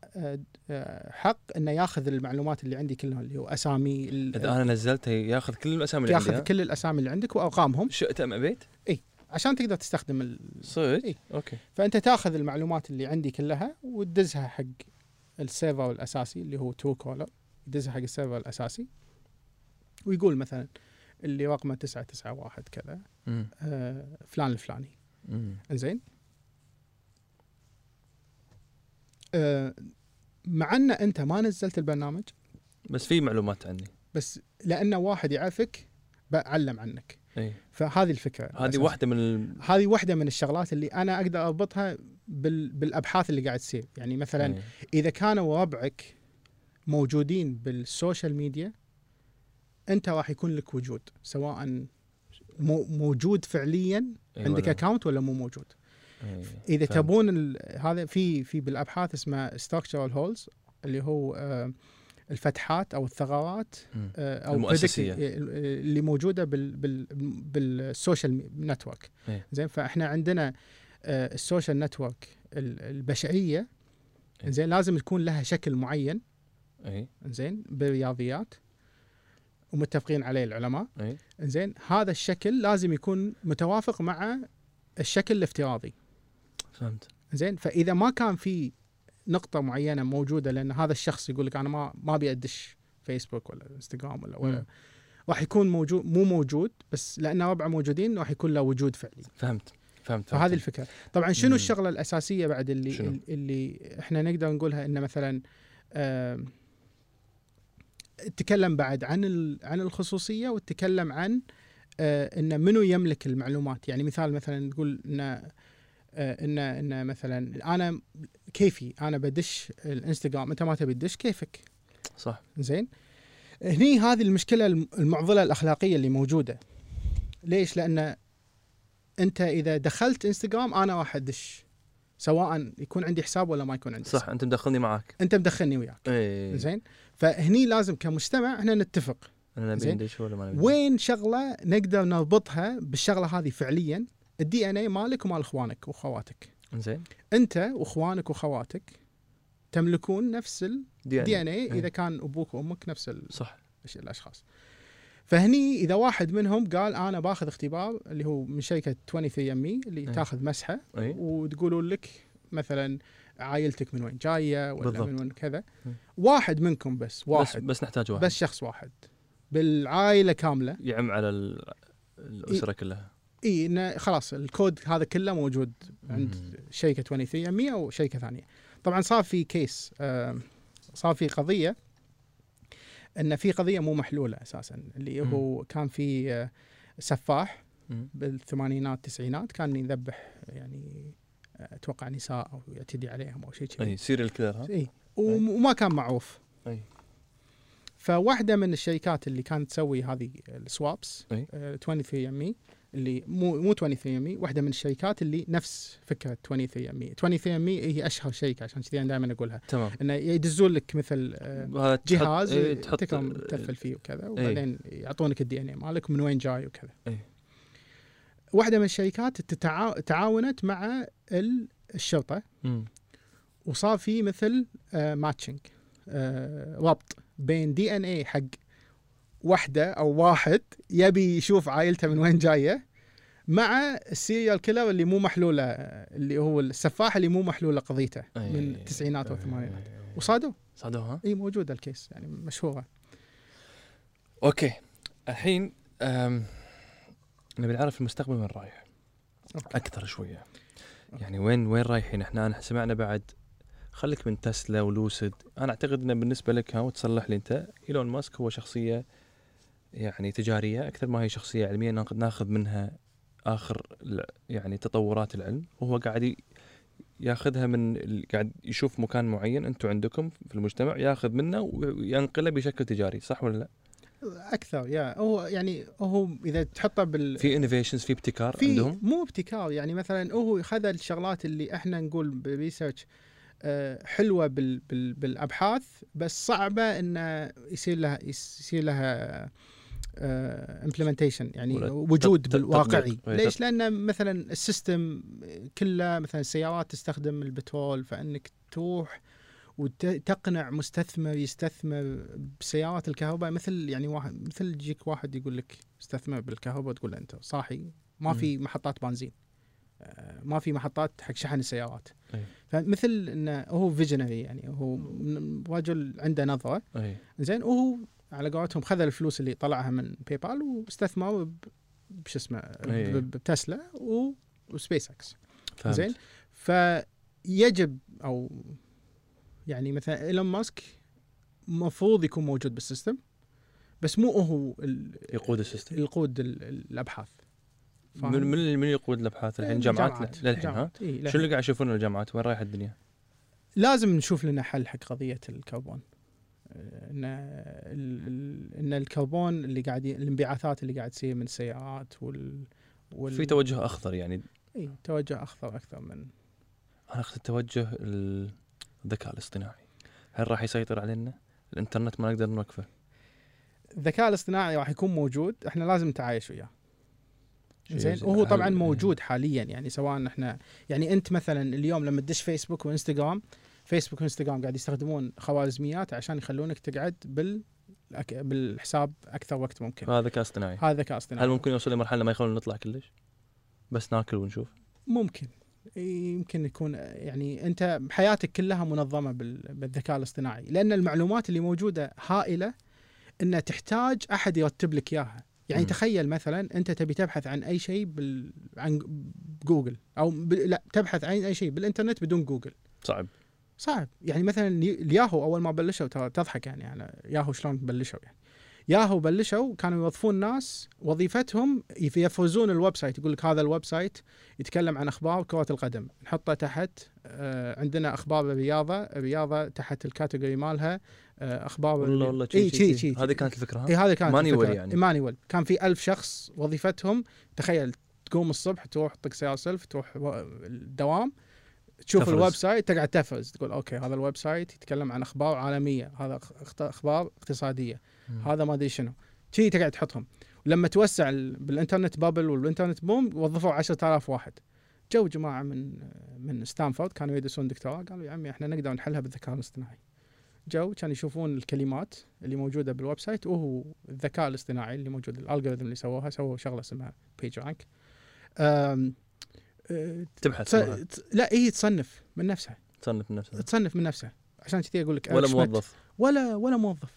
A: أ- حق انه ياخذ المعلومات اللي عندي كلها اللي هو اسامي ال-
B: اذا انا نزلته ياخذ كل الاسامي اللي عندي
A: ياخذ
B: ها؟
A: كل الاسامي اللي عندك وارقامهم
B: شئت ام ابيت
A: عشان تقدر تستخدم ال...
B: صدق
A: إيه.
B: اوكي
A: فانت تاخذ المعلومات اللي عندي كلها وتدزها حق السيرفر الاساسي اللي هو تو كولر يدزها حق السيرفر الاساسي ويقول مثلا اللي رقمه 991 كذا
B: مم.
A: آه فلان الفلاني
B: مم.
A: انزين آه مع ان انت ما نزلت البرنامج
B: بس في معلومات عني
A: بس لانه واحد يعرفك بعلم عنك
B: اي
A: فهذه الفكره
B: هذه
A: الأساسية.
B: واحده من ال...
A: هذه واحدة من الشغلات اللي أنا أقدر أربطها بال... بالأبحاث اللي قاعد تصير يعني مثلا
B: إيه.
A: إذا كانوا ربعك موجودين بالسوشيال ميديا أنت راح يكون لك وجود سواء مو... موجود فعليا
B: إيه
A: عندك
B: ولا-
A: أكاونت ولا مو موجود اذا
B: فهمت.
A: تبون ال- هذا في في بالابحاث اسمه structural holes اللي هو آه، الفتحات او الثغرات
B: مم.
A: آه، او
D: المؤسسية.
A: predict- آه، اللي موجوده بال بال بالسوشيال نتورك
B: إيه.
A: زين فاحنا عندنا آه، السوشيال نتورك ال- البشريه
B: إيه.
A: زين لازم تكون لها شكل معين
B: اي
A: زين بالرياضيات ومتفقين عليه العلماء
B: اي
A: زين هذا الشكل لازم يكون متوافق مع الشكل الافتراضي
B: فهمت
A: زين فاذا ما كان في نقطه معينه موجوده لان هذا الشخص يقول لك انا ما ما ابي ادش فيسبوك ولا انستغرام ولا, ولا
B: مم.
A: راح يكون موجود مو موجود بس لان ربعه موجودين راح يكون له وجود فعلي
B: فهمت فهمت
A: فهذه
B: فهمت.
A: الفكره طبعا شنو
B: مم.
A: الشغله الاساسيه بعد اللي
D: شنو؟
A: اللي احنا نقدر نقولها انه مثلا آم، تكلم بعد عن ال- عن الخصوصيه وتكلم عن آه، ان منو يملك المعلومات يعني مثال مثلا تقول ان آه، ان ان مثلا انا كيفي انا بدش الانستغرام انت ما تبي تدش كيفك
B: صح
A: زين هني هذه المشكله الم- المعضله الاخلاقيه اللي موجوده ليش لان انت اذا دخلت انستغرام انا راح ادش سواء يكون عندي حساب ولا ما يكون عندي
B: صح
A: حساب.
B: انت مدخلني معاك إيه،
A: انت مدخلني وياك
B: اي
A: زين فهني لازم كمجتمع احنا نتفق
B: انا نبي
A: زين.
B: ندش ولا ما نبي
A: وين شغله نقدر نربطها بالشغله هذه فعليا الدي ان اي مالك ومال اخوانك واخواتك
B: زين
A: انت واخوانك واخواتك تملكون نفس الدي
B: دي
A: ان اي
B: إيه.
A: اذا كان ابوك وامك نفس ال...
B: صح
A: الأش- الاشخاص فهني اذا واحد منهم قال انا باخذ اختبار اللي هو من شركه 23 مي اللي
B: أي.
A: تاخذ مسحه
B: اي
A: وتقولون لك مثلا عائلتك من وين جايه ولا
B: بالضبط.
A: من وين كذا
B: أي.
A: واحد منكم بس
B: بس,
A: واحد بس,
B: بس نحتاج
A: بس,
B: واحد
A: بس شخص واحد بالعائله كامله
B: يعم على
A: إيه.
B: ال- الاسره كلها
A: اي انه خلاص الكود هذا كله موجود عند
B: مم.
A: شركه 23 مي او شركه ثانيه طبعا صار في كيس آه، صار في قضيه ان في قضيه مو محلوله اساسا اللي هو كان في آه، سفاح
B: مم.
A: بالثمانينات التسعينات كان يذبح يعني آه، اتوقع نساء او يعتدي عليهم او شيء كذي
B: اي إيه، سيريال كيلر ها إيه.
A: اي وم- وما كان معروف
B: أي.
A: فواحده من الشركات اللي كانت تسوي هذه آه، السوابس
B: أي.
A: 23 مي اللي مو مو 23 مي واحده من الشركات اللي نفس فكره 23 مي 23 مي هي اشهر شركه عشان كذي انا دائما اقولها
B: تمام
A: انه يدزون لك مثل آه،
B: هذا تحط-
A: جهاز
B: إيه،
A: تحط تفل فيه وكذا وبعدين يعطونك الدي ان اي مالك من وين جاي وكذا
B: إيه.
A: واحده من الشركات تتعا- تعاونت مع ال- الشرطه
B: مم.
A: وصار في مثل ماتشنج ربط بين دي ان اي حق واحده او واحد يبي يشوف عائلته من وين جايه مع السيريال كيلر اللي مو محلوله آه، اللي هو السفاح اللي مو محلوله قضيته
B: أي.
A: من التسعينات
B: أي.
A: والثمانينات وصادوا
B: صعدوها
A: اي موجوده الكيس يعني مشهوره
B: اوكي الحين أم، نبي نعرف المستقبل وين رايح
A: أوكي.
B: اكثر شويه يعني وين وين رايحين احنا أنا سمعنا بعد خليك من تسلا ولوسيد انا اعتقد انه بالنسبه لك ها وتصلح لي انت ايلون ماسك هو شخصيه يعني تجاريه اكثر ما هي شخصيه علميه ناخ- ناخذ منها اخر ال- يعني تطورات العلم وهو قاعد ي- ياخذها من ال- قاعد يشوف مكان معين انتم عندكم في المجتمع ياخذ منه وينقله بشكل تجاري صح ولا لا؟
A: اكثر يا هو يعني هو اذا تحطه بال
B: في انوفيشنز في ابتكار في
A: في
B: عندهم
A: مو ابتكار يعني مثلا هو خذ الشغلات اللي احنا نقول بريسيرش آه، حلوه بال بال بالابحاث بس صعبه انه يصير لها يصير لها امبلمنتيشن يعني
B: ولا
A: وجود
B: تط- تطبيق.
A: بالواقعي
B: أي،
A: ليش؟ لان مثلا السيستم كله مثلا السيارات تستخدم البترول فانك تروح وتقنع مستثمر يستثمر بسيارات الكهرباء مثل يعني واحد مثل يجيك واحد يقول لك استثمر بالكهرباء تقول له انت صاحي ما في محطات بنزين آه، ما في محطات حق شحن السيارات
B: أي.
A: فمثل انه هو فيجنري يعني هو م- رجل عنده نظره
B: اي
A: زين وهو على قولتهم خذ الفلوس اللي طلعها من باي بال واستثمر ب- بش اسمه ب-
B: أي.
A: ب- بتسلا و- وسبيس اكس
B: فهمت
A: زين فيجب او يعني مثلا ايلون ماسك مفروض يكون موجود بالسيستم بس مو هو ال-
B: يقود السيستم
A: يقود ال- ال- الابحاث فاهم؟ إيه،
B: من من من يقود الابحاث الحين جامعات للحين ها
A: جامعات. إيه
B: شو
A: للحين.
B: اللي قاعد يشوفونه الجامعات وين رايحه الدنيا؟
A: لازم نشوف لنا حل حق قضيه الكربون آه، ان ال- ال- ان الكربون اللي قاعد ي- الانبعاثات اللي قاعد تصير من السيارات وال, وال...
B: في توجه اخضر يعني
A: اي توجه اخطر اكثر من
B: انا اخذت توجه ال- الذكاء الاصطناعي هل راح يسيطر علينا؟ الانترنت ما نقدر نوقفه
A: الذكاء الاصطناعي راح يكون موجود احنا لازم نتعايش وياه
B: شيء
A: زين
B: زين.
A: وهو
B: هل-
A: طبعا موجود حاليا يعني سواء احنا يعني انت مثلا اليوم لما تدش فيسبوك وانستغرام فيسبوك وانستغرام قاعد يستخدمون خوارزميات عشان يخلونك تقعد بال أك- بالحساب اكثر وقت ممكن
B: هذا ذكاء اصطناعي
A: هذا ذكاء اصطناعي
B: طيب. هل ممكن يوصل لمرحله ما يخلونا نطلع كلش؟ بس ناكل ونشوف
A: ممكن يمكن يكون يعني انت حياتك كلها منظمه بال- بالذكاء الاصطناعي لان المعلومات اللي موجوده هائله ان تحتاج احد يرتب لك اياها يعني
B: مم.
A: تخيل مثلا انت تبي تبحث عن اي شيء بال... عن جوجل او ب... لا تبحث عن اي شيء بالانترنت بدون جوجل
B: صعب
A: صعب يعني مثلا ي- الياهو اول ما بلشوا ترى تضحك يعني على ياهو شلون بلشوا يعني ياهو بلشوا كانوا يوظفون ناس وظيفتهم يف- يفرزون الويب سايت يقول لك هذا الويب سايت يتكلم عن اخبار كرة القدم نحطه تحت آه عندنا اخبار الرياضة الرياضة تحت الكاتيجوري مالها آه اخبار
B: والله والله
A: إيه، شي
B: شي- شي- شي.
A: شي إيه،
B: هذه كانت الفكره
A: اي
B: ها؟
A: هذا كان
B: مانيوال يعني.
A: مانيوال إيه، كان في ألف شخص وظيفتهم تخيل تقوم الصبح تروح تقسيار سيلف تروح و- الدوام تشوف
B: تفرز.
A: الويب سايت تقعد تفرز تقول اوكي هذا الويب سايت يتكلم عن اخبار عالميه هذا أخ- اخبار اقتصاديه
C: مم.
A: هذا ما ادري شنو شي تقعد تحطهم ولما توسع ال- بالانترنت بابل والانترنت بوم وظفوا 10000 واحد جو جماعه من من ستانفورد كانوا يدرسون دكتوراه قالوا يا عمي احنا نقدر نحلها بالذكاء الاصطناعي جو كان يشوفون الكلمات اللي موجوده بالويب سايت وهو الذكاء الاصطناعي اللي موجود الالجوريثم اللي سووها سووا شغله اسمها بيج رانك
B: تبحث عنها،
A: آه، لا هي تصنف من نفسها
B: تصنف نفسها
A: تصنف من نفسها عشان كذي اقول لك أنا
B: ولا
A: شمت.
B: موظف
A: ولا ولا موظف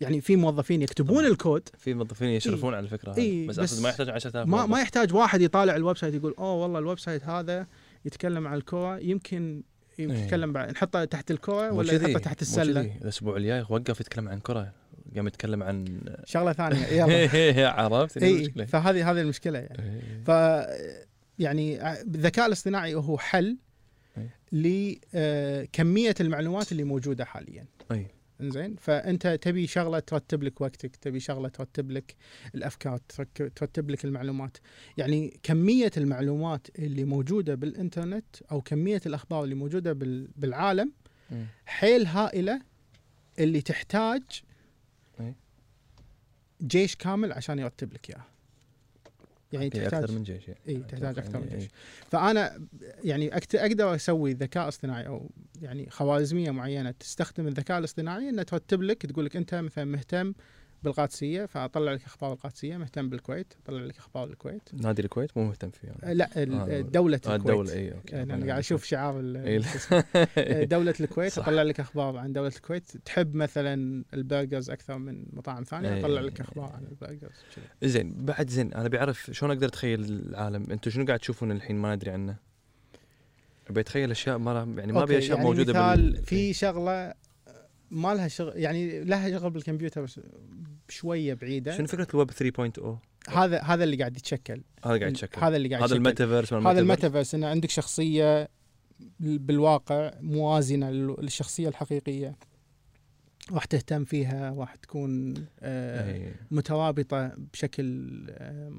A: يعني في موظفين يكتبون
B: طبعاً.
A: الكود
B: في موظفين يشرفون على الفكره هذه
A: إي،
B: بس
A: إيه. بس
B: اقصد ما يحتاج 10000
A: ما ما
B: موظف.
A: يحتاج واحد يطالع الويب سايت يقول اوه والله الويب سايت هذا يتكلم عن الكوره يمكن يمكن
B: إيه.
A: يتكلم بعد نحطه تحت الكوره
B: مو
A: ولا
B: كذي،
A: نحطه تحت
B: مو
A: السله
B: كذي. الاسبوع الجاي وقف يتكلم عن كره قام يتكلم عن
A: شغله ثانيه
B: *laughs* إيه،
A: يلا
B: عرفت هي
A: اي
B: المشكلة.
A: فهذه هذه المشكله يعني
B: إي.
A: ف يعني ع- الذكاء الاصطناعي هو حل
B: إيه.
A: لكميه المعلومات اللي موجوده حاليا
B: إيه.
A: انزين فانت تبي شغله ترتب لك وقتك تبي شغله ترتب لك الافكار ترك- ترتب لك المعلومات يعني كميه المعلومات اللي موجوده بالانترنت او كميه الاخبار اللي موجوده بال- بالعالم
B: مم.
A: حيل هائله اللي تحتاج
B: إيه.
A: جيش كامل عشان يرتب لك اياها يعني
B: أوكي،
A: تحتاج
B: اكثر من جيش يعني.
A: اي إيه، تحتاج
B: أتوقع
A: اكثر من
B: إني-
A: جيش
B: إي.
A: فانا يعني أكت- اقدر اسوي ذكاء اصطناعي او يعني خوارزميه معينه تستخدم الذكاء الاصطناعي انها ترتب لك تقول لك انت مثلا مهتم بالقادسيه فاطلع لك اخبار القادسيه مهتم بالكويت اطلع لك اخبار الكويت
B: نادي الكويت مو مهتم فيه أنا.
A: أه، لا ال-
B: آه،
A: دوله
B: آه،
A: الكويت
B: الدولة اي اوكي
A: يعني انا قاعد اشوف شعار ال-
B: إي، لا. *laughs*
A: آه، دوله الكويت
B: إيه. صح.
A: اطلع لك اخبار عن دوله الكويت تحب مثلا البرجرز اكثر من مطاعم ثانيه اطلع
B: إي.
A: لك اخبار عن البرجرز كذا.
B: زين بعد زين انا بعرف شلون اقدر اتخيل العالم انتم شنو قاعد تشوفون الحين ما ادري عنه بتخيل اشياء ما رأ- يعني ما
A: أوكي،
B: ابي اشياء
A: يعني
B: موجوده
A: مثال
B: إيه.
A: في شغله ما لها شغل يعني لها شغل بالكمبيوتر بس شويه بعيده
B: شنو فكره الويب 3.0
A: هذا هذا اللي قاعد يتشكل
B: oh؟ هذا قاعد يتشكل
A: هذا اللي قاعد
B: هذا
A: يتشكل
B: الميتافيرس ولا
A: هذا
B: الميتافيرس؟
A: الميتافيرس ان عندك شخصيه بالواقع موازنه للشخصيه الحقيقيه راح تهتم فيها راح تكون آه
B: إي.
A: مترابطه بشكل آه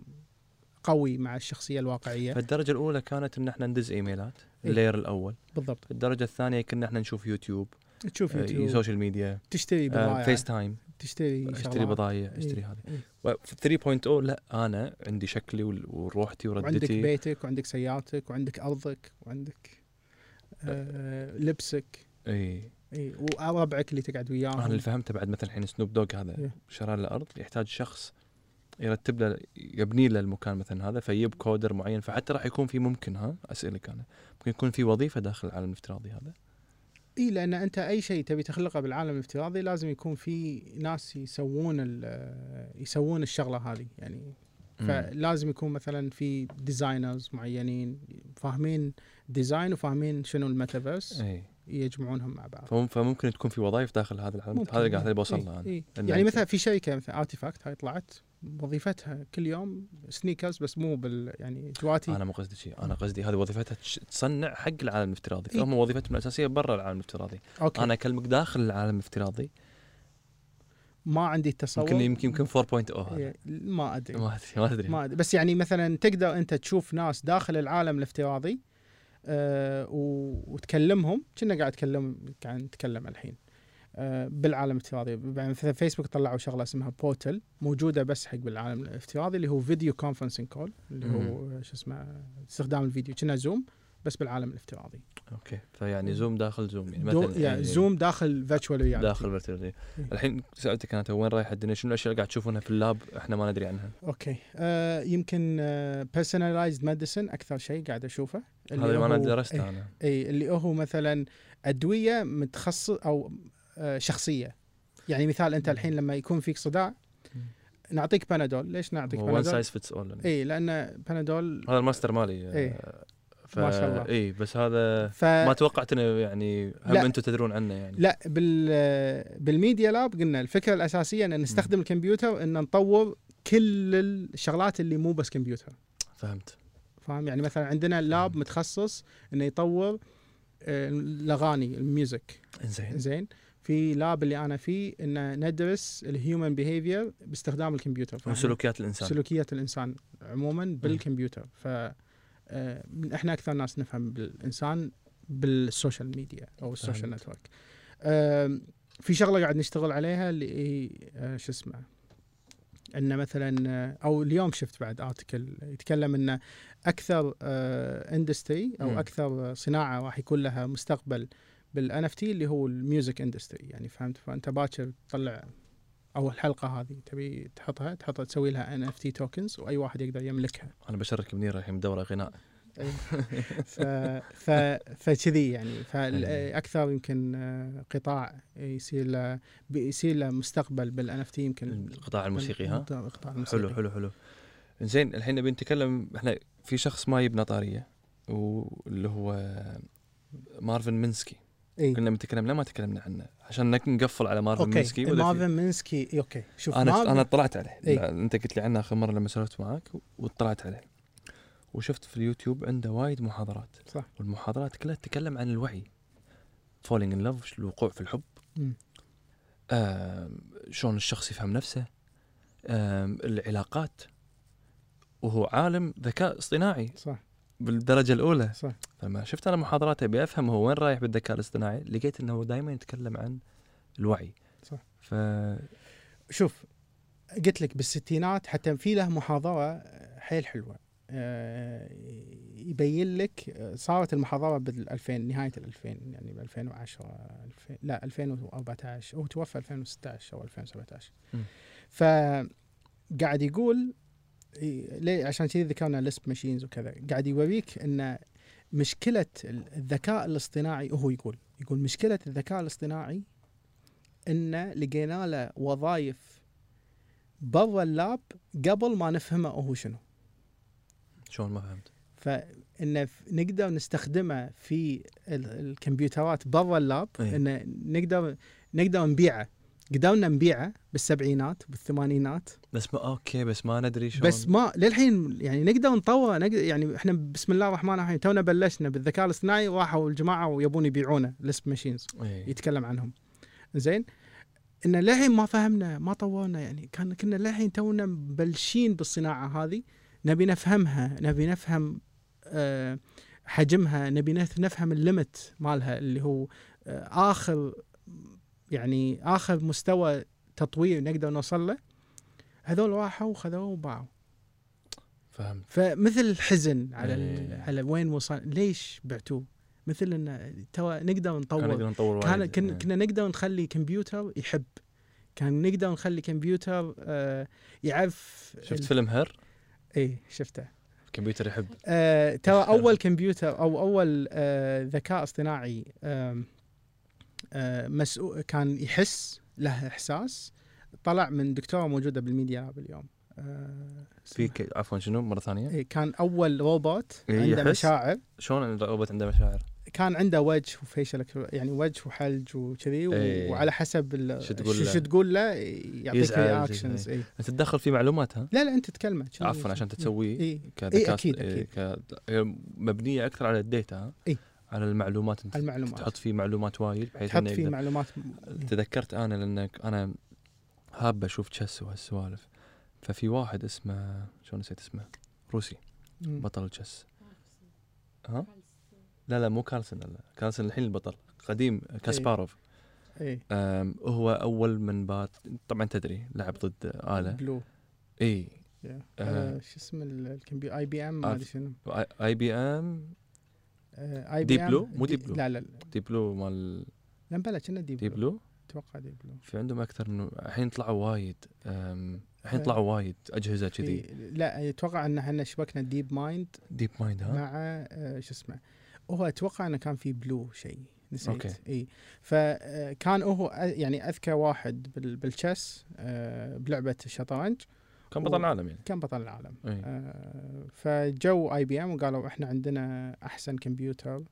A: قوي مع الشخصيه الواقعيه
B: فالدرجه الاولى كانت ان احنا ندز ايميلات
A: إي.
B: اللير الاول
A: بالضبط
B: الدرجه الثانيه كنا احنا نشوف يوتيوب,
A: تشوف
B: آه،
A: يوتيوب إيه،
B: سوشيال ميديا
A: تشتري
B: آه،
A: بضائع
B: فيس تايم
A: تشتري
B: اشتري
A: شغلات.
B: بضايع
A: إي.
B: اشتري هذه
A: إي.
B: و- في 3.0 لا انا عندي شكلي وال- وروحتي
A: وعندك
B: وردتي
A: بيتك وعندك سيارتك وعندك ارضك وعندك آه لبسك
B: اي
A: اي وربعك اللي تقعد
B: انا إيه. اللي
A: وياهم
B: فهمته بعد مثلا الحين سنوب دوغ هذا
A: آه. إيه.
B: شرى الارض يحتاج شخص يرتب له يبني له المكان مثلا هذا فيجيب كودر معين فحتى راح يكون في ممكن ها اسالك انا ممكن يكون في وظيفه داخل العالم الافتراضي هذا
A: اي لان انت اي شيء تبي تخلقه بالعالم الافتراضي لازم يكون في ناس يسوون ال- آه، يسوون الشغله هذه يعني فلازم يكون مثلا في ديزاينرز معينين فاهمين ديزاين وفاهمين شنو الميتافيرس
B: اي
A: يجمعونهم مع بعض
B: فمم- فممكن تكون في وظائف داخل هذا العالم
A: ممكن،
B: هذا اللي قاعد
A: إيه،
B: بوصل
A: إيه،
B: له انا
A: إيه.
B: إن
A: يعني
B: أنت-
A: مثلا في شركه مثلا ارتيفاكت هاي طلعت وظيفتها كل يوم سنيكرز بس مو بال يعني جواتي
B: انا مو قصدي شيء انا قصدي هذه وظيفتها تش- تصنع حق العالم الافتراضي
A: إيه.
B: فهم وظيفتهم الاساسيه برا العالم الافتراضي
A: اوكي
B: انا اكلمك داخل العالم الافتراضي
A: ما عندي تصور
B: يمكن يمكن يمكن 4.0 هذا
A: إيه، ما ادري
B: ما ادري ما ادري
A: ما أدري. بس يعني مثلا تقدر انت تشوف ناس داخل العالم الافتراضي آه و- وتكلمهم كنا قاعد اتكلم قاعد نتكلم الحين آه بالعالم الافتراضي يعني مثلا فيسبوك طلعوا شغله اسمها بورتل موجوده بس حق بالعالم الافتراضي اللي هو فيديو كونفرنسنج كول اللي هو آه، شو اسمه استخدام الفيديو كنا زوم بس بالعالم الافتراضي
B: اوكي فيعني زوم داخل زوم يعني
A: دو
B: مثلا
A: يعني زوم يعني. داخل فيرتشوال رياليتي
B: داخل فيرتشوال الحين سالتك انا تو وين رايح الدنيا شنو الاشياء اللي قاعد تشوفونها في اللاب احنا ما ندري عنها
A: اوكي آه يمكن آه، بيرسوناليزد ميديسن اكثر شيء قاعد اشوفه
B: هذا اللي انا
A: هو-
B: درسته انا
A: اي إيه، اللي هو مثلا ادويه متخصص او آه، شخصيه يعني مثال انت الحين لما يكون فيك صداع نعطيك بنادول ليش نعطيك
B: وان
A: بنادول
B: سايز فيتس اول
A: اي لان بنادول
B: هذا الماستر مالي
A: إيه.
B: ف...
A: ما شاء الله.
B: اي بس هذا
A: ف
B: ما توقعت انه يعني هم
A: لا.
B: انتم تدرون عنه يعني
A: لا بال آه، بالميديا لاب قلنا الفكره الاساسيه ان نستخدم الكمبيوتر وان نطور كل الشغلات اللي مو بس كمبيوتر
B: فهمت
A: فاهم يعني مثلا عندنا لاب متخصص انه يطور آه، الاغاني الميوزك
B: انزين
A: زين في لاب اللي انا فيه ان ندرس الهيومن بيهيفير باستخدام الكمبيوتر فإحنا-
B: وسلوكيات الانسان
A: سلوكيه الانسان عموما بالكمبيوتر ف آه، من- احنا اكثر ناس نفهم بالانسان بالسوشيال ميديا او السوشيال
B: فهمت.
A: نتورك آم، في شغله قاعد نشتغل عليها اللي هي، آه، شو اسمه ان مثلا آه، او اليوم شفت بعد ارتكل يتكلم آه، ان اكثر اندستري او
B: مم.
A: اكثر صناعه راح يكون لها مستقبل بالان اف تي اللي هو الميوزك اندستري يعني فهمت فانت باكر تطلع او الحلقه هذه تبي تحطها تحطها تسوي لها ان اف تي توكنز واي واحد يقدر يملكها
B: انا بشرك منيره الحين بدوره غناء
A: أيوة.
B: *laughs*
A: ف ف فكذي يعني فاكثر يمكن آه، قطاع يصير له يصير له مستقبل بالان اف تي يمكن
B: القطاع الموسيقي ها
A: القطاع الموسيقي
B: حلو حلو حلو زين الحين نبي نتكلم احنا في شخص ما يبنى طاريه واللي هو مارفن منسكي
A: إي.
B: قلنا بنتكلم لا ما تكلمنا عنه عشان نك- نقفل على مارفن منسكي
A: اوكي
B: ولا في-
A: مارفن منسكي اوكي شوف إيه.
B: انا
A: مارفن-
B: انا طلعت عليه
A: إي.
B: انت قلت لي عنه اخر مره لما سولفت معاك وطلعت عليه وشفت في اليوتيوب عنده وايد محاضرات
A: صح
B: والمحاضرات كلها تتكلم عن الوعي فولينج ان لاف الوقوع في الحب
A: مم.
B: آم، شلون الشخص يفهم نفسه آم، العلاقات وهو عالم ذكاء اصطناعي
A: صح
B: بالدرجه الاولى
A: صح
B: فلما شفت انا محاضراته ابي افهم هو وين رايح بالذكاء الاصطناعي لقيت انه هو دائما يتكلم عن الوعي
A: صح.
B: ف
A: شوف قلت لك بالستينات حتى في له محاضره حيل حلوه آه، يبين لك آه، صارت المحاضره بال 2000 نهايه ال 2000 يعني ب 2010 2000 لا 2014 هو توفى 2016 او 2017
B: مم.
A: فقاعد يقول إي- ليه عشان كذي ذكرنا ليسب ماشينز وكذا قاعد يوريك ان مشكله الذكاء الاصطناعي هو يقول يقول مشكله الذكاء الاصطناعي ان لقينا له وظائف برا اللاب قبل ما نفهمه هو شنو
B: شلون ما فهمت
A: فان ف- نقدر نستخدمه في ال- الكمبيوترات برا اللاب
B: أي.
A: ان نقدر نقدر نبيعه قدرنا نبيعه بالسبعينات بالثمانينات
B: بس ما اوكي بس ما ندري شلون
A: بس ما للحين يعني نقدر نطور نقدر يعني احنا بسم الله الرحمن الرحيم تونا بلشنا بالذكاء الاصطناعي راحوا الجماعه ويبون يبيعونه لسب ماشينز
B: إيه.
A: يتكلم عنهم زين ان للحين ما فهمنا ما طورنا يعني كان كنا للحين تونا مبلشين بالصناعه هذه نبي نفهمها نبي نفهم آه، حجمها نبي نف- نفهم الليمت مالها اللي هو آه، اخر يعني اخر مستوى تطوير نقدر نوصل له هذول راحوا وخذوه وباعوا
B: فهمت
A: فمثل حزن على ال-
B: إيه.
A: على وين وصل ليش بعتوه مثل ان تو نقدر
B: كان
A: نطور
B: نقدر نطور
A: كان
B: وايد.
A: كنا,
B: إيه.
A: كنا نقدر نخلي كمبيوتر يحب كان نقدر نخلي كمبيوتر آه يعرف
B: شفت فيلم هر
A: اي شفته
B: كمبيوتر يحب
A: آه ترى
B: *laughs*
A: اول كمبيوتر او اول آه ذكاء اصطناعي آم، آه مسؤول كان يحس له احساس طلع من دكتوره موجوده بالميديا لاب اليوم آه
B: في ك- عفوا شنو مره ثانيه
A: إيه، كان اول روبوت
B: إيه،
A: عنده
B: يحس؟
A: مشاعر
B: شلون الروبوت عنده مشاعر
A: كان عنده وجه وفيشل يعني وجه وحلج وكذي
B: إيه.
A: و- وعلى حسب ال-
B: شو تقول له؟
A: شو تقول له يعطيك
B: يزعل،
A: رياكشنز اي
B: انت تدخل في معلومات ها
A: لا لا انت تكلمه شنو-
B: عفوا عشان تسويه
A: اي
B: كذكاء
A: إيه، أكيد،
B: إيه، ك- هي مبنيه اكثر على الديتا ها؟
A: إيه.
B: على المعلومات انت
A: المعلومات
B: تحط فيه معلومات وايد بحيث
A: تحط إيه.
B: انه
A: فيه
B: يقدر-
A: معلومات
B: تذكرت انا لانك انا هاب اشوف تشيس وهالسوالف ففي واحد اسمه شلون نسيت اسمه روسي
A: مم.
B: بطل تشيس
A: آه.
B: ها لا لا مو كارلسن لا كارلسن الحين البطل قديم
A: إيه.
B: كاسباروف
A: اي
B: أم، هو اول من بات طبعا تدري لعب ضد اله
A: بلو
B: اي
A: يا.
B: آه.
A: آه، شو اسم الكمبيوتر اي بي ام ما
B: آه.
A: ادري شنو
B: اي بي ام
A: آه، اي
B: ديب
A: بي
B: بلو؟
A: ام
B: مو ديب بلو.
A: لا لا لا
B: ديب بلو مال
A: لا بلا كنا ديب,
B: ديب
A: بلو
B: بلو
A: اتوقع ديب بلو
B: في عندهم اكثر من الحين طلعوا وايد أم، الحين
A: آه.
B: طلعوا وايد اجهزه كذي
A: في- إيه، لا اتوقع ان احنا شبكنا ديب مايند
B: ديب مايند ها
A: مع آه، شو اسمه هو اتوقع انه كان في بلو شيء نسيت
B: أوكي.
A: اي فكان هو أ- يعني اذكى واحد بال- بالتشيس آه، بلعبه الشطرنج
B: كان بطل العالم يعني
A: كان بطل العالم
B: إي.
A: آه، فجو اي بي ام وقالوا احنا عندنا احسن كمبيوتر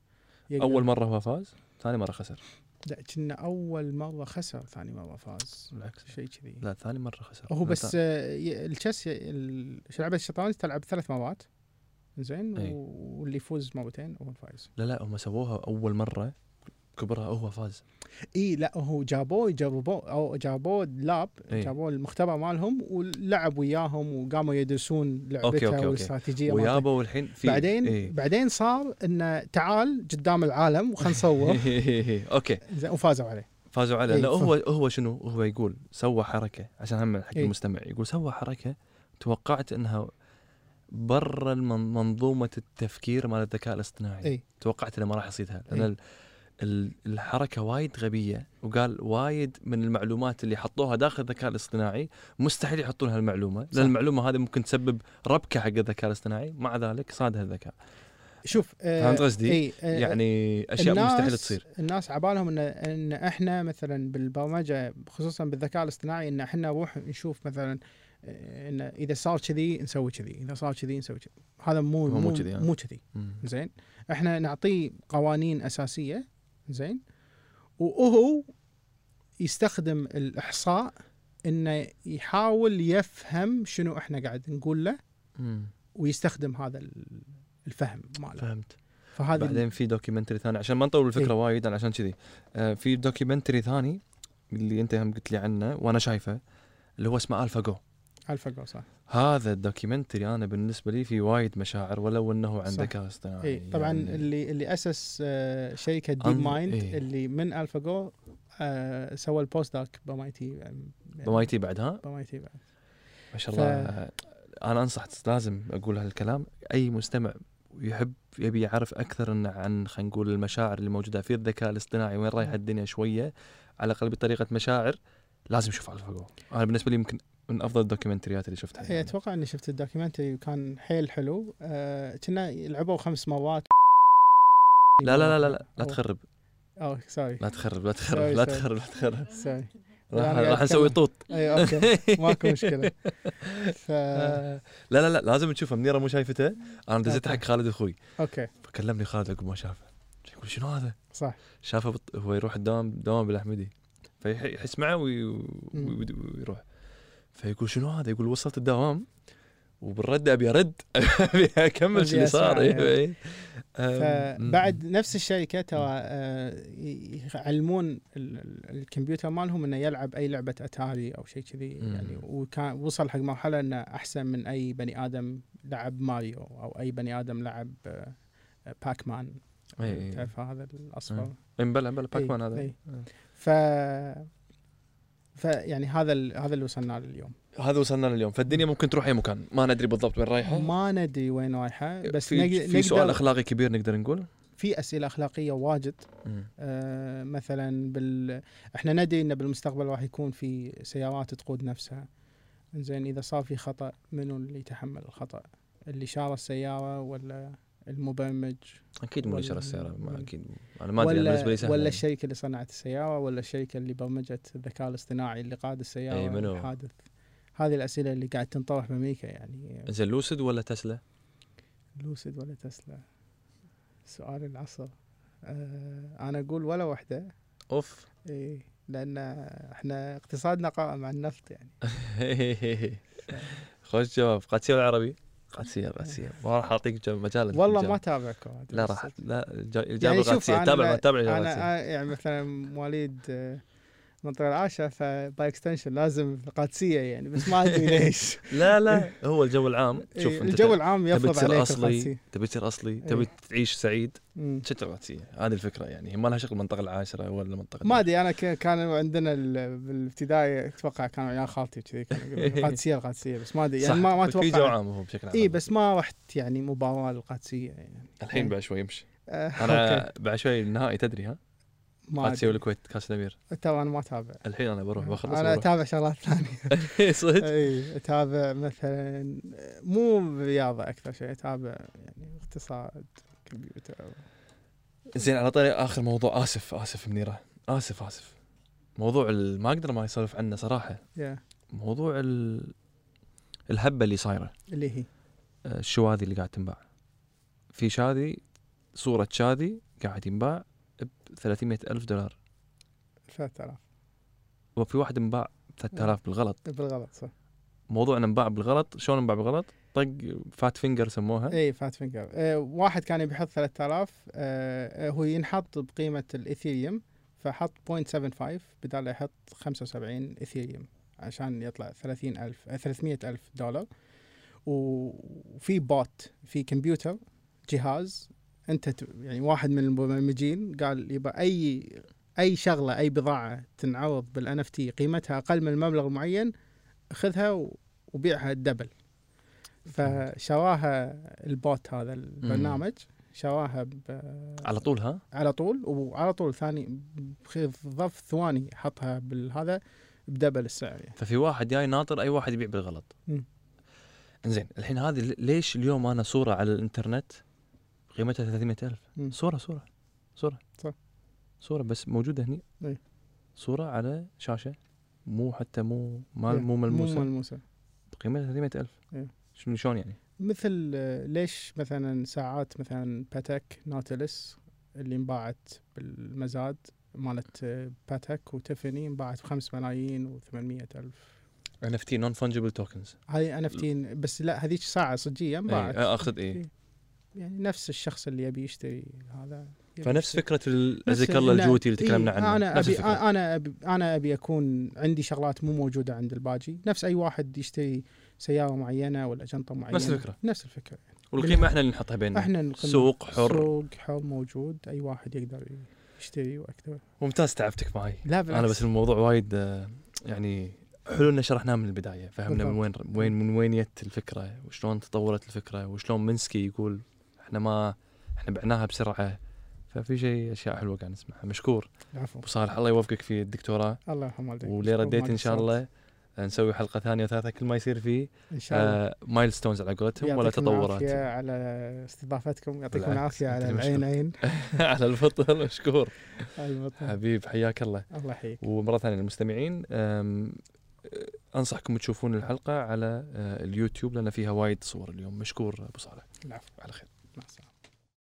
A: يقدر-
B: اول مره هو فاز ثاني مره خسر
A: لا كنا اول مره خسر ثاني مره فاز
B: بالعكس
A: شيء كذي
B: لا ثاني مره خسر
A: هو
B: لا،
A: بس
B: تا-
A: آه، ي- التشيس ي- ال- ش- لعبه الشطرنج تلعب ثلاث مرات زين
B: أي.
A: و- واللي يفوز مرتين هو الفايز
B: لا لا هم سووها اول مره كبرها هو فاز
A: اي لا هو جابوه جابوه او جابوه لاب
B: أي.
A: جابوه المختبر مالهم ولعب وياهم وقاموا يدرسون
B: أوكي، أوكي،
A: لعبتها
B: أوكي.
A: والاستراتيجيه مالته.
B: ويابا والحين في
A: بعدين
B: إيه.
A: بعدين صار انه تعال قدام العالم وخلنا
B: *laughs* إيه،
A: نصور
B: اوكي
A: زين وفازوا عليه
B: فازوا على
A: إيه،
B: لا
A: ف-
B: هو هو شنو هو يقول سوى حركه عشان هم حق
A: إيه.
B: المستمع يقول سوى حركه توقعت انها برا المن- منظومه التفكير مال الذكاء الاصطناعي
A: إيه.
B: توقعت انه ما راح يصيدها لان
A: إيه.
B: ال- ال- الحركه وايد غبيه وقال وايد من المعلومات اللي حطوها داخل الذكاء الاصطناعي مستحيل يحطون هالمعلومه
A: صح.
B: لان المعلومه هذه ممكن تسبب ربكه حق الذكاء الاصطناعي مع ذلك صادها الذكاء
A: شوف آه،
B: فهمت قصدي؟
A: إي، آه،
B: يعني اشياء
A: الناس-
B: مستحيل تصير
A: الناس عبالهم ان ان احنا مثلا بالبرمجه خصوصا بالذكاء الاصطناعي ان احنا نروح نشوف مثلا آه، ان اذا صار كذي نسوي كذي اذا صار كذي نسوي كذي هذا مو
B: هو مو
A: مو
B: كذي، آه. ها.
A: مو كذي
B: مم.
A: زين احنا نعطيه قوانين اساسيه زين وهو يستخدم الاحصاء انه يحاول يفهم شنو احنا قاعد نقول له
B: مم.
A: ويستخدم هذا ال- الفهم ماله
B: فهمت
A: فهذه
B: بعدين في دوكيومنتري ثاني عشان ما نطول الفكره
A: إيه.
B: وايد أنا عشان كذي آه في دوكيومنتري ثاني اللي انت هم قلت لي عنه وانا شايفه اللي هو اسمه الفا جو
A: الفا جو صح
B: هذا الدوكيومنتري انا بالنسبه لي في وايد مشاعر ولو انه عن
A: صح.
B: ذكاء اصطناعي
A: اي طبعا
B: يعني
A: إيه، اللي اللي اسس آه، شركه ديب
B: أن-
A: مايند
B: إيه.
A: اللي من الفا جو آه، سوى البوست دوك بماي تي
B: بماي تي بعد ها
A: بماي تي بعد
B: ما شاء
A: ف-
B: الله آه، انا انصح لازم اقول هالكلام اي مستمع يحب يبي يعرف اكثر عن- عن خلينا نقول المشاعر اللي موجوده في الذكاء الاصطناعي وين
A: نعم.
B: رايحه الدنيا شويه على الاقل بطريقه مشاعر لازم اشوف الفاجو انا بالنسبه لي يمكن من افضل الدوكيومنتريات اللي شفتها يعني.
A: إيه، اتوقع اني شفت الدوكيومنتري وكان حيل حلو آه، كنا لعبوا خمس مرات
B: لا لا لا لا لا
A: أو-
B: تخرب
A: اوه سوري
B: لا تخرب لا تخرب
A: سوري،
B: لا
A: سوري.
B: تخرب لا تخرب
A: سوري لا،
B: راح
A: أنا قاعد
B: راح نسوي
A: أتكلم.
B: طوط
A: اي اوكي إيه،
B: *laughs*
A: ماكو مشكله ف
B: آه، لا لا لا لازم تشوفه منيره مو شايفته انا دزيت
A: أوكي.
B: حق خالد اخوي
A: اوكي
B: فكلمني خالد عقب ما شافه يقول شنو هذا؟
A: صح
B: شافه بط... هو يروح الدوام دوام بالاحمدي فيحس معه وي... وي... ويروح فيقول شنو هذا؟ يقول وصلت الدوام وبالرد ابي ارد *laughs* ابي اكمل
A: أبي
B: ايش اللي صار
A: أسمع،
B: إيه، إيه. أم،
A: فبعد نفس الشركه ترى آه، ي- يعلمون ال- ال- الكمبيوتر مالهم انه يلعب اي لعبه اتاري او شيء كذي
B: مم.
A: يعني وكان وصل حق مرحله انه احسن من اي بني ادم لعب ماريو او اي بني ادم لعب آه، باك مان
B: إيه، إيه.
A: تعرف هذا الاصفر
B: إيه. امبلع امبلع باك
A: إيه،
B: مان هذا
A: إيه. ف فيعني هذا ال- هذا اللي وصلنا له اليوم
B: هذا وصلنا لليوم فالدنيا ممكن تروح اي مكان ما ندري بالضبط وين رايحه
A: ما ندري وين رايحه بس
B: إيه. في,
A: نقدر-
B: في سؤال
A: نقدر-
B: اخلاقي كبير نقدر نقول
A: في اسئله اخلاقيه واجد آه، مثلا بال احنا ندري ان بالمستقبل راح يكون في سيارات تقود نفسها زين اذا صار في خطا منو اللي يتحمل الخطا اللي شار السياره ولا المبرمج
B: اكيد مو اللي شرى
A: ولا-
B: السياره ما اكيد انا ما ادري أنا بالنسبه
A: ولا
B: لي سهل
A: ولا
B: يعني.
A: الشركه اللي صنعت السياره ولا الشركه اللي برمجت الذكاء الاصطناعي اللي قاد السياره
B: أي إيه، منو؟
A: الحادث هذه الاسئله اللي قاعد تنطرح بامريكا يعني
B: زين لوسد ولا تسلا؟
A: لوسيد ولا تسلا سؤال العصر آه انا اقول ولا واحده
B: اوف
A: ايه لان احنا اقتصادنا قائم على النفط يعني
B: *laughs* خوش جواب قادسيه ولا عربي؟ قادسيه قادسيه ما راح اعطيك جواب- مجال
A: والله
B: الجواب.
A: ما تابع كرة
B: طيب، لا راح لا الجا-
A: يعني
B: الجواب
A: شوف
B: القادسيه
A: أنا- آه،
B: تابع تابع الجواب
A: انا
B: القادسية.
A: آه، يعني مثلا مواليد آه، منطقه العاشره فباي اكستنشن لازم قادسيه يعني بس ما
B: *laughs*
A: ادري ليش
B: لا لا هو الجو العام شوف
A: إيه،
B: انت
A: الجو العام
B: تبي
A: يفرض عليك
B: تصير اصلي
A: القادسيه
B: تبي تصير اصلي
A: إيه.
B: تبي تعيش سعيد
A: مم.
B: شتى الرأسية هذه الفكره يعني ما لها شغل المنطقه العاشره ولا المنطقه
A: ما ادري انا ك- كانوا عندنا ال- بالابتدائي اتوقع كانوا عيال خالتي وكذي كانوا
B: *laughs*
A: يقولون قادسيه القادسيه بس ما ادري يعني ما ما
B: في جو
A: اتوقع
B: عام هو بشكل عام
A: اي بس ما رحت يعني مباراه للقادسيه يعني
B: الحين بعد شوي يمشي
A: آه، *laughs* أوكي.
B: انا بعد شوي النهائي تدري ها
A: ما
B: قاعد تسوي
A: أدري.
B: الكويت كاس الامير
A: تو انا ما اتابع
B: الحين انا بروح بخلص
A: انا اتابع شغلات ثانيه
B: *laughs* اتابع
A: إيه.
B: صدق
A: اي اتابع مثلا مو رياضه اكثر شيء اتابع يعني اقتصاد كمبيوتر
B: زين على طاري اخر موضوع اسف اسف منيره اسف اسف موضوع ال- ما اقدر ما اسولف عنه صراحه
A: يا
B: موضوع ال... الهبه اللي صايره
A: اللي هي
B: آه، الشواذي اللي قاعد تنباع في شاذي صوره شاذي قاعد ينباع ب 300 الف دولار
A: 3000
B: وفي واحد انباع ب 3000 بالغلط
A: بالغلط صح
B: موضوع انه انباع بالغلط شلون انباع بالغلط طق فات فينجر سموها
A: اي فات فينجر آه واحد كان يبي يحط 3000 آه آه، هو ينحط بقيمه الايثيريوم فحط 0.75 بدال لا يحط 75 ايثيريوم عشان يطلع 30000 آه 300000 دولار و- وفي بوت في كمبيوتر جهاز انت ت- يعني واحد من المبرمجين قال يبقى اي اي شغله اي بضاعه تنعرض بالان اف تي قيمتها اقل من المبلغ المعين خذها و- وبيعها الدبل فشراها البوت هذا البرنامج شراها ب-
B: على طول ها
A: على طول وعلى طول ثاني في ظرف ثواني حطها بالهذا بدبل السعر يعني.
B: ففي واحد جاي ناطر اي واحد يبيع بالغلط
A: مم.
B: انزين الحين هذه ل- ليش اليوم انا صوره على الانترنت قيمتها 300000
A: مم.
B: صوره صوره صوره
A: صح.
B: صوره بس موجوده هني
A: إيه.
B: صوره على شاشه مو حتى مو ما مو
A: مو
B: ملموسه
A: ملموسه
B: قيمتها 300000
A: إيه.
B: شنو شلون يعني
A: مثل آه، ليش مثلا ساعات مثلا باتك ناتلس اللي انباعت بالمزاد مالت آه، باتك وتيفاني انباعت ب 5 ملايين و800 الف
B: ان اف تي نون فنجبل توكنز
A: هاي ان اف تي بس لا هذيك ساعه
B: إيه،
A: صجيه انباعت
B: اقصد ايه
A: يعني نفس الشخص اللي يبي يشتري هذا يبي
B: فنفس
A: يشتري.
B: فكره ال-
A: نفس
B: ذكر الله
A: لا،
B: الجوتي اللي تكلمنا
A: إيه،
B: عنه
A: انا
B: نفس
A: ابي
B: الفكره
A: انا ابي انا ابي اكون عندي شغلات مو موجوده عند الباجي نفس اي واحد يشتري سياره معينه ولا شنطه معينه
B: الفكرة.
A: نفس الفكره
B: والقيمه احنا اللي نحطها بيننا
A: احنا نقيم-
B: سوق حر.
A: سوق حر موجود اي واحد يقدر يشتري واكثر
B: ممتاز تعبتك معي
A: لا بالعكس
B: انا بس الموضوع وايد آه، يعني حلو ان شرحناه من البدايه فهمنا من وين وين من وين جت الفكره وشلون تطورت الفكره وشلون منسكي يقول احنا ما احنا بعناها بسرعه ففي شيء اشياء حلوه قاعد نسمعها مشكور
A: العفو
B: ابو صالح الله يوفقك في الدكتوراه
A: الله يرحم والديك
B: ولي
A: مشكور
B: رديت
A: ما
B: ان شاء
A: قصرت.
B: الله آه، نسوي حلقه ثانيه وثالثه كل ما يصير فيه
A: ان شاء الله
B: آه مايل ستونز على قولتهم ولا
A: يعطيكم العافية
B: تطورات *laughs*
A: على استضافتكم يعطيكم
B: بالعكس،
A: العافيه
B: أنت
A: على
B: اللي
A: العين
B: مشكور.
A: عين
B: على الفطر مشكور
A: المطلع.
B: حبيب حياك الله
A: أيوة. الله يحييك
B: ومره ثانيه للمستمعين أم، انصحكم تشوفون آه، الحلقه على أه، اليوتيوب لان فيها وايد صور اليوم مشكور ابو صالح
A: العفو
B: على خير
A: مع السلامه